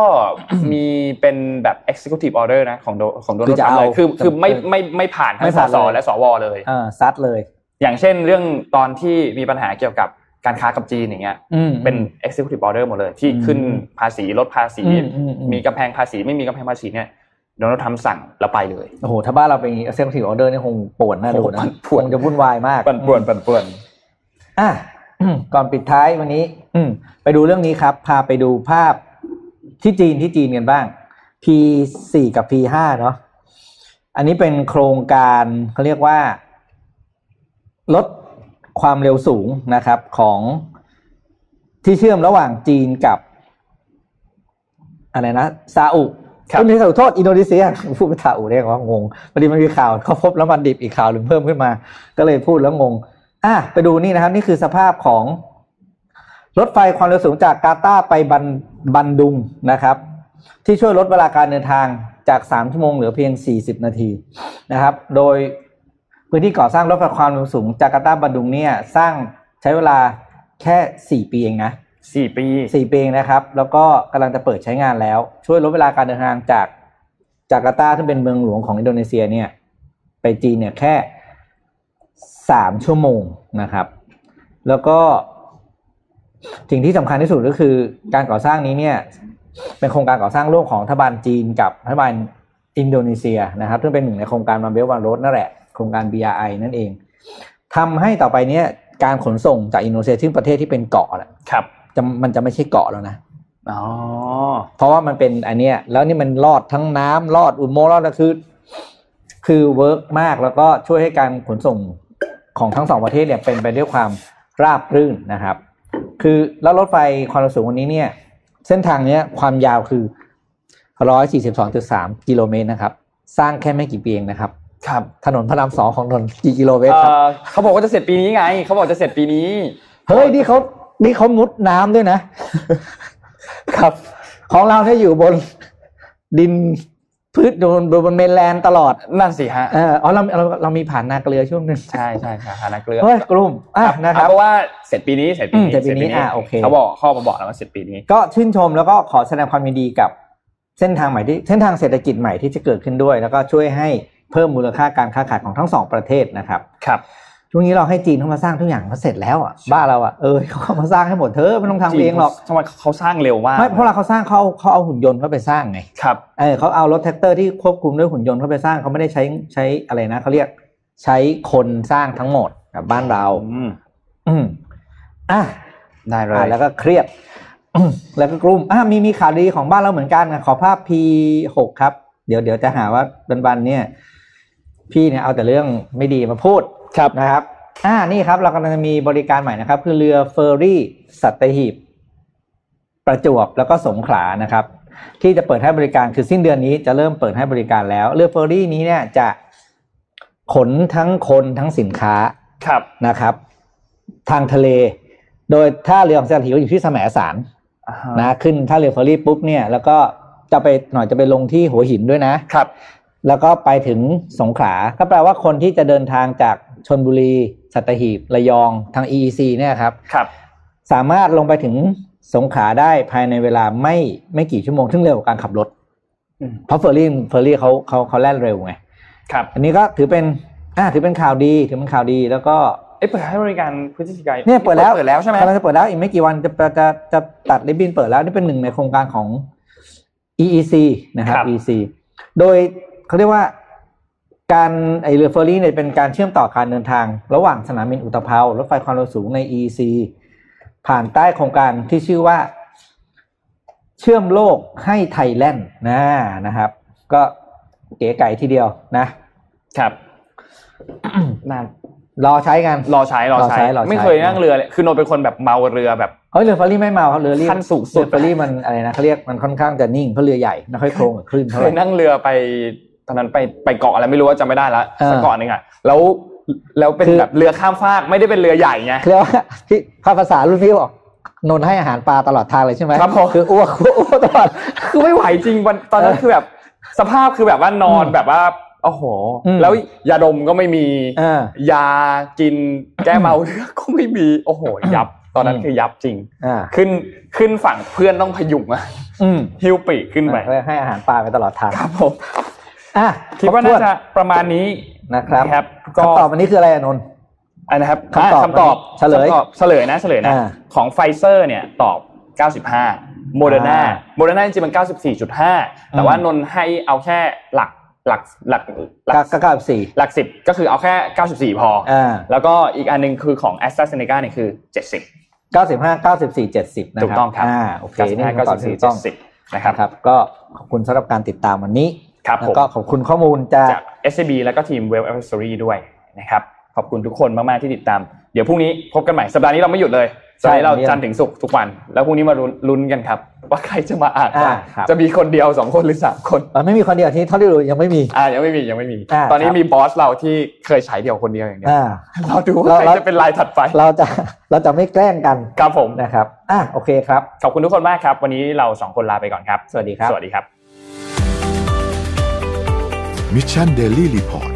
[SPEAKER 2] มีเป็นแบบ executive order นะของ Do- ของโดนั
[SPEAKER 3] คื
[SPEAKER 2] ล
[SPEAKER 3] อ
[SPEAKER 2] ด์ท
[SPEAKER 3] จะ
[SPEAKER 2] รัมป์เลย
[SPEAKER 3] เอา
[SPEAKER 2] คือคือไม่
[SPEAKER 3] เออ
[SPEAKER 2] ไม่ไม่ผ่านทั้
[SPEAKER 3] ไม่
[SPEAKER 2] งส
[SPEAKER 3] ผ่าน
[SPEAKER 2] ส
[SPEAKER 3] เลย
[SPEAKER 2] และสวเลย
[SPEAKER 3] เออซัดเลย
[SPEAKER 2] อย่างเช่นเรื่องตอนที่มีปัญหาเกี่ยวกับการค้ากับจีนอย่างเงี้ย
[SPEAKER 3] อืม
[SPEAKER 2] เป็น executive order หมดเลย ที่
[SPEAKER 3] อืม
[SPEAKER 2] ขึ้นภาษีลดภาษี
[SPEAKER 3] อืมอืมอืม
[SPEAKER 2] มีกำแพงภาษีไม่มีกำแพงภาษีเนี่ยโดนัลด์ทรัมป์สั่งแล้วไปเลย
[SPEAKER 3] โอ้โหถ้าบ้านเราเป็นเซ็นทีฟออเดอร์นี่คงปวดน่าดูนะ
[SPEAKER 2] โอ้โหมันปวด
[SPEAKER 3] คงจะวุ่นวายมาก
[SPEAKER 2] ปั่นป่วนปั่นป่วน
[SPEAKER 3] อ่ะ ก่อนปิดท้ายวันนี้ อืม ไปดูเรื่องนี้ครับ พาไปดูภาพที่จีนที่จีนกันบ้าง P4 กับ P5 เนาะอันนี้เป็นโครงการเขาเรียกว่า ลดความเร็วสูงนะครับของที่เชื่อมระหว่างจีนกับ อะไรนะซาอุ
[SPEAKER 2] ครับ
[SPEAKER 3] ไม่ใช่ซาอุโทษอินโดนีเซียพูดภาษาอุได้เหรองงพอดีมันมีข่าวเขาพบแล้วมันดิบอีกข่าวหนึ่งเพิ่มขึ้นมา ก็เลยพูดแล้วงง อ่ะไปดูนี่นะครับ นี่คือสภาพของ รถไฟความเร็วสูงจากกาตาร์ไปบันบันดุงนะครับ ที่ช่วยลดเวลาการเดินทางจาก 3 ชั่วโมงเหลือเพียง 40 นาทีนะครับ โดยพื้นที่ก่อสร้างรถไฟความเร็วสูงจากการ์ตาบันดุงเนี่ยสร้างใช้เวลาแค่ 4 ปีเองนะ
[SPEAKER 2] สี่ปี
[SPEAKER 3] สี่ปีเองนะครับ แล้วก็กำลังจะเปิดใช้งานแล้ว ช่วยลดเวลาการเดินทางจากจาการ์ตาที่งเป็นเมืองหลวงของอินโดนีเซียเนี่ย ไปจีนเนี่ยแค่สามชั่วโมงนะครับ แล้วก็สิ่งที่สำคัญที่สุดก็คือ การก่อสร้างนี้เนี่ย เป็นโครงการก่อสร้างร่วมของรัฐบาลจีนกับรัฐบาลอินโดนีเซียนะครับซึ่งเป็นหนึ่งในโครงการมาเบลวันโรดนั่นแหละ โครงการ BRI นั่นเองทำให้ต่อไปเนี่ยการขนส่งจากอินโดนีเซียซึ่งประเทศที่เป็นเกาะแหละ
[SPEAKER 2] ครับ
[SPEAKER 3] จะมันจะไม่ใช่เกาะแล้วนะ
[SPEAKER 2] อ๋อ
[SPEAKER 3] เพราะว่ามันเป็นอันเนี้ยแล้วนี่มันรอดทั้งน้ำรอดอุโมงค์รอดนะคือ คือเวิร์กมากแล้วก็ช่วยให้การขนส่งของทั้งสองประเทศเนี่ยเป็นไปด้วยความราบรื่นนะครับ คือแล้วรถไฟความเร็วสูงวันนี้เนี่ย เส้นทางเนี้ยความยาวคือ 142.3 กิโลเมตรนะครับ สร้างแค่ไม่กี่ปีเองนะครับ
[SPEAKER 2] ครับ
[SPEAKER 3] ถนนพระรามสองของนนท์กี่กิโลเมตร
[SPEAKER 2] เอ่
[SPEAKER 3] ครับ
[SPEAKER 2] อเขาบอกว่าจะเสร็จปีนี้ไง เขาบอกจะเสร็จปีนี้
[SPEAKER 3] เฮ้ยนี่เขานี่เขามุดน้ำด้วยนะ ครับ ของเราเนี่ยอยู่บนดินพื้นบนบนเมนแลนด์ตลอด
[SPEAKER 2] นั่นสิฮะ
[SPEAKER 3] เอออ๋อเราเราเรามีผ่านนาเกลือช่วงหนึ่ง
[SPEAKER 2] ใช่ใช่ใช่ฮานาเกลือ
[SPEAKER 3] เฮ้ยกลุ่มอ่ะนะครั
[SPEAKER 2] เอา
[SPEAKER 3] บ
[SPEAKER 2] เพราะว่าเสร็จปีนี้เสร็จปีนี้
[SPEAKER 3] อืมเสร็จปีนี้อ่ะโอเค
[SPEAKER 2] เขาบอกเข้อมาบอกแล้วว่าเสร็จปีนี้
[SPEAKER 3] ก็ชื่นชมแล้วก็ขอแสดงความยินดีกับเส้นทางใหม่ที่เส้นทางเศรษฐกิจใหม่ที่จะเกิดขึ้นด้วย แล้วก็ช่วยให้เพิ่มมูลค่าการค้าขายของทั้งสองประเทศนะครับ
[SPEAKER 2] ครับ
[SPEAKER 3] ช่วงนี้เราให้จีนเข้ามาสร้างทุกอย่างเขาเสร็จแล้วอ่ะบ้านเราอ่ะเออ เขาเข้ามาสร้างให้หมดเธอะไม่ต้องทำเองหรอก
[SPEAKER 2] ทำไมเขาสร้างเร็วมาก
[SPEAKER 3] ไม่เพราะเราเขาสร้างเขาเขาเอาหุ่นยนต์เข้าไปสร้างไง
[SPEAKER 2] ครับ
[SPEAKER 3] เออเขาเอารถแท็กเตอร์ที่ควบคุมด้วยหุ่นยนต์เข้าไปสร้างเขาไม่ได้ใช้ใช้อะไรนะเขาเรียกใช้คนสร้างทั้งหมดแบบบ้านเรา
[SPEAKER 2] อืม
[SPEAKER 3] อืมอ่ะ
[SPEAKER 2] ได้เล
[SPEAKER 3] อ่าย แล้วก็เครียด แล้วก็กลุ่มอ่ามีมีข่าวดีของบ้านเราเหมือนกันนะขอภาพ P6 ครับ เดี๋ยวเดี๋ยวจะหาว่าบันๆเนี่ย พี่เนี่ยเอาแต่เรื่องไม่ดีมาพูด
[SPEAKER 2] ครับ
[SPEAKER 3] นะครับ อ่านี่ครับเรากำลังจะมีบริการใหม่นะครับ คือเรือเฟอร์รี่ สัตหีบ ประจวบแล้วก็สงขลานะครับ ที่จะเปิดให้บริการคือสิ้นเดือนนี้จะเริ่มเปิดให้บริการแล้ว เรือเฟอร์รี่นี้เนี่ยจะขนทั้งคนทั้งสินค้า
[SPEAKER 2] ครับ
[SPEAKER 3] นะครับ ทางทะเล โดยท่าเรือของสถานีก็อยู่ที่แสมสาร
[SPEAKER 2] อ่าฮ
[SPEAKER 3] นะขึ้นท่าเรือเฟอร์รี่ปุ๊บเนี่ย แล้วก็จะไปหน่อยจะไปลงที่หัวหินด้วยนะ
[SPEAKER 2] ครับ
[SPEAKER 3] แล้วก็ไปถึงสงขลาก็แปลว่าคนที่จะเดินทางจากชนบุรี สัตหีบระยองทาง EEC เนี่ยครับ
[SPEAKER 2] ครับ
[SPEAKER 3] สามารถลงไปถึงสงขลาได้ภายในเวลาไม่ไม่กี่ชั่วโมงซึ่งเร็วกว่าการขับรถ
[SPEAKER 2] อืม
[SPEAKER 3] เพราะเฟอร์รี่เฟอร์รี่เขาเขาเขาแล่นเร็วไง
[SPEAKER 2] ครับ
[SPEAKER 3] อันนี้ก็ถือเป็นอ่าถือเป็นข่าวดีถือเป็นข่าวดีแล้วก็
[SPEAKER 2] เอ้ยเปิดให้บริการพฤศจิกาย
[SPEAKER 3] เนี่ยเปิดแล้ว
[SPEAKER 2] เปิดแล้วใช่ไหม
[SPEAKER 3] กำลังจะเปิดแล้วอีกไม่กี่วันจะจะจะจะตัดริบบินเปิดแล้วนี่เป็นหนึ่งในโครงการของ EEC นะครับ EEC โดยเขาเรียกว่าการไอเรือเฟอร์รี่เนี่ยเป็นการเชื่อมต่อการเดินทาง ระหว่างสนามบินอุตภเปารถไฟความเร็วสูงใน EEC ผ่านใต้โครงการที่ชื่อว่า เชื่อมโลกให้ไทยแลนด์นะนะครับ ก็เก๋ไก่ทีเดียวนะ
[SPEAKER 2] ครับน่าร
[SPEAKER 3] อใช้กัน
[SPEAKER 2] รอใช้รอใช้
[SPEAKER 3] รอใช้รอใช้
[SPEAKER 2] ไม่เคยนั่งเรือเลย คือนนท์เป็นคนแบบเมาเรือแบบ
[SPEAKER 3] เฮ้ยเรือเฟอร์รี่ไม่เมาครับเรือเรียบ
[SPEAKER 2] ขั้นสูงสุด
[SPEAKER 3] เรือเฟอร์รี่มันอะไรนะเขาเรียกมันค่อนข้างจะนิ่งเพราะเรือใหญ่ไม่ค่อยโครงกับคลื่นเท่า
[SPEAKER 2] เค
[SPEAKER 3] ไหร่
[SPEAKER 2] ยนั่งเรือไปตอนนั้นไปไปเกาะอะไรไม่รู้ว่าจำไม่ได้ละ
[SPEAKER 3] เออ
[SPEAKER 2] สักเกาะหนึ่งอ่ะ แล้วแล้วเป็น
[SPEAKER 3] คือ
[SPEAKER 2] แบบเรือข้ามฟากไม่ได้เป็นเรือใหญ่ไง
[SPEAKER 3] เรียกว่าที่ภาษารุ่นพี่บอกนนท์ให้อาหารปลาตลอดทางเลยใช่ไหม
[SPEAKER 2] ครับผม
[SPEAKER 3] คืออ้วกอ้วกอ้วกตลอด
[SPEAKER 2] คือไม่ไหวจริงวันตอนนั้นคือแบบสภาพคือแบบว่านอน
[SPEAKER 3] อืม
[SPEAKER 2] แบบว่าโอ้โห
[SPEAKER 3] อืม
[SPEAKER 2] แล้วยาดมก็ไม่มี
[SPEAKER 3] อ่าย
[SPEAKER 2] ากินแก้เมาเรือก็ไม่มี โอ้โห ยับ ตอนนั้นคือยับจริง
[SPEAKER 3] อ่า
[SPEAKER 2] ขึ้นขึ้นฝั่งเพื่อนต้องพยุงอะ
[SPEAKER 3] อืม
[SPEAKER 2] ฮิ้วปีกขึ้นไป
[SPEAKER 3] เขาให้อาหารปลาไปตลอดทาง
[SPEAKER 2] ครับผม
[SPEAKER 3] อ่ะ
[SPEAKER 2] คิดว่า
[SPEAKER 3] ครบถ้
[SPEAKER 2] น่าจะประมาณนี้
[SPEAKER 3] นะครับ
[SPEAKER 2] นะครับก็
[SPEAKER 3] คำตอบวันนี้คืออะไรอะนนท์
[SPEAKER 2] อันนะครับ
[SPEAKER 3] คำตอบ
[SPEAKER 2] ะคำตอบ
[SPEAKER 3] เฉลย
[SPEAKER 2] คำตอบเฉลยนะเฉลยนะ
[SPEAKER 3] อ่า
[SPEAKER 2] ของไฟเซอร์เนี่ยตอบ 95 โมเดอร์นา
[SPEAKER 3] อ่า
[SPEAKER 2] โมเดอร์นาจริงๆมัน 94.5 แต่ว่านนท์ให้เอาแค่หลักหลักหลักหลัก
[SPEAKER 3] เก้าเก้าสิบสี่
[SPEAKER 2] หลักสิบก็คือเอาแค่ 94 พออ
[SPEAKER 3] อ่า
[SPEAKER 2] แล้วก็อีกอันหนึงคือของ a s t r a z e ซ e c a เนี่ยคือ 70
[SPEAKER 3] เก้าสิบห้าเก้าสิบสี่เจ็ดสิบนะ
[SPEAKER 2] ถูกต้องครับ
[SPEAKER 3] อ่าโอเคนี่
[SPEAKER 2] 95
[SPEAKER 3] คือคำตอบที่ถู
[SPEAKER 2] 94
[SPEAKER 3] กต้อง
[SPEAKER 2] 70 นะครับ
[SPEAKER 3] ครับ ก็ขอบคุณสำหรับการติดตามวันนี้
[SPEAKER 2] ครับ
[SPEAKER 3] แล้ว
[SPEAKER 2] ผม
[SPEAKER 3] ก็ขอบคุณข้อมูลจาก
[SPEAKER 2] จาก SCB แล้วก็ทีม Web Advisory ด้วยนะครับ ขอบคุณทุกคนมาก ๆ ที่ติดตาม เดี๋ยวพรุ่งนี้พบกันใหม่ สัปดาห์นี้เราไม่หยุดเลยสัปดาห์นี้เรา
[SPEAKER 3] ใช่
[SPEAKER 2] จันทร์ถึงศุกร์ทุกวัน แล้วพรุ่งนี้มาลุ้นลุ้นกันครับ ว่าใครจะมาอ่านบ้าง
[SPEAKER 3] อ่าครับ
[SPEAKER 2] จะมีคนเดียว 2 คนหรือ 3 คน
[SPEAKER 3] เอ่อไม่มีคนเดียวที่เท่าที่รู้ยังไม่มี
[SPEAKER 2] อ่ายังไม่มียังไม่มี
[SPEAKER 3] อ่า
[SPEAKER 2] ตอนนี้
[SPEAKER 3] ครับ
[SPEAKER 2] มีบอสเราที่เคยใช้เดียวคนเดียวอย่างเดียว
[SPEAKER 3] อ่า
[SPEAKER 2] เราดูว่า
[SPEAKER 3] เรา
[SPEAKER 2] ใครจะเป็นลายถัดไป
[SPEAKER 3] เราจะ เราจะไม่แกล้งกัน
[SPEAKER 2] ครับผม
[SPEAKER 3] นะครับ อ่ะโอเคครับ
[SPEAKER 2] ขอบคุณทุกคนมากครับ วันนี้เราสองคนลาไปก่อนครับ
[SPEAKER 3] สวัสดีครับ
[SPEAKER 2] สวัสดีครับ
[SPEAKER 1] มิชชันเดลี่รีพอร์ต